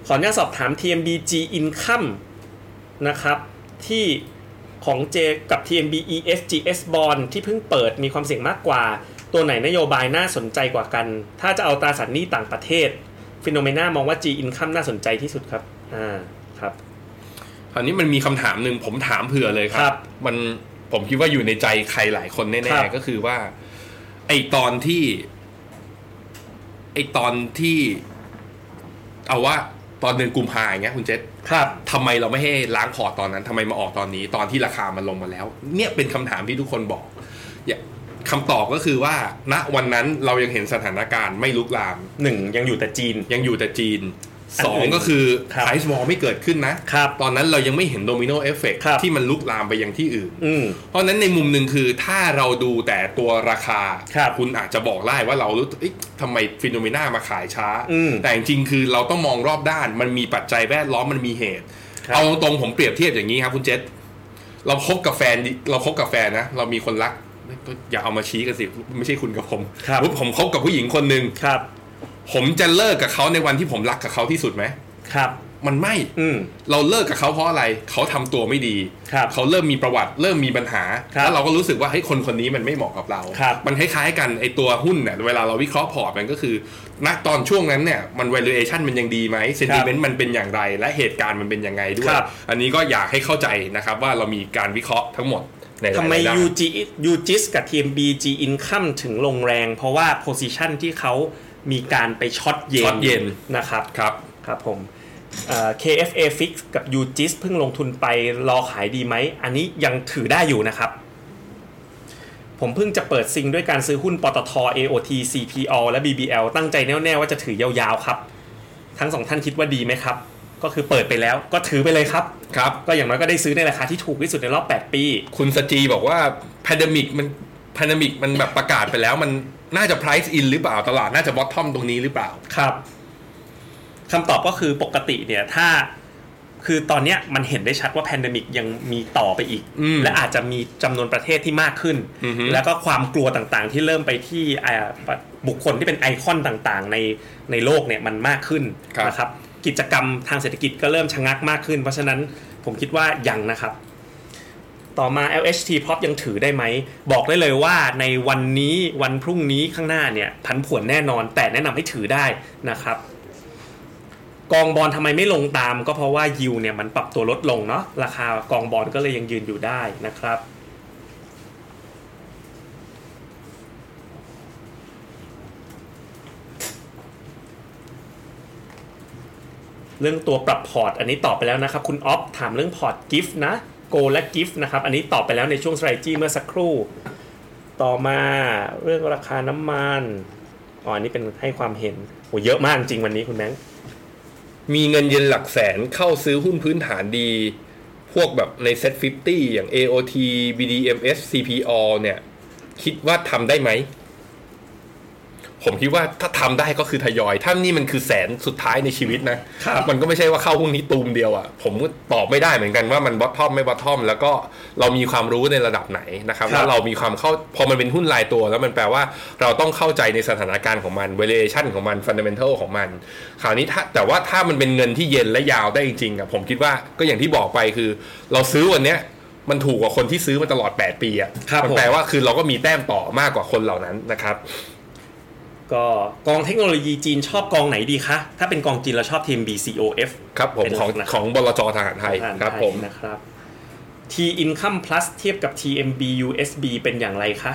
Speaker 2: ขออนุญาตสอบถาม TMBG Income นะครับ ที่ของเจกับ TMB ESGS Bond ที่เพิ่งเปิดมีความเสี่ยงมากกว่า ตัวไหนนโยบายน่าสนใจกว่ากัน ถ้าจะเอาตราสารหนี้ต่างประเทศ ฟิโนเมนามองว่า G Income น่าสนใจที่สุดครับอ่าครับ
Speaker 1: คราวนี้มันมีคำถามหนึ่งผมถามเผื่อเลยค
Speaker 2: ครั
Speaker 1: รับ มันผมคิดว่าอยู่ในใจใครหลายคน
Speaker 2: ค
Speaker 1: แน่
Speaker 2: รับ
Speaker 1: ๆก็คือว่า ไอตอนที่ ไอตอนที่ เอาว่า ตอนเดือนกุมภาอย่างเงี้ยคุณเจษ
Speaker 2: ครับ
Speaker 1: ทำไมเราไม่ให้ล้างพอร์ตตอนนั้นทำไมมาออกตอนนี้ ตอนที่ราคามันลงมาแล้ว เนี่ยเป็นคำถามที่ทุกคนบอกอย่าคำตอบก็คือว่า ณวันนั้นเรายังเห็นสถานการณ์ไม่ลุกลาม
Speaker 2: หนึ่งยังอยู่แต่จีน
Speaker 1: ยังอยู่แต่จีน
Speaker 2: อัน
Speaker 1: สอ
Speaker 2: อื่
Speaker 1: ง
Speaker 2: น
Speaker 1: ก็คือ
Speaker 2: ครับ
Speaker 1: ไพรซ์วอลไม่เกิดขึ้นนะ
Speaker 2: ครับ
Speaker 1: ตอนนั้นเรายังไม่เห็นโดมิโนเอฟเฟก
Speaker 2: ครับ
Speaker 1: ที่มันลุกลามไปยังที่อื่น
Speaker 2: อืม
Speaker 1: เพราะฉะนั้นในมุมหนึ่งคือถ้าเราดูแต่ตัวราคา
Speaker 2: ครับ
Speaker 1: ณอาจจะบอกได้ว่าเรารู้สึกเอ๊ะทำไมฟิโนเมนามาขายช้า
Speaker 2: อืม
Speaker 1: แต่จริงๆคือเราต้องมองรอบด้านมันมีปัจจัยแวดล้อมมันมีเหตุ
Speaker 2: ครับ
Speaker 1: เอาตรงๆผมเปรียบเทียบอย่างนี้ครับคุณเจษเราคบกับแฟนดิเราคบกับแฟนนะเรามีคนรักก็อย่าเอามาชี้กันสิไม่ใช่คุณกับผม
Speaker 2: ครับ
Speaker 1: ผมคบกับผู้หญิงคนหนึ่ง
Speaker 2: ครับ
Speaker 1: ผมจะเลิกกับเขาในวันที่ผมรักกับเขาที่สุดไหม
Speaker 2: ครับ
Speaker 1: มันไม่
Speaker 2: อืม
Speaker 1: เราเลิกกับเขาเพราะอะไร เขาทำตัวไม่ดี
Speaker 2: ครับ
Speaker 1: เขาเริ่มมีประวัติ เริ่มมีปัญหา
Speaker 2: ครับ
Speaker 1: แล้วเราก็รู้สึกว่าเฮ้ยคนคนนี้มันไม่เหมาะกับเรา
Speaker 2: ครับ
Speaker 1: มันคล้ายๆกันไอตัวหุ้นเนี่ยเวลาเราวิเคราะห์พอร์ตมันก็คือ ณ ตอนช่วงนั้นเนี่ยมัน valuation มันยังดีไหม sentiment มันเป็นอย่างไร และเหตุการณ์มันเป็นยังไงด้วย
Speaker 2: ครับ
Speaker 1: อันนี้ก็อยากให้เข้าใจนะครับว่าเรามีการวิเคราะห์ทั้งหมดในหลายๆ
Speaker 2: ทำไม
Speaker 1: ด้าน
Speaker 2: UG UGIS กับ TMB G Income ถึงลงแรง เพราะว่า position ที่เขามีการไปช็อตเย็น
Speaker 1: ช็อตเย็น
Speaker 2: นะครับ
Speaker 1: ครับ
Speaker 2: ครับผมเอ่อ KFA Fix กับ UGIS เพิ่งลงทุนไปรอขายดีไหม อันนี้ยังถือได้อยู่นะครับ ผ ผมเพิ่งจะเปิดซิงด้วยการซื้อหุ้นปตท AOT CPO และ BBL ตั้งใจแน่วๆว่าจะถือยาวๆครับ ทั้งสองท่านคิดว่าดีไหมครับ ก็คือเปิดไปแล้วก็ถือไปเลยครับ
Speaker 1: ครับ
Speaker 2: ก็อย่างน้อยก็ได้ซื้อในราคาที่ถูกที่สุดในรอบ 8 ปี
Speaker 1: คุณสจีบอกว่า p a n d e m i c มัน p a n d e m i c มันแบบประกาศไปแล้ว มันน่าจะ price in หรือเปล่า ตลาดน่าจะ bottom ตรงนี้หรือเปล่า
Speaker 2: ครับคำตอบก็คือปกติเนี่ยถ้าคือตอนเนี้ยมันเห็นได้ชัดว่าแพนดมิกยังมีต่อไปอีก
Speaker 1: อืม
Speaker 2: และอาจจะมีจำนวนประเทศที่มากขึ้น
Speaker 1: อือฮึ
Speaker 2: แล้วก็ความกลัวต่างๆ ที่เริ่มไปที่อ่าบุคคลที่เป็นไอคอนต่างๆ ในในโลกเนี่ยมันมากขึ้นนะครับ กิจกรรมทางเศรษฐกิจก็เริ่มชะงักมากขึ้น เพราะฉะนั้นผมคิดว่ายังนะครับ ต่อมา LHT Prop ยังถือได้ไหม บอกได้เลยว่าในวันนี้วันพรุ่งนี้ข้างหน้าเนี่ยผันผวนแน่นอน แต่แนะนำให้ถือได้นะครับ กองบอลทำไมไม่ลงตาม ก็เพราะว่ายิวเนี่ยมันปรับตัวลดลงเนาะราคากองบอลก็เลยยังยืนอยู่ได้นะครับ เรื่องตัวปรับพอร์ต อันนี้ตอบไปแล้วนะครับ คุณออฟถามเรื่องพอร์ตกิฟต์นะโกและกิฟต์นะครับ อันนี้ตอบไปแล้วในช่วงสไตรจี้เมื่อสักครู่ ต่อมาเรื่องราคาน้ำมันอ๋ออันนี้เป็นให้ความเห็นโหเยอะมากจริงวันนี้คุณแบงค์
Speaker 1: มีเงินเย็นหลักแสนเข้าซื้อหุ้นพื้นฐานดี พวกแบบใน set 50 อย่าง AOT BDMs CPO เนี่ย คิดว่าทำได้ไหม ผมคิดว่าถ้าทำได้ก็คือทยอย ถ้านี่มันคือแสนสุดท้ายในชีวิตนะ
Speaker 2: ครับ
Speaker 1: มันก็ไม่ใช่ว่าเข้าหุ้นนี้ตูมเดียวอะ่ะ ผมก็ตอบไม่ได้เหมือนกันว่ามันบอททอมไม่บอททอม แล้วก็เรามีความรู้ในระดับไหนนะครับ
Speaker 2: ครับ
Speaker 1: แล้วเรามีความเข้า พอมันเป็นหุ้นรายตัว แล้วมันแปลว่าเราต้องเข้าใจในสถานการณ์ของมัน valuation ของมัน fundamental ของมัน คราวนี้ถ้าแต่ว่าถ้ามันเป็นเงินที่เย็นและยาวได้จริงๆอะ่ะ ผมคิดว่าก็อย่างที่บอกไปคือ เราซื้อวันเนี้ยมันถูกกว่าคนที่ซื้อมาตลอด 8 ปีอะ
Speaker 2: ค
Speaker 1: ะ
Speaker 2: รั่บ
Speaker 1: มั
Speaker 2: ผม
Speaker 1: แปลว่าคือเราก็มีแต้มต่อมากกว่าคนเหล่านั้นนะครับ
Speaker 2: ก็กองเทคโนโลยีจีนชอบกองไหนดีคะ ถ้าเป็นกองจีนเราชอบทีม BCOF
Speaker 1: ครับผม
Speaker 2: เป็น
Speaker 1: ของ
Speaker 2: ลักษณะ
Speaker 1: ของบลจทหารไทย
Speaker 2: ทาง
Speaker 1: ครับ
Speaker 2: ไท
Speaker 1: ผ
Speaker 2: ย
Speaker 1: ม
Speaker 2: นะครับ T Income Plus เทียบกับ TMB USB เป็นอย่างไรคะ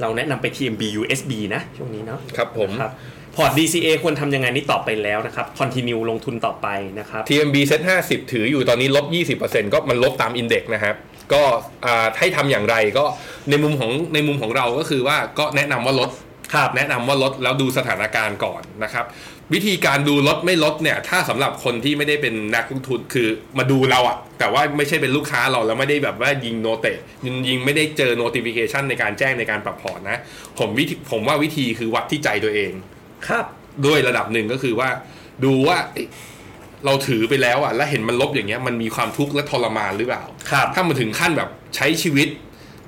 Speaker 2: เราแนะนำไป TMB USB นะ ช่วงนี้เนาะ
Speaker 1: ครับผม
Speaker 2: นะพอร์ต DCA ควรทำยังไงนี่ตอบไปแล้วนะครับ continue ลงทุนต่อไปนะครับ
Speaker 1: TMB เซ็ต50 ถืออยู่ตอนนี้ลบ 20%ก็มันลบตามอินเด็กซ์นะครับ ก็อ่าให้ทำอย่างไรก็ในมุมของในมุมของเราก็คือว่าก็แนะนำว่าลด
Speaker 2: ครับ
Speaker 1: แนะนำว่าลดแล้วดูสถานการณ์ก่อนนะครับ วิธีการดูลดไม่ลดเนี่ย ถ้าสำหรับคนที่ไม่ได้เป็นนักลงทุนคือมาดูเราอะแต่ว่าไม่ใช่เป็นลูกค้าเราแล้วไม่ได้แบบว่ายิงโนเตะยิงยิงไม่ได้เจอ notification ในการแจ้งในการปรับพอร์ตนะ ผมวิธีผมว่าวิธีคือวัดที่ใจตัวเอง
Speaker 2: ครับ
Speaker 1: ด้วยระดับหนึ่งก็คือว่าดูว่าเอ๊ะเราถือไปแล้วอ่ะ แล้วเห็นมันลบอย่างเงี้ยมันมีความทุกข์และทรมานหรือเปล่า
Speaker 2: ครับ
Speaker 1: ถ้ามันถึงขั้นแบบใช้ชีวิต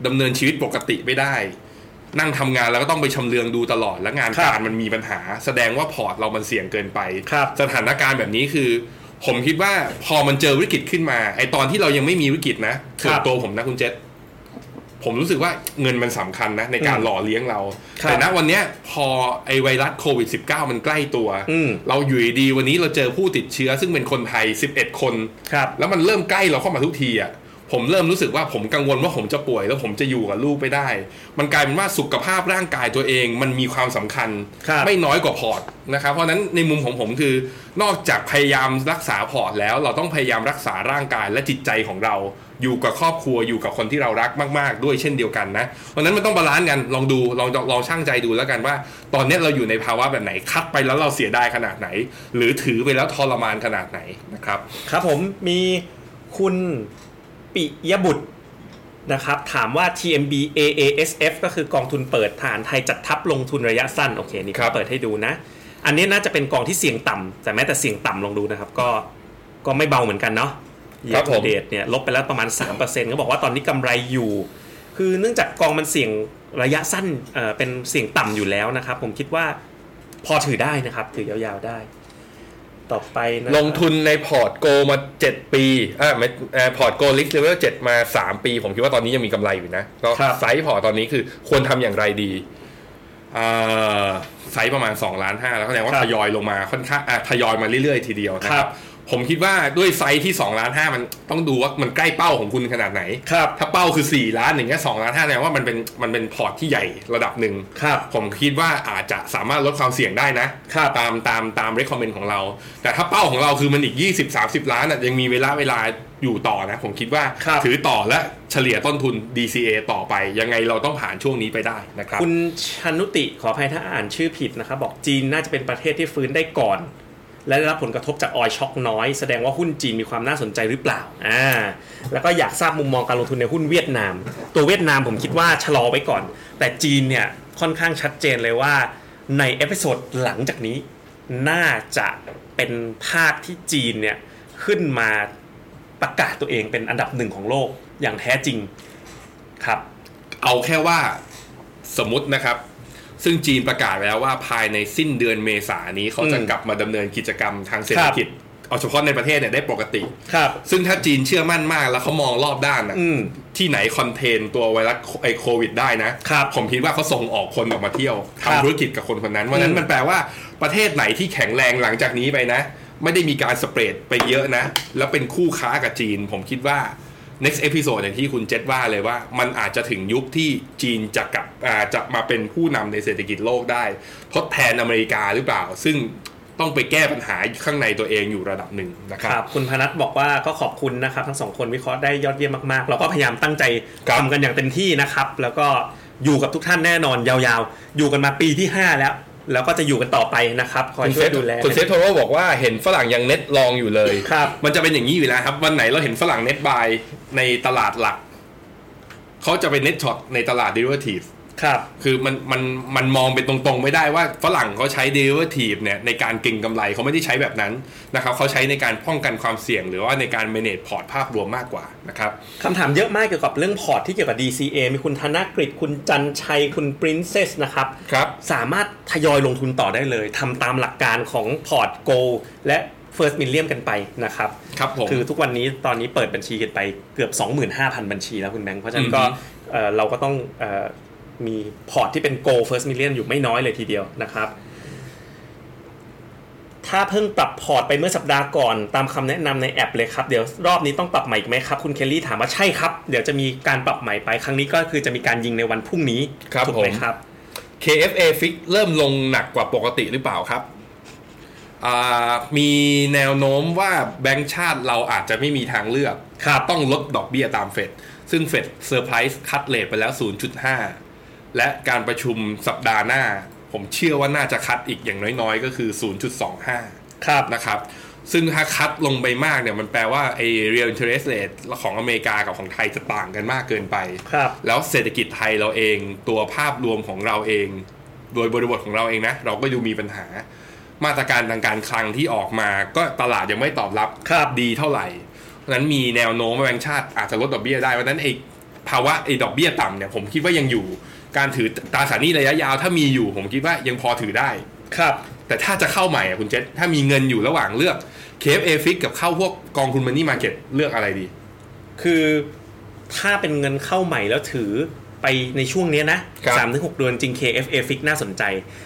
Speaker 1: ดำเนินชีวิตปกติไม่ได้ นั่งทำงานแล้วก็ต้องไปชำเลืองดูตลอด แล้วงาน
Speaker 2: ครับ
Speaker 1: การมันมีปัญหา แสดงว่าพอร์ตเรามันเสี่ยงเกินไป
Speaker 2: ครับ
Speaker 1: สถานการณ์แบบนี้คือ ผมคิดว่าพอมันเจอวิกฤตขึ้นมาไอตอนที่เรายังไม่มีวิกฤตนะส่วนตัวผมนะคุณเจษผมรู้สึกว่าเงินมันสำคัญนะในการหล่อเลี้ยงเรา
Speaker 2: ครับ
Speaker 1: แต่ณวันเนี้ยพอไอไวรัสโควิด -19 มันใกล้ตัว
Speaker 2: อืม
Speaker 1: เราอยู่ดีๆวันนี้เราเจอผู้ติดเชื้อ ซึ่งเป็นคนไทย 11 คน
Speaker 2: ครับ
Speaker 1: แล้วมันเริ่มใกล้เราเข้ามาทุกทีอ่ะ ผมเริ่มรู้สึกว่าผมกังวลว่าผมจะป่วยแล้วผมจะอยู่กับลูกไม่ได้ มันกลายเป็นว่าสุขภาพร่างกายตัวเองมันมีความสำคัญ
Speaker 2: ครับ
Speaker 1: ไม่น้อยกว่าพอร์ตนะครับ เพราะฉะนั้นในมุมของผมคือนอกจากพยายามรักษาพอร์ตแล้ว เราต้องพยายามรักษาร่างกายและจิตใจของเรา อยู่กับครอบครัวอยู่กับคนที่เรารักมาก ๆ ด้วยเช่นเดียวกันนะ เพราะฉะนั้นมันต้องบาลานซ์กันลองดูลองลองช่างใจดูแล้วกันว่า ตอนเนี้ยเราอยู่ในภาวะแบบไหนคัดไปแล้วเราเสียดายขนาดไหน หรือถือไปแล้วทรมานขนาดไหนนะครับ
Speaker 2: ครับผมมีคุณปิยบุตรนะครับ ถามว่า TMB AASF ก็คือกองทุนเปิดฐานไทยจัดทับลงทุนระยะสั้น โอเค นี่
Speaker 1: ครับ
Speaker 2: เปิดให้ดูนะ อันนี้น่าจะเป็นกองที่เสี่ยงต่ำแต่แม้แต่เสี่ยงต่ำลองดูนะครับ ก็ก็ไม่เบาเหมือนกันเนาะ
Speaker 1: ครับผม
Speaker 2: เดตเนี่ยลบไปแล้วประมาณ 3%ก็บอกว่าตอนนี้กำไรอยู่ คือเนื่องจากกองมันเสี่ยงระยะสั้นเอ่อเป็นเสี่ยงต่ำอยู่แล้วนะครับ ผมคิดว่าพอถือได้นะครับ ถือยาวๆได้ ต่อไปนะครับ
Speaker 1: ลงทุนในพอร์ตโกมา 7 ปีเอ่าไม่เอ่อพอร์ตโกลิสเลเวล7มา 3 ปี ผมคิดว่าตอนนี้ยังมีกำไรอยู่นะ ก็
Speaker 2: ครับ
Speaker 1: ไซส์พอร์ตตอนนี้คือควรทำอย่างไรดีเอ่อไซส์ประมาณ2ล้าน5แล้วก็แสดงว่าทยอยลงมาค่อนข้างอ่ะทยอยมาเรื่อยๆ ทีเดียวนะครับ ผมคิดว่าด้วยไซส์ที่2ล้านห้ามันต้องดูว่ามันใกล้เป้าของคุณขนาดไหน
Speaker 2: ครับ
Speaker 1: ถ้าเป้าคือ 4 ล้านอย่างเงี้ยสล้านห้าแสดงว่ามันเป็นมันเป็นพอร์ตที่ใหญ่ระดับหนึ่ง
Speaker 2: ครับ
Speaker 1: ผมคิดว่าอาจจะสามารถลดความเสี่ยงได้นะตามตามตาม recommend ของเรา แต่ถ้าเป้าของเราคือมันอีก 20 30 ล้านอ่ะยังมีเวลาเวลาอยู่ต่อนะ ผมคิดว่า
Speaker 2: ครับ
Speaker 1: ถือต่อและเฉลี่ยต้นทุน DCA ต่อไป ยังไงเราต้องผ่านช่วงนี้ไปได้นะครับ
Speaker 2: คุณชนุติขออภัยถ้าอ่านชื่อผิดนะครับ บอกจีนน่าจะเป็นประเทศที่ฟื้นได้ก่อน และได้รับผลกระทบจากออยล์ช็อกน้อย แสดงว่าหุ้นจีนมีความน่าสนใจหรือเปล่าอ่าแล้วก็อยากทราบมุมมองการลงทุนในหุ้นเวียดนาม ตัวเวียดนามผมคิดว่าชะลอไว้ก่อน แต่จีนเนี่ยค่อนข้างชัดเจนเลยว่าในเอพิโซดหลังจากนี้ น่าจะเป็นภาคที่จีนเนี่ยขึ้นมาประกาศตัวเองเป็นอันดับหนึ่งของโลกอย่างแท้จริงครับ
Speaker 1: เอาแค่ว่าสมมตินะครับ ซึ่งจีนประกาศไว้แล้วว่าภายในสิ้นเดือนเมษายนนี้เขาจะ
Speaker 2: อืม
Speaker 1: กลับมาดำเนินกิจกรรมทางเศรษฐกิจเอาเฉพาะในประเทศเนี่ยได้ปกติ
Speaker 2: ครับ
Speaker 1: ซึ่งถ้าจีนเชื่อมั่นมากแล้วเขามองรอบด้านนะ
Speaker 2: อืม
Speaker 1: ที่ไหนคอนเทนตัวไวรัสไอโควิดได้นะครับ ผมคิดว่าเขาส่งออกคนออกมาเที่ยว
Speaker 2: ครับ
Speaker 1: ทำธุรกิจกับคนคนนั้นวันนั้น
Speaker 2: อืม
Speaker 1: มันแปลว่าประเทศไหนที่แข็งแรงหลังจากนี้ไปนะ ไม่ได้มีการสเปรดไปเยอะนะ แล้วเป็นคู่ค้ากับจีน ผมคิดว่า next episode อย่างที่คุณเจษว่าเลยว่า มันอาจจะถึงยุคที่จีนจะกลับอ่าจะมาเป็นผู้นำในเศรษฐกิจโลกได้ ทดแทนอเมริกาหรือเปล่า ซึ่งต้องไปแก้ปัญหาข้างในตัวเองอยู่ระดับหนึ่งนะค
Speaker 2: ครับ รับคุณพนัทบอกว่าก็ขอบคุณนะครับ ทั้งสองคนวิเคราะห์ได้ยอดเยี่ยมมากๆ แล้วก็พยายามตั้งใจ
Speaker 1: ครับ
Speaker 2: ทำกันอย่างเต็มที่นะครับ แล้วก็อยู่กับทุกท่านแน่นอนยาวๆ อยู่กันมาปีที่ 5 แล้ว แล้วก็จะอยู่กันต่อไปนะครับคอย
Speaker 1: คุณ
Speaker 2: ช่
Speaker 1: เซ
Speaker 2: วย
Speaker 1: ฟ
Speaker 2: ดูแล
Speaker 1: คุณเซฟโทรมาบอกว่าเห็นฝรั่งยังเน็ตลองอยู่เลย
Speaker 2: ครับ
Speaker 1: มันจะเป็นอย่างนี้อยู่แล้วครับ วันไหนเราเห็นฝรั่งเน็ตบายในตลาดหลัก เขาจะเป็นเน็ตช็อตในตลาดดิเวอร์ทีฟ
Speaker 2: ครับ
Speaker 1: คือมันมันมันมองเป็นตรงๆ ไม่ได้ว่าฝรั่งเขาใช้ดิเวอร์ทีฟเนี่ยในการเก็งกำไรเขาไม่ได้ใช้แบบนั้นนะครับเขาใช้ในการป้องกันความเสี่ยง หรือว่าในการ manage พอร์ตภาพรวมมากกว่านะครับ
Speaker 2: คำถามเยอะมากเกี่ยวกับเรื่องพอร์ตที่เกี่ยวกับ DCA มีคุณธนกฤษคุณจันชัยคุณปรินเซสนะครับ
Speaker 1: ครับ
Speaker 2: สามารถทยอยลงทุนต่อได้เลยทำตามหลักการของพอร์ตโกและ First Million กันไปนะครับ
Speaker 1: ครับผม
Speaker 2: คือทุกวันนี้ตอนนี้เปิดบัญชีกันไปเกือบ 25,000 บัญชีแล้วคุณแบงค์เพราะฉะนั้นก็
Speaker 1: อือฮึ
Speaker 2: เอ่อเราก็ต้องเอ่อมีพอร์ตที่เป็น Go First Million อยู่ไม่น้อยเลยทีเดียวนะครับ ถ้าเพิ่งปรับพอร์ตไปเมื่อสัปดาห์ก่อนตามคำแนะนำในแอปเลยครับ เดี๋ยวรอบนี้ต้องปรับใหม่อีกไหมครับ คุณเคลลี่ถามว่าใช่ครับ เดี๋ยวจะมีการปรับใหม่ไปครั้งนี้ก็คือจะมีการยิงในวันพรุ่งนี้
Speaker 1: ครับ
Speaker 2: ถูกไหม
Speaker 1: ผม
Speaker 2: ครับ
Speaker 1: KFA Fix เริ่มลงหนักกว่าปกติหรือเปล่าครับอ่ามีแนวโน้มว่าแบงก์ชาติเราอาจจะไม่มีทางเลือก
Speaker 2: ครับ
Speaker 1: ต้องลดดอกเบี้ยตามเฟด ซึ่งเฟดเซอร์ไพรส์คัดเลทไปแล้ว 0.5 และการประชุมสัปดาห์หน้า ผมเชื่อว่าน่าจะคัดอีกอย่างน้อยๆ ก็คือ 0.25
Speaker 2: ครับ
Speaker 1: นะครับ ซึ่งถ้าคัดลงไปมากเนี่ย มันแปลว่าไอ้ real interest rate ของอเมริกากับของไทยจะต่างกันมากเกินไป
Speaker 2: ครับ
Speaker 1: แล้วเศรษฐกิจไทยเราเองตัวภาพรวมของเราเอง โดยบริบทของเราเองนะ เราก็ดูมีปัญหา มาตรการทางการคลังที่ออกมา ก็ตลาดยังไม่ตอบรับ
Speaker 2: ครับ
Speaker 1: ดีเท่าไหร่เพราะฉะนั้นมีแนวโน้มว่าแบงก์ชาติอาจจะลดดอกเบี้ยได้เพราะฉะนั้นไอ้ภาวะไอ้ดอกเบี้ยต่ำเนี่ยผมคิดว่ายังอยู่การถือตราสารหนี้ระยะยาว ถ้ามีอยู่ผมคิดว่ายังพอถือได้
Speaker 2: ครับ
Speaker 1: แต่ถ้าจะเข้าใหม่อะคุณเจษถ้ามีเงินอยู่ระหว่างเลือก KFA Fix กับเข้าพวกกองทุนมันนี่มาเก็ตเลือกอะไรดี
Speaker 2: คือถ้าเป็นเงินเข้าใหม่แล้วถือไปในช่วงเนี้ยนะครับสามถึงหกเดือนจริง KFA Fix น่าสนใจ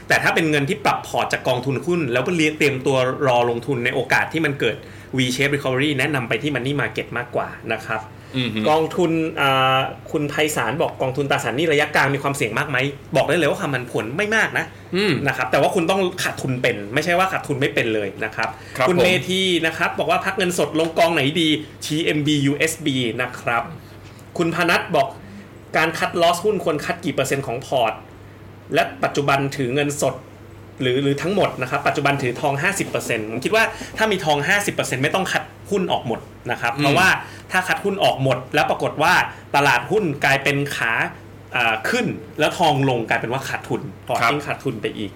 Speaker 2: แต่ถ้าเป็นเงินที่ปรับพอร์ตจากกองทุนหุ้น แล้วก็เรียเตรียมตัวรอลงทุนในโอกาสที่มันเกิด V-shape recovery แนะนำไปที่ Money Market มากกว่านะครับ
Speaker 1: อือฮึ
Speaker 2: กองทุนอ่าคุณไพศาลบอกกองทุนตราสารหนี้ระยะกลางมีความเสี่ยงมากไหม บอกได้เลยว่าความมันผลไม่มากนะ
Speaker 1: อืม
Speaker 2: นะครับแต่ว่าคุณต้องขาดทุนเป็น ไม่ใช่ว่าขาดทุนไม่เป็นเลยนะครับ
Speaker 1: ครับ
Speaker 2: ณ
Speaker 1: ผม
Speaker 2: เมธีนะครับ บอกว่าพักเงินสดลงกองไหนดี TMB USB นะครับ คุณพนัทบอกการคัดลอสหุ้นควรคัดกี่เปอร์เซ็นต์ของพอร์ต และปัจจุบันถือเงินสด หรือหรือทั้งหมดนะครับ ปัจจุบันถือทอง 50%ผมคิดว่าถ้ามีทอง 50%ไม่ต้องคัดหุ้นออกหมดนะครับ เพราะว่าถ้าคัดหุ้นออกหมด แล้วปรากฏว่าตลาดหุ้นกลายเป็นขาอ่าขึ้น แล้วทองลงกลายเป็นว่าขาดทุนพอร์ต
Speaker 1: ครับ
Speaker 2: ยิ่งขาดทุนไปอีก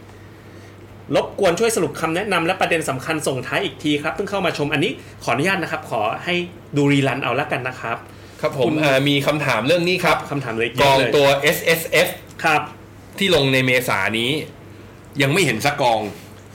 Speaker 2: รบกวนช่วยสรุปคำแนะนำและประเด็นสำคัญส่งท้ายอีกทีครับเพิ่งเข้ามาชมอันนี้ขออนุญาตนะครับ ขอให้ดูรีลันเอาละกันนะครับ
Speaker 1: ครับผ
Speaker 2: คุ
Speaker 1: ม
Speaker 2: ณ
Speaker 1: เอ่อมีคำถามเรื่องนี้ครับ
Speaker 2: คำถามเลย
Speaker 1: ก
Speaker 2: เย
Speaker 1: อง
Speaker 2: อะเลย
Speaker 1: ตัว S S F
Speaker 2: ครับ
Speaker 1: ที่ลงในเมษานี้ ยังไม่เห็นสักกอง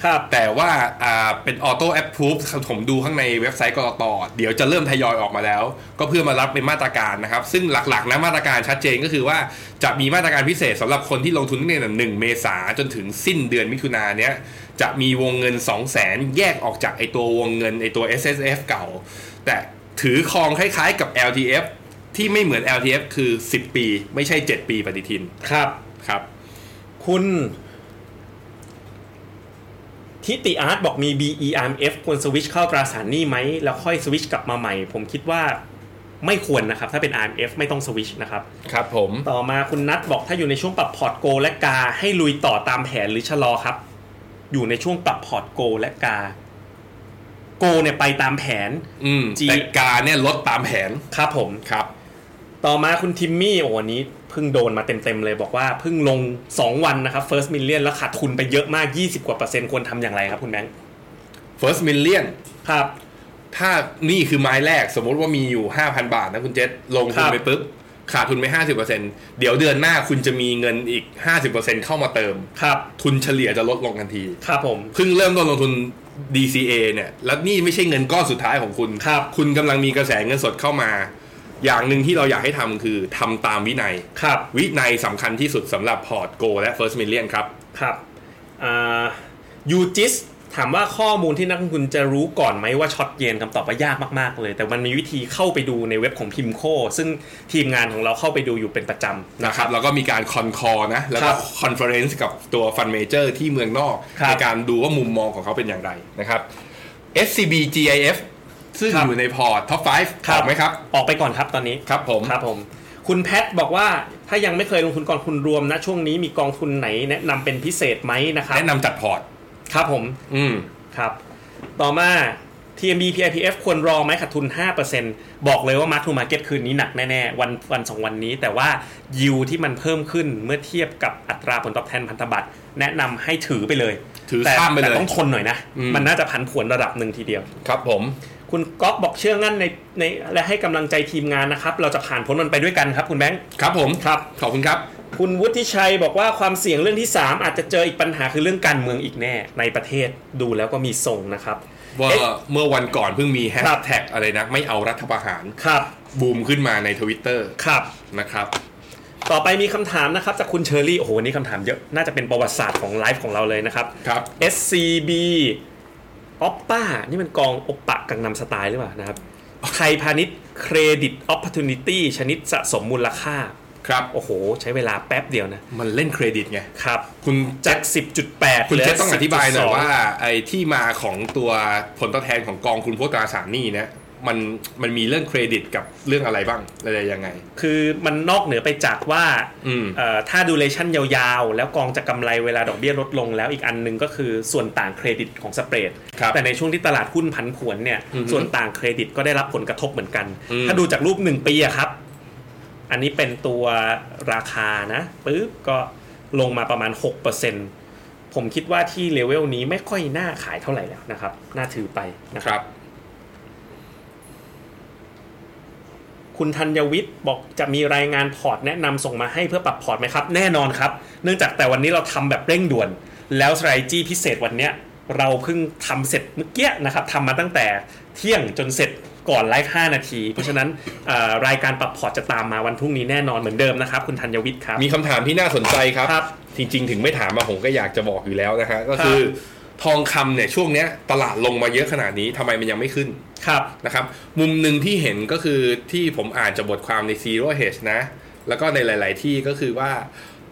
Speaker 2: ครับ
Speaker 1: แต่ว่าอ่าเป็นออโต้แอปพูฟผมดูข้างในเว็บไซต์กรตเดี๋ยวจะเริ่มทยอยออกมาแล้ว ก็เพื่อมารับเป็นมาตรการนะครับ ซึ่งหลักๆนะมาตรการชัดเจนก็คือว่าจะมีมาตรการพิเศษสำหรับคนที่ลงทุนตั้งแต่หนึ่งเมษาจนถึงสิ้นเดือนมิถุนายนเนี้ยจะมีวงเงิน 2 0 0แสนแยกออกจากไอตัววงเงินไอตัว S S F เก่า แต่ถือครองคล้ายๆกับ L T F ที่ไม่เหมือน L T F คือ 10 ปี ไม่ใช่ 7 ปีปฏิทิน
Speaker 2: ครับ
Speaker 1: ครับ
Speaker 2: คุณทิติอาร์ตบอกมี BEMF ควรสวิชเข้าตราสารหนี้ไหม แล้วค่อยสวิชกลับมาใหม่ ผมคิดว่าไม่ควรนะครับ ถ้าเป็น RMF ไม่ต้องสวิชนะครับ
Speaker 1: ครับผม
Speaker 2: ต่อมาคุณนัทบอกถ้าอยู่ในช่วงปรับพอร์ตโกลและกา ให้ลุยต่อตามแผนหรือชะลอครับ อยู่ในช่วงปรับพอร์ตโกลและกา โกลเนี่ยไปตามแผน
Speaker 1: อืม
Speaker 2: G
Speaker 1: แต่การเนี่ยลดตามแผน
Speaker 2: ครับผม
Speaker 1: ครับ
Speaker 2: ต่อมาคุณทิมมี่โอ้วันนี้เพิ่งโดนมาเต็มๆเลยบอกว่าเพิ่งลง 2 วันนะครับ First Million แล้วขาดทุนไปเยอะมาก 20 กว่าเปอร์เซ็นต์ควรทำอย่างไรครับคุณแบงค์
Speaker 1: first million
Speaker 2: ครับ
Speaker 1: ถ้านี่คือไม้แรกสมมติว่ามีอยู่ 5,000 บาทนะคุณเจษลงทุนไป
Speaker 2: ครับ
Speaker 1: ปุ๊บ ขาดทุนไป 50%เดี๋ยวเดือนหน้าคุณจะมีเงินอีก 50%เข้ามาเติม
Speaker 2: ครับ
Speaker 1: ทุนเฉลี่ยจะลดลงทันที
Speaker 2: ครับผม
Speaker 1: เพิ่งเริ่มต้นลงทุน DCA เนี่ย แล้วนี่ไม่ใช่เงินก้อนสุดท้ายของคุณ
Speaker 2: ครับ
Speaker 1: คุณกำลังมีกระแสเงินสดเข้ามา อย่างหนึ่งที่เราอยากให้ทำคือทำตามวินัย
Speaker 2: ครับ
Speaker 1: วินัยสำคัญที่สุดสำหรับพอร์ตโกและ First Million ครับ
Speaker 2: ครับยูจิสถามว่าข้อมูลที่นักลงทุนจะรู้ก่อนไหมว่าช็อตเยนคำตอบว่ายากมากๆเลย แต่มันมีวิธีเข้าไปดูในเว็บของพิมโค ซึ่งทีมงานของเราเข้าไปดูอยู่เป็นประจำนะ
Speaker 1: นะ
Speaker 2: ค
Speaker 1: ค
Speaker 2: รั
Speaker 1: รับ บแล้วก็มีการคอนคอร์นะ แล้ว
Speaker 2: ค
Speaker 1: ก็
Speaker 2: รับ
Speaker 1: คอนเฟอเรนซ์กับตัวฟันเมเจอร์ที่เมืองนอก
Speaker 2: ครับ
Speaker 1: ในการดูว่ามุมมองของเขาเป็นอย่างไรนะครับ SCB GIF ซึ่ง
Speaker 2: ครับ
Speaker 1: อยู่ในพอร์ตท็อป5ถูกไหมครับ
Speaker 2: ออกไปก่อนครับตอนนี้
Speaker 1: ครับผม
Speaker 2: ครับผม คุณแพทบอกว่าถ้ายังไม่เคยลงทุนกองทุนรวมนะช่วงนี้มีกองทุนไหนแนะนำเป็นพิเศษไหมนะครับ
Speaker 1: แนะนำจัดพอร์ต
Speaker 2: ครับผม
Speaker 1: อืม
Speaker 2: ครับ ต่อมา TMB PIPF ควรรอไหมขาดทุน 5%บอกเลยว่า Mark to Market คืนนี้หนักแน่ ๆ วันวันสองวันนี้ แต่ว่ายิวที่มันเพิ่มขึ้นเมื่อเทียบกับอัตราผลตอบแทนพันธบัตรแนะนำให้ถือไปเลย
Speaker 1: ถือ
Speaker 2: แต่
Speaker 1: ข้ามไปเลย
Speaker 2: แต่ต้องทนหน่อยนะ
Speaker 1: อืม
Speaker 2: มันน่าจะผันผวนระดับหนึ่งทีเดียว
Speaker 1: ครับผม
Speaker 2: คุณก๊อฟบอกเชื่องั้นในในและให้กำลังใจทีมงานนะครับ เราจะผ่านพ้นมันไปด้วยกันครับ คุณแบงค์
Speaker 1: ครับผม
Speaker 2: ครับ
Speaker 1: ขอบคุณครับ
Speaker 2: คุณวุฒิชัยบอกว่าความเสี่ยงเรื่องที่ 3 อาจจะเจออีกปัญหาคือเรื่องการเมืองอีกแน่ในประเทศดูแล้วก็มีส่งนะครับ
Speaker 1: ว่า
Speaker 2: เอ๊ะ
Speaker 1: เมื่อวันก่อนเพิ่งมีแฮ
Speaker 2: ครั
Speaker 1: ช
Speaker 2: บ
Speaker 1: แท็กอะไรนะ ไม่เอารัฐประหาร
Speaker 2: ครับ
Speaker 1: บูมขึ้นมาในทวิตเตอร์
Speaker 2: ครับ
Speaker 1: นะครับ
Speaker 2: ต่อไปมีคำถามนะครับจากคุณเชอรี่โอ้โหวันนี่คำถามเยอะน่าจะเป็นประวัติศาสตร์ของไลฟ์ของเราเลยนะครับ
Speaker 1: ครับ
Speaker 2: SCB Oppa นี่มันกองโอปปะกังนำสไตล์หรือเปล่านะครับไทยพาณิชย์เครดิตออป o r t u n i t y ชนิดสะสมมูลค่า
Speaker 1: ครับ
Speaker 2: โอ้โห ใช้เวลาแป๊บเดียวนะ
Speaker 1: มันเล่นเครดิตไง
Speaker 2: ครับ
Speaker 1: คุณ
Speaker 2: จา
Speaker 1: แจ็
Speaker 2: ก
Speaker 1: ค
Speaker 2: 10.8
Speaker 1: คุณ
Speaker 2: หลื
Speaker 1: เจะต้องอธิบายหน่อย
Speaker 2: 10.2
Speaker 1: ว่าไอ้ที่มาของตัวผลตอบแทนของกองคุณพวกตราสารหนี้เนะมันมันมีเรื่องเครดิตกับเรื่องอะไรบ้างอะไรยังไง
Speaker 2: คือมันนอกเหนือไปจากว่า
Speaker 1: อืม
Speaker 2: เอ่อถ้าดูเลชั่นยาวๆ แล้วกองจะกำไรเวลาดอกเบี้ยลดลงแล้วอีกอันหนึงก็คือส่วนต่างเครดิตของสเปรด
Speaker 1: ครับ
Speaker 2: แต่ในช่วงที่ตลาดหุ้นผันผวนเนี่ย
Speaker 1: อือฮึ
Speaker 2: ส่วนต่างเครดิตก็ได้รับผลกระทบเหมือนกัน
Speaker 1: อืม
Speaker 2: ถ้าดูจากรูป 1 ปีอะครับ อันนี้เป็นตัวราคานะปึ๊บก็ลงมาประมาณ 6%ผมคิดว่าที่เลเวลนี้ไม่ค่อยน่าขายเท่าไหร่แล้วนะครับ น่าถือไปนะค
Speaker 1: ครับ รับ
Speaker 2: คุณธัญวิทย์บอกจะมีรายงานพอร์ตแนะนำส่งมาให้เพื่อปรับพอร์ตไหมครับ แน่นอนครับ เนื่องจากแต่วันนี้เราทำแบบเร่งด่วน แล้วสไตรจี้พิเศษวันเนี้ยเราเพิ่งทำเสร็จเมื่อกี้นะครับทำมาตั้งแต่เที่ยงจนเสร็จก่อนไลฟ์5นาที เพราะฉะนั้นเอ่อรายการปรับพอร์ตจะตามมาวันพรุ่งนี้แน่นอนเหมือนเดิมนะครับคุณธัญวิทย์ครับ
Speaker 1: มีคำถามที่น่าสนใจครับ
Speaker 2: ครับ
Speaker 1: จริง ๆ ถึงไม่ถามมาผมก็อยากจะบอกอยู่แล้วนะฮะก็คือ
Speaker 2: ครับ
Speaker 1: ทองคำเนี่ยช่วงเนี้ยตลาดลงมาเยอะขนาดนี้ทำไมมันยังไม่ขึ้น
Speaker 2: ครับ
Speaker 1: นะครับมุมหนึ่งที่เห็นก็คือที่ผมอ่านจากบทความใน Zero Hedge นะ แล้วก็ในหลาย ๆ ที่ก็คือว่า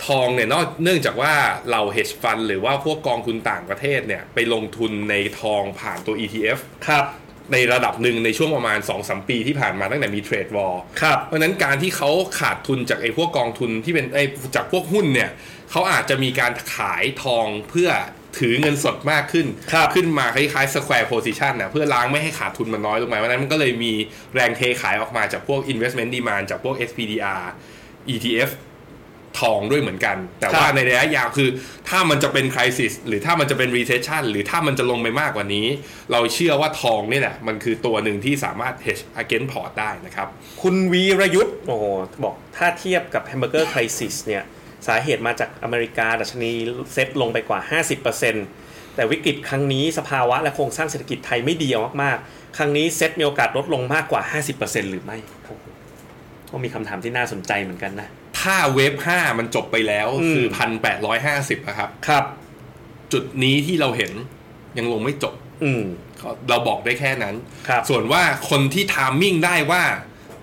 Speaker 1: ทองเนี่ยนอกเนื่องจากว่าเรา hedge fund หรือว่าพวกกองทุนต่างประเทศเนี่ย ไปลงทุนในทองผ่านตัว ETF
Speaker 2: ครับ
Speaker 1: ในระดับหนึ่งในช่วงประมาณ 2-3 ปีที่ผ่านมาตั้งแต่มีเทรดวอล
Speaker 2: ครับ
Speaker 1: เพราะฉะนั้นการที่เขาขาดทุนจากไอ้พวกกองทุนที่เป็นไอ้จากพวกหุ้นเนี่ยเขาอาจจะมีการขายทองเพื่อถือเงินสดมากขึ้น
Speaker 2: ครับ
Speaker 1: ขึ้นมาคล้ายๆ square position นะเพื่อล้างไม่ให้ขาดทุนมันน้อยลงมาเพราะฉะนั้นมันก็เลยมีแรงเทขายออกมาจากพวก investment demand จากพวก SPDR ETF ทองด้วยเหมือนกัน แต่
Speaker 2: ครับ
Speaker 1: ว่าในระยะยาวคือ ถ้ามันจะเป็น crisis หรือถ้ามันจะเป็น recession หรือถ้ามันจะลงไปมากกว่านี้ เราเชื่อว่าทองเนี่ยแหละมันคือตัวหนึ่งที่สามารถ hedge against port ได้นะครับ
Speaker 2: คุณวีรยุทธ์โอ้โหบอกถ้าเทียบกับแฮมเบอร์เกอร์คริสิสเนี่ย สาเหตุมาจากอเมริกา ดัชนีเซ็ตลงไปกว่า 50%เ แต่วิกฤตครั้งนี้สภาวะและโครงสร้างเศรษฐกิจไทยไม่ดีเอามากๆ ครั้งนี้เซ็ตมีโอกาสลดลงมากกว่า 50%หรือไม่โอ้โหก็มีคำถามที่น่าสนใจเหมือนกันนะ
Speaker 1: ถ้าเวฟห้ามันจบไปแล้ว
Speaker 2: อืม
Speaker 1: คือพันแปดร้อยห้าสิบครับ
Speaker 2: ครับ
Speaker 1: จุดนี้ที่เราเห็นยังลงไม่จบ
Speaker 2: อืม
Speaker 1: เราบอกได้แค่นั้น
Speaker 2: ครับ
Speaker 1: ส่วนว่าคนที่ไทามมิ่งได้ว่า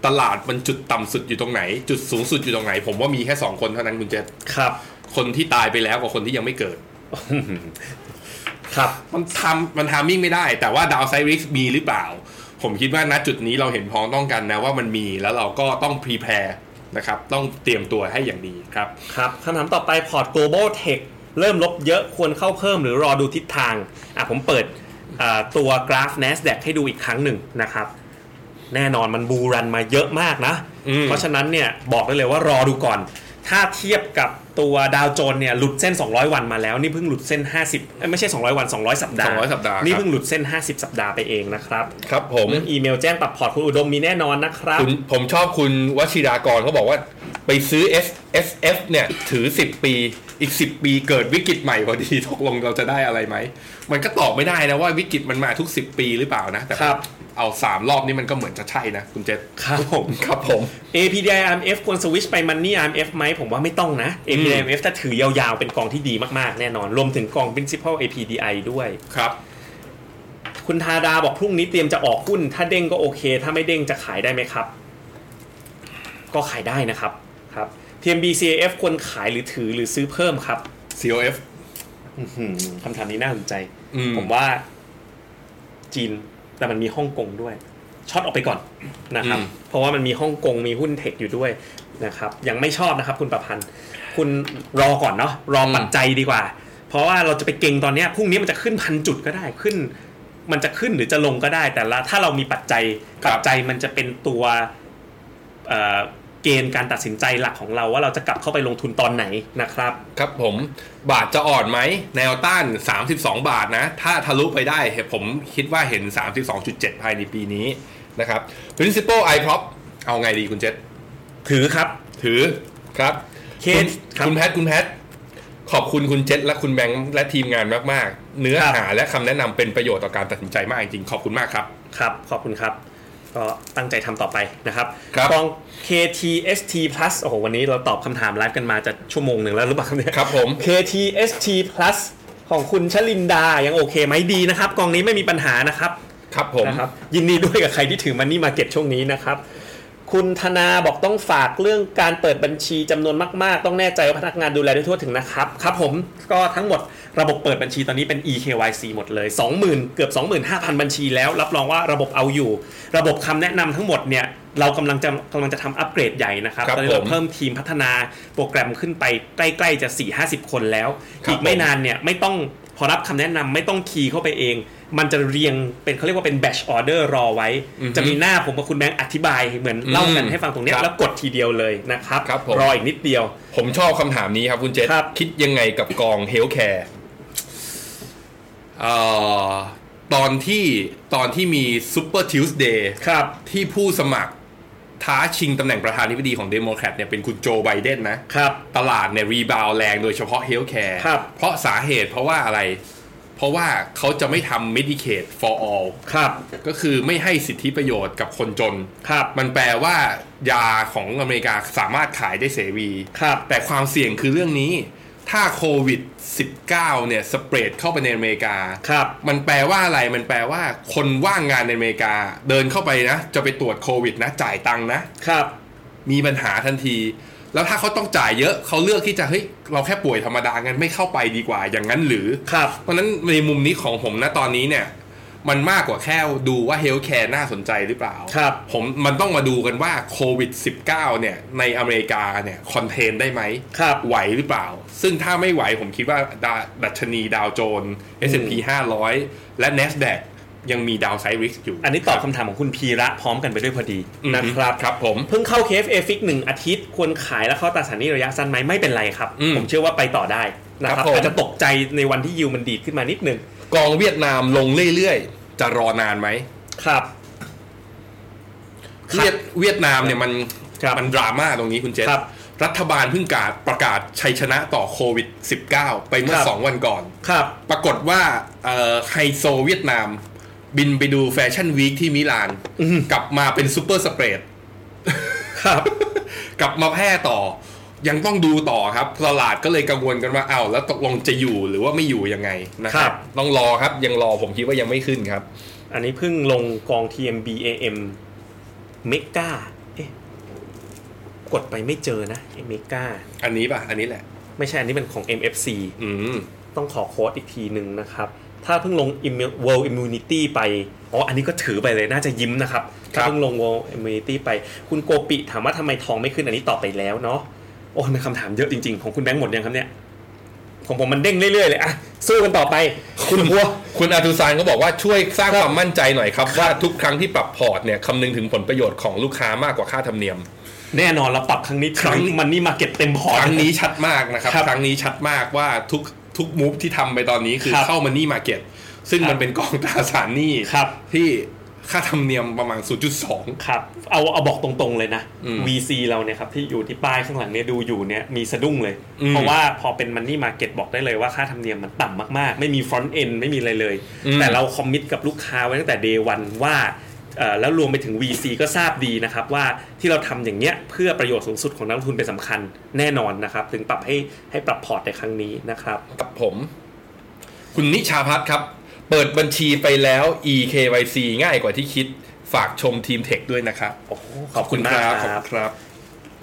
Speaker 1: ตลาดมันจุดต่ำสุดอยู่ตรงไหน จุดสูงสุดอยู่ตรงไหน ผมว่ามีแค่สองคนเท่านั้นคุณเจษ
Speaker 2: ครับ
Speaker 1: คนที่ตายไปแล้วกับคนที่ยังไม่เกิด
Speaker 2: ครับ
Speaker 1: มันทำมันทามมิ่งไม่ได้ แต่ว่าดาวไซริกมีหรือเปล่า ผมคิดว่าณจุดนี้เราเห็นพ้องต้องกันนะว่ามันมีแล้วเราก็ต้องพรีแพร์นะครับ ต้องเตรียมตัวให้อย่างดีครับ
Speaker 2: ครับคำถามต่อไปพอร์ต global tech เริ่มลบเยอะควรเข้าเพิ่มหรือรอดูทิศทางอ่ะผมเปิดอ่าตัวกราฟ NASDAQ ให้ดูอีกครั้งหนึ่งนะครับ แน่นอนมันบูรันมาเยอะมากนะ
Speaker 1: อืม
Speaker 2: เพราะฉะนั้นเนี่ยบอกได้เลยว่ารอดูก่อน ถ้าเทียบกับตัวดาวโจนเนี่ยหลุดเส้น 200 วันมาแล้วนี่เพิ่งหลุดเส้น 50เอ้ยไม่ใช่ 200 วัน 200 สัปดาห์
Speaker 1: 200สัปดาห์ค
Speaker 2: นี่
Speaker 1: รับ
Speaker 2: เพิ่งหลุดเส้น 50 สัปดาห์ไปเองนะครับ
Speaker 1: ครับผม
Speaker 2: เรื่องอีเมลแจ้งปรับพอร์ตคุณอุดมมีแน่นอนนะครับ
Speaker 1: คุณผมชอบคุณวชิรากรเขาบอกว่าไปซื้อ S S F เนี่ยถือ 10 ปีอีก 10 ปีเกิดวิกฤตใหม่พอดี ตกลงเราจะได้อะไรไหม มันก็ตอบไม่ได้นะว่าวิกฤตมันมาทุก 10 ปีหรือเปล่านะ แต่
Speaker 2: ครับ
Speaker 1: เอา 3 รอบนี้มันก็เหมือนจะใช่นะ คุณเจษ
Speaker 2: ครับผม
Speaker 1: ครับผม
Speaker 2: APDI RMF ควรสวิชไปมันนี่ RMF ไหมผมว่าไม่ต้องนะ APDI RMF ถ้าถือยาวๆ เป็นกองที่ดีมากๆ แน่นอน รวมถึงกอง principal APDI ด้วย
Speaker 1: ครับ
Speaker 2: คุณทาดาบอกพรุ่งนี้เตรียมจะออกหุ้น ถ้าเด้งก็โอเค ถ้าไม่เด้งจะขายได้ไหมครับ ก็ขายได้นะครับครับ TMB CAF ควรขายหรือถือหรือซื้อเพิ่มครับ
Speaker 1: C O F
Speaker 2: อื้อหือคำถามนี้น่าสนใจ
Speaker 1: อืม
Speaker 2: ผมว่าจีนแต่มันมีฮ่องกงด้วย ช็อตออกไปก่อนนะครับ
Speaker 1: อืม
Speaker 2: เพราะว่ามันมีฮ่องกงมีหุ้นเทคอยู่ด้วยนะครับ ยังไม่ชอบนะครับคุณประพันธ์ คุณรอก่อนเนาะรอปัจจัยดีกว่า เพราะว่าเราจะไปเก่งตอนเนี้ยพรุ่งนี้มันจะขึ้นพันจุดก็ได้ขึ้น มันจะขึ้นหรือจะลงก็ได้ แต่ละถ้าเรามีปัจจัยปัจจัยมันจะเป็นตัวเอ่อเกณฑ์การตัดสินใจหลักของเราว่าเราจะกลับเข้าไปลงทุนตอนไหนนะครับ
Speaker 1: ครับผมบาทจะอ่อนไหม แนวต้าน 32 บาทนะ ถ้าทะลุไปได้ผมคิดว่าเห็น 32.7 ภายในปีนี้นะครับ Principal I Prop เอาไงดีคุณเจษ
Speaker 2: ถือครับ
Speaker 1: ถือครับ
Speaker 2: เค
Speaker 1: คุณ
Speaker 2: สครับ
Speaker 1: คุณแพทคุณแพท ขอบคุณคุณเจษและคุณแบงค์และทีมงานมาก ๆ เนื้อ
Speaker 2: ครับ
Speaker 1: หาและคำแนะนำเป็นประโยชน์ต่อการตัดสินใจมากจริงๆขอบคุณมากครับ
Speaker 2: ครับ ขอบคุณครับ ก็ตั้งใจทำต่อไปนะครับ
Speaker 1: ครับ
Speaker 2: กอง KTST Plus โอ้โห วันนี้เราตอบคำถามไลฟ์กันมาจะชั่วโมงหนึ่งแล้วหรือเปล่าเนี่ย
Speaker 1: ครับผม
Speaker 2: KTST Plus ของคุณชลินดา ยังโอเคไหมดีนะครับ กองนี้ไม่มีปัญหานะครับ
Speaker 1: ครับผม
Speaker 2: นะครับยินดีด้วยกับใครที่ถือมันนี่มาเก็ตช่วงนี้นะครับ คุณธนาบอกต้องฝากเรื่องการเปิดบัญชีจำนวนมากๆ ต้องแน่ใจว่าพนักงานดูแลได้ทั่วถึงนะครับ ครับผมก็ทั้งหมดระบบเปิดบัญชีตอนนี้เป็น eKYC หมดเลย 20,000 เกือบ 25,000 บัญชีแล้ว รับรองว่าระบบเอาอยู่ ระบบคำแนะนำทั้งหมดเนี่ยเรากำลังจะกำลังจะทำอัปเกรดใหญ่นะครับ
Speaker 1: ครับ
Speaker 2: ตอนนี้เรา
Speaker 1: ผม
Speaker 2: เพิ่มทีมพัฒนาโปรแกรมขึ้นไปใกล้ๆจะ 4-50 คนแล้ว
Speaker 1: ครับ
Speaker 2: อีกไม่
Speaker 1: ผม
Speaker 2: นาน อันเนี่ยไม่ต้องพอรับคำแนะนำไม่ต้องคีย์เข้าไปเอง มันจะเรียงเป็นเขาเรียกว่าเป็น batch order รอไว้
Speaker 1: อือฮึ
Speaker 2: จะมีหน้าผมกับคุณแบงค์อธิบายเหมือนเล่ากัน
Speaker 1: อืม
Speaker 2: ให้ฟังตรงเนี้ย
Speaker 1: ครับ
Speaker 2: แล้วกดทีเดียวเลยนะครับ
Speaker 1: ครับผม
Speaker 2: รออีกนิดเดียว
Speaker 1: ผมชอบคำถามนี้ครับคุณเจษ
Speaker 2: ครับ
Speaker 1: คิดยังไงกับกองเฮลท์แคร์เอ่อตอนที่ตอนที่มีซูเปอร์ทิวส์เดย์
Speaker 2: ครับ
Speaker 1: ที่ผู้สมัครท้าชิงตำแหน่งประธานาธิบดีของเดโมแครตเนี่ยเป็นคุณโจไบเดนนะ
Speaker 2: ครับ
Speaker 1: ตลาดเนี่ยรีบาวแรงโดยเฉพาะเฮลท์แคร์
Speaker 2: ครับ
Speaker 1: เพราะสาเหตุเพราะว่าอะไร เพราะว่าเขาจะไม่ทำ Medicaid for all
Speaker 2: ครับ
Speaker 1: ก็คือไม่ให้สิทธิประโยชน์กับคนจน
Speaker 2: ครับ
Speaker 1: มันแปลว่ายาของอเมริกาสามารถขายได้เสรี
Speaker 2: ครับ
Speaker 1: แต่ความเสี่ยงคือเรื่องนี้ ถ้าโควิด -19 เนี่ยสเปรดเข้าไปในอเมริกา
Speaker 2: ครับ
Speaker 1: มันแปลว่าอะไร มันแปลว่าคนว่างงานในอเมริกา เดินเข้าไปนะ จะไปตรวจโควิดนะ จ่ายตังค์นะ
Speaker 2: ครับ
Speaker 1: มีปัญหาทันที แล้วถ้าเขาต้องจ่ายเยอะเขาเลือกที่จะเฮ้ยเราแค่ป่วยธรรมดางั้นไม่เข้าไปดีกว่าอย่างนั้นหรือ
Speaker 2: ครับ
Speaker 1: เพราะฉะนั้นในมุมนี้ของผมนะตอนนี้เนี่ย มันมากกว่าแค่ดูว่าเฮลท์แคร์น่าสนใจหรือเปล่า
Speaker 2: ครับ
Speaker 1: ผมมันต้องมาดูกันว่าโควิด -19 เนี่ยในอเมริกาเนี่ยคอนเทนได้ไหม
Speaker 2: ครับ
Speaker 1: ไหวหรือเปล่า ซึ่งถ้าไม่ไหวผมคิดว่าดาดัชนีดาวโจน S&P 500 และ NASDAQ ยังมีดาวไซริกอยู่
Speaker 2: อันนี้ตอบคำถามของคุณพีระพร้อมกันไปด้วยพอดี
Speaker 1: อืม
Speaker 2: นะครับ
Speaker 1: ครับผม
Speaker 2: เพิ่งเข้า KFA Fix หนึ่งอาทิตย์ควรขายแล้วเข้าตราสารหนี้ระยะสั้นไหมไม่เป็นไรครับ
Speaker 1: อืม
Speaker 2: ผมเชื่อว่าไปต่อได้นะครับ
Speaker 1: ครับผม
Speaker 2: อาจจะตกใจในวันที่ยิวมันดีดขึ้นมานิดนึง
Speaker 1: กองเวียดนามลงเรื่อยๆ จะรอนานไหม
Speaker 2: ครับ
Speaker 1: เวียดเวียดนามเนี่ยมัน
Speaker 2: ครับ
Speaker 1: มันดราม่าตรงนี้คุณเจษ
Speaker 2: ครับ
Speaker 1: รัฐบาลเพิ่งกาศประกาศชัยชนะต่อโควิด -19 ไปเมื่อ
Speaker 2: ครับ
Speaker 1: 2 วันก่อน
Speaker 2: ครับ
Speaker 1: ปรากฏว่าเอ่อไฮโซเวียดนาม บินไปดูแฟชั่นวีคที่มิลาน
Speaker 2: อืม
Speaker 1: กลับมาเป็นซูเปอร์สเปรด
Speaker 2: ครับ
Speaker 1: กลับมาแพร่ต่อ ยังต้องดูต่อครับตลาดก็เลยกังวลกันว่าอ้าวแล้วตกลงจะอยู่หรือว่าไม่อยู่ยังไงนะค
Speaker 2: ครั
Speaker 1: รับ
Speaker 2: บ
Speaker 1: ต้องรอครับยังรอผมคิดว่ายังไม่ขึ้นครับ
Speaker 2: อันนี้เพิ่งลงกอง TMBAM เมกาเอ๊ะกดไปไม่เจอนะเมกา
Speaker 1: อันนี้ป่ะ อันนี้แหละ
Speaker 2: ไม่ใช่อันนี้เป็นของ MFC
Speaker 1: อืม
Speaker 2: ต้องขอโค้ดอีกทีหนึ่งนะครับ ถ้าเพิ่งลง Immu- World Immunity ไป อ๋อ อันนี้ก็ถือไปเลยน่าจะยิ้มนะครับ
Speaker 1: ครับ
Speaker 2: ถ้าเพิ่งลง World Immunity ไป คุณโกปิถามว่าทำไมทองไม่ขึ้นอันนี้ตอบไปแล้วเนาะ โอ้ยมันคำถามเยอะจริงๆ ของคุณแบงค์หมดยังครับเนี่ย ของผมมันเด้งเรื่อยๆเลยอะสู้กันต่อไป คุณพัว
Speaker 1: คุณอาทุซานก็บอกว่าช่วยสร้างความมั่นใจหน่อยครับ ว่าทุกครั้งที่ปรับพอร์ตเนี่ยคำนึงถึงผลประโยชน์ของลูกค้ามากกว่าค่าธรรมเนียม
Speaker 2: แน่นอนเราปรับครั้งนี้ครั้งมันนี่มาเก็ตเต็มพอร์
Speaker 1: ค
Speaker 2: ต
Speaker 1: รั้งนี้ชัดมากนะครับ
Speaker 2: ครับ
Speaker 1: ครั้งนี้ชัดมากว่าทุกทุกมูฟที่ทำไปตอนนี้คือ
Speaker 2: ครับ
Speaker 1: เข้ามันนี่มาเก็ตซึ่ง
Speaker 2: ครับ
Speaker 1: มันเป็นกองตราสารหนี้
Speaker 2: ครับ
Speaker 1: ที่ค่าธรรมเนียมประมาณ 0.2
Speaker 2: ครับ เอาเอาบอกตรงๆเลยนะ
Speaker 1: อืม
Speaker 2: VC เราเนี่ยครับที่อยู่ที่ป้ายข้างหลังเนี่ยดูอยู่เนี่ยมีสะดุ้งเลย
Speaker 1: อืม
Speaker 2: เพราะว่าพอเป็นมันนี่มาเก็ตบอกได้เลยว่าค่าธรรมเนียมมันต่ำมากๆ ไม่มีฟรอนต์เอนไม่มีอะไรเลย
Speaker 1: อืม
Speaker 2: แต่เราคอมมิตกับลูกค้าไว้ตั้งแต่ day วันว่าเอ่อแล้วรวมไปถึง VC ก็ทราบดีนะครับว่าที่เราทำอย่างเนี้ยเพื่อประโยชน์สูงสุดของนักลงทุนเป็นสำคัญแน่นอนนะครับถึงปรับให้ให้ปรับพอร์ตในครั้งนี้นะครับ
Speaker 1: กับผม คุณนิชาพัฒน์ครับ เปิดบัญชีไปแล้ว EKYC ง่ายกว่าที่คิดฝากชมทีมเทคด้วยนะครับ
Speaker 2: โอ้โหขอบคุณมาก
Speaker 1: ขอบ
Speaker 2: ครับ
Speaker 1: ณครับ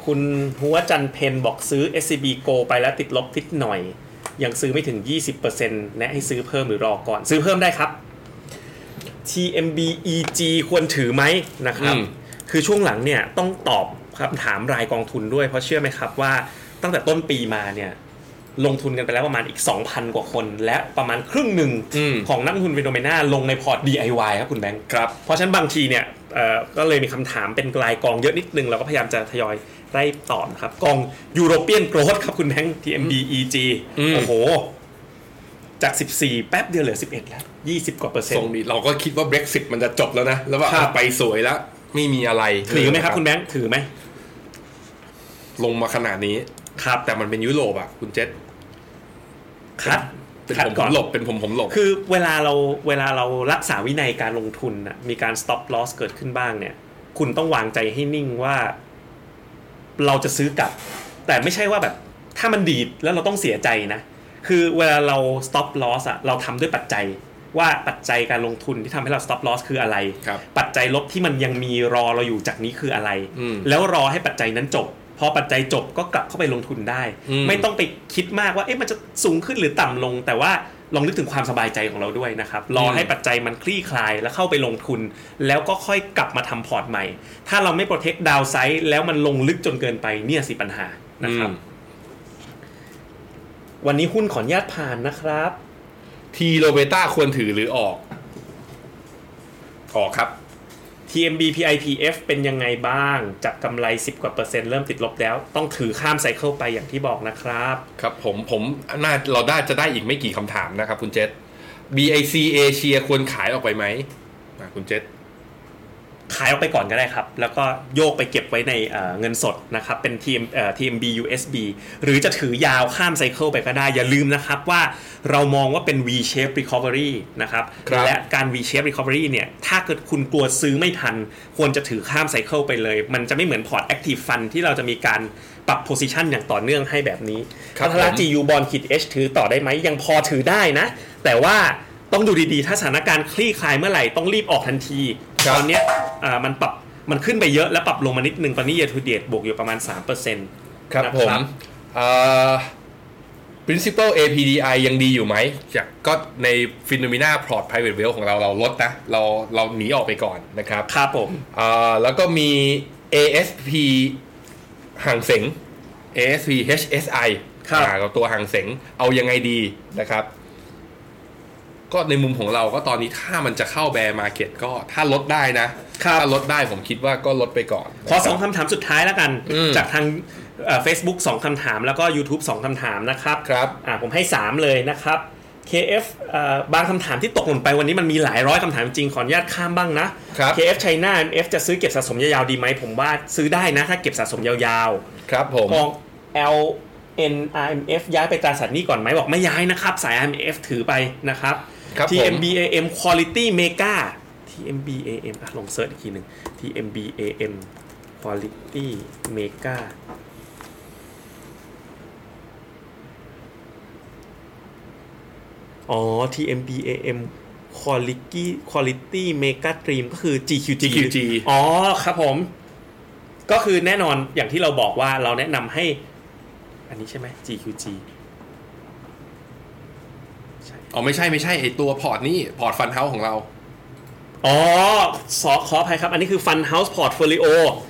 Speaker 2: คุณหัวจันเพนบอกซื้อ SCB Go ไปแล้วติดลบนิดหน่อย ยังซื้อไม่ถึง 20%แนะให้ซื้อเพิ่มหรือรอก่อน ซื้อเพิ่มได้ครับ TMB EG ควรถือไหมนะครับ
Speaker 1: อืม
Speaker 2: คือช่วงหลังเนี่ยต้องตอบคำถามรายกองทุนด้วย เพราะเชื่อไหมครับว่าตั้งแต่ต้นปีมาเนี่ยลงทุนกันไปแล้วประมาณอีก 2,000 กว่าคน และประมาณครึ่งหนึ่งของนักลงทุนฟิโนเมนาลงในพอร์ต DIY ครับคุณแบงค์
Speaker 1: ครับ
Speaker 2: เพราะฉะนั้นบางทีเนี่ยเอ่อก็เลยมีคำถามเป็นรายกองเยอะนิดนึง เราก็พยายามจะทยอยไล่ตอบนะครับ กองยูโรเปียนโก t h ครับคุณแบงค์ TMB EG
Speaker 1: อืม
Speaker 2: โอ้โห จาก 14 แป๊บเดียวเหลือ 11 แล้ว 20 กว่าเปอร์เซ็น
Speaker 1: ทรง
Speaker 2: ต์
Speaker 1: นี้เราก็คิดว่า Brexit มันจะจบแล้วนะ แล้วว่า
Speaker 2: ครับ
Speaker 1: ไปสวยแล้ว ไม่มีอะไร
Speaker 2: ถือไหมครับคุณแบงค์ ถือไหม
Speaker 1: ลงมาขนาดนี้
Speaker 2: ครับ
Speaker 1: แต่มันเป็นยุโรปอ่ะ คุณเจษ
Speaker 2: คัด
Speaker 1: เป็น
Speaker 2: คัด
Speaker 1: ผมผ
Speaker 2: ก่อน
Speaker 1: มหลบเป็นผมผมหลบ
Speaker 2: คือเวลาเราเวลาเรารักษาวินัยการลงทุนน่ะมีการ stop loss เกิดขึ้นบ้างเนี่ย คุณต้องวางใจให้นิ่งว่า เราจะซื้อกลับ แต่ไม่ใช่ว่าแบบ ถ้ามันดีดแล้วเราต้องเสียใจนะ คือเวลาเรา stop loss อะเราทำด้วยปัจจัย ว่าปัจจัยการลงทุนที่ทำให้เรา stop loss คืออะไร
Speaker 1: ครับ
Speaker 2: ปัจจัยลบที่มันยังมีรอเราอยู่จากนี้คืออะไร
Speaker 1: อืม
Speaker 2: แล้วรอให้ปัจจัยนั้นจบ พอปัจจัยจบก็กลับเข้าไปลงทุนได้
Speaker 1: อืม
Speaker 2: ไม่ต้องไปคิดมากว่าเอ๊ะมันจะสูงขึ้นหรือต่ำลง แต่ว่าลองนึกถึงความสบายใจของเราด้วยนะครับรอให้ปัจจัยมันคลี่คลายแล้วเข้าไปลงทุน แล้วก็ค่อยกลับมาทำพอร์ตใหม่ ถ้าเราไม่โปรเทคดาวไซด์แล้วมันลงลึกจนเกินไปเนี่ยสิปัญหานะครับ
Speaker 1: อืม
Speaker 2: วันนี้หุ้นขออนุญาตผ่านนะครับ
Speaker 1: ทีโรเบต้าควรถือหรือออก ออกครับ
Speaker 2: TMB PIPF เป็นยังไงบ้างจากกำไร 10 กว่าเปอร์เซ็นต์เริ่มติดลบแล้ว ต้องถือข้ามไซเคิลไปอย่างที่บอกนะครับ
Speaker 1: ครับผมผมน่าเราได้จะได้อีกไม่กี่คำถามนะครับคุณเจษ BIC เอเชียควรขายออกไปไหมอ่ะคุณเจษ
Speaker 2: ขายออกไปก่อนก็ได้ครับ แล้วก็โยกไปเก็บไว้ในเอ่อเงินสดนะครับ เป็น TM เอ่อ TMB USB หรือจะถือยาวข้ามไซเคิลไปก็ได้ อย่าลืมนะครับว่าเรามองว่าเป็น V-shape recovery นะครับ
Speaker 1: ครับ
Speaker 2: และการ V-shape recovery เนี่ย ถ้าเกิดคุณกลัวซื้อไม่ทัน ควรจะถือข้ามไซเคิลไปเลย มันจะไม่เหมือนพอร์ต active fund ที่เราจะมีการปรับ position อย่างต่อเนื่องให้แบบนี้
Speaker 1: ครับ
Speaker 2: พัทรา
Speaker 1: ผม
Speaker 2: จียูบอลขีด H ถือต่อได้ไหมยังพอถือได้นะ แต่ว่าต้องดูดีๆ ถ้าสถานการณ์คลี่คลายเมื่อไหร่ต้องรีบออกทันที
Speaker 1: ครั
Speaker 2: ต
Speaker 1: บ
Speaker 2: อนเนี้ยอ่ามันปรับมันขึ้นไปเยอะแล้วปรับลงมานิดนึงตอนนี้เยทูเดตบวกอยู่ประมาณ 3%นะครับ
Speaker 1: ผมเอ่อ principal APDI ยังดีอยู่ไหมจากก็ใน p h e n o m e n a Plot Private Wealth ของเราเราลดนะ เราเราหนีออกไปก่อนนะครับ
Speaker 2: ครับผม
Speaker 1: เอ่อแล้วก็มี ASP ห่างเสง ASP HSI
Speaker 2: ครับ
Speaker 1: อ่ากับตัวห่างเสงเอายังไงดีนะครับ ก็ในมุมของเราก็ตอนนี้ถ้ามันจะเข้าแบร์มาเก็ตก็ถ้าลดได้นะ ถ้าลดได้ผมคิดว่าก็ลดไปก่อนนะ
Speaker 2: ขอ
Speaker 1: ค
Speaker 2: ส
Speaker 1: รั
Speaker 2: อบ งคำถามสุดท้ายแล้วกัน
Speaker 1: อืม
Speaker 2: จากทางเฟซบุ๊กสองคำถามแล้วก็ YouTube 2 คำถามนะครับ
Speaker 1: ครับ
Speaker 2: อ่าผมให้ 3 เลยนะครับ KF เอ่อบางคำถามที่ตกหล่นไปวันนี้มันมีหลายร้อยคำถามจริงขออนุญาตข้ามบ้างนะ
Speaker 1: ครับ
Speaker 2: KF China MF จะซื้อเก็บสะสมยาวๆดีไหมผมว่าซื้อได้นะ ถ้าเก็บสะสมยาว
Speaker 1: ครับผม
Speaker 2: กอง L N R M F ย้ายไปตราสารหนี้ก่อนไหมบอกไม่ย้ายนะครับ สาย R M F ถือไปนะครับ
Speaker 1: ครับผม
Speaker 2: T M B A M Quality Mega T M B A M อ่ะลองเสิร์ชอีกทีหนึ่ง T M B A M Quality Mega อ๋อ T M B A M Quality Quality Mega Dream ก็คือ G Q G
Speaker 1: GQG
Speaker 2: อ๋อครับผม ก็คือแน่นอนอย่างที่เราบอกว่าเราแนะนำให้ อันนี้ใช่ไหม GQG ใช่
Speaker 1: อ๋อไม่ใช่ไม่ใช่ไอตัวพอร์ตนี่พอร์ตฟันเฮาของเรา
Speaker 2: อ๋อสอขออภัยครับ อันนี้คือ Fund House Portfolio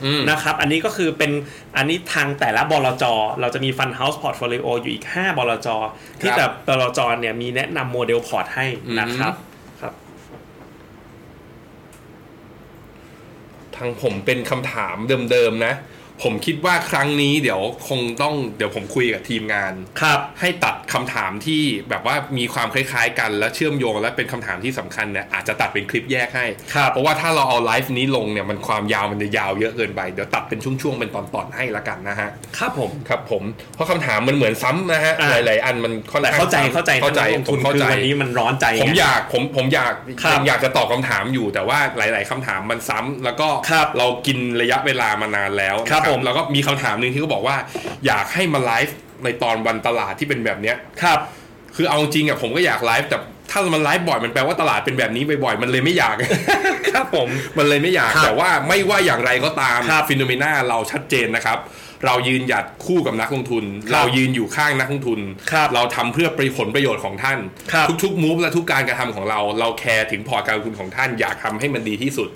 Speaker 1: อืม
Speaker 2: นะครับ อันนี้ก็คือเป็นอันนี้ทางแต่ละบลจ เราจะมี Fund House Portfolio อยู่อีก 5บลจ ที่แต่บลจเนี่ยมีแนะนำโมเดลพอร์ตให้นะครับครับ
Speaker 1: ทางผมเป็นคำถามเดิมๆนะ ผมคิดว่าครั้งนี้เดี๋ยวคงต้องเดี๋ยวผมคุยกับทีมงาน
Speaker 2: ครับ
Speaker 1: ให้ตัดคำถามที่แบบว่ามีความคล้ายๆ กันและเชื่อมโยงและเป็นคำถามที่สำคัญเนี่ยอาจจะตัดเป็นคลิปแยกให้
Speaker 2: ครับ
Speaker 1: เพราะว่าถ้าเราเอาไลฟ์นี้ลงเนี่ยมันความยาวมันจะยาวเยอะเกินไป เดี๋ยวตัดเป็นช่วงๆ เป็นตอนๆให้ละกันนะฮะ
Speaker 2: ครับผม
Speaker 1: ครับผมเพราะคำถามมันเหมือนซ้ำนะฮะ
Speaker 2: อ่า
Speaker 1: หลายๆ อันมันค่อน
Speaker 2: แต่
Speaker 1: ข้าง
Speaker 2: เข้าใจเข้าใจ
Speaker 1: เข้าใจ
Speaker 2: นะลง
Speaker 1: ผ
Speaker 2: ทุ
Speaker 1: ม
Speaker 2: น
Speaker 1: เข้า
Speaker 2: คือ
Speaker 1: ใจ
Speaker 2: วันนี้มันร้อนใจไง
Speaker 1: ผมอยากผมผมอยาก
Speaker 2: ครับ
Speaker 1: ยังอยากจะตอบคำถามอยู่แต่ว่าหลาย ๆคำถามมันซ้ำแล้วก็
Speaker 2: ครับ
Speaker 1: เรากินระยะเวลามานานแล้วนะครับ
Speaker 2: ผม
Speaker 1: แล้วก็มีคำถามหนึ่งที่เขาบอกว่า อยากให้มาไลฟ์ในตอนวันตลาดที่เป็นแบบเนี้ย
Speaker 2: ครับ
Speaker 1: คือเอาจริงอะผมก็อยากไลฟ์แต่ถ้ามันไลฟ์บ่อยมันแปลว่าตลาดเป็นแบบนี้บ่อยๆมันเลยไม่อยาก
Speaker 2: ครับผม
Speaker 1: มันเลยไม่อยาก
Speaker 2: ครับ
Speaker 1: แต่ว่าไม่ว่าอย่างไรก็ตาม
Speaker 2: ครับ
Speaker 1: ฟิโนเมนาเราชัดเจนนะครับ เรายืนหยัดคู่กับนักลงทุน
Speaker 2: ครับ
Speaker 1: เรายืนอยู่ข้างนักลงทุน
Speaker 2: ครับ
Speaker 1: เราทำเพื่อประผลประโยชน์ของท่าน
Speaker 2: ครับ
Speaker 1: ทุกๆมูฟและทุกการกระทำของเรา เราแคร์ถึงพอร์ตการลงทุนของท่านอยากทำให้มันดีที่สุด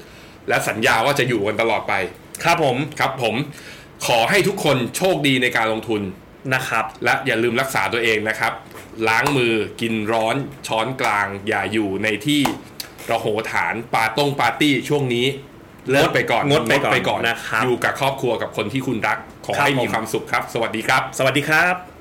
Speaker 1: และสัญญาว่าจะอยู่กันตลอดไป
Speaker 2: ครับผม
Speaker 1: ครับ ผมขอให้ทุกคนโชคดีในการลงทุน
Speaker 2: นะครับ
Speaker 1: และอย่าลืมรักษาตัวเองนะครับ ล้างมือกินร้อนช้อนกลาง อย่าอยู่ในที่ระโหฐานปาต้งปาร์ตี้ช่วงนี้เลิกไปก่อน
Speaker 2: งดไปก่อน
Speaker 1: ไปก่อน
Speaker 2: นะครับ
Speaker 1: อยู่กับครอบครัวกับคนที่คุณรัก ขอ
Speaker 2: ครับ
Speaker 1: ให้มี
Speaker 2: ผม
Speaker 1: ความสุขครับ สวัสดีครับ
Speaker 2: สวัสดีครับ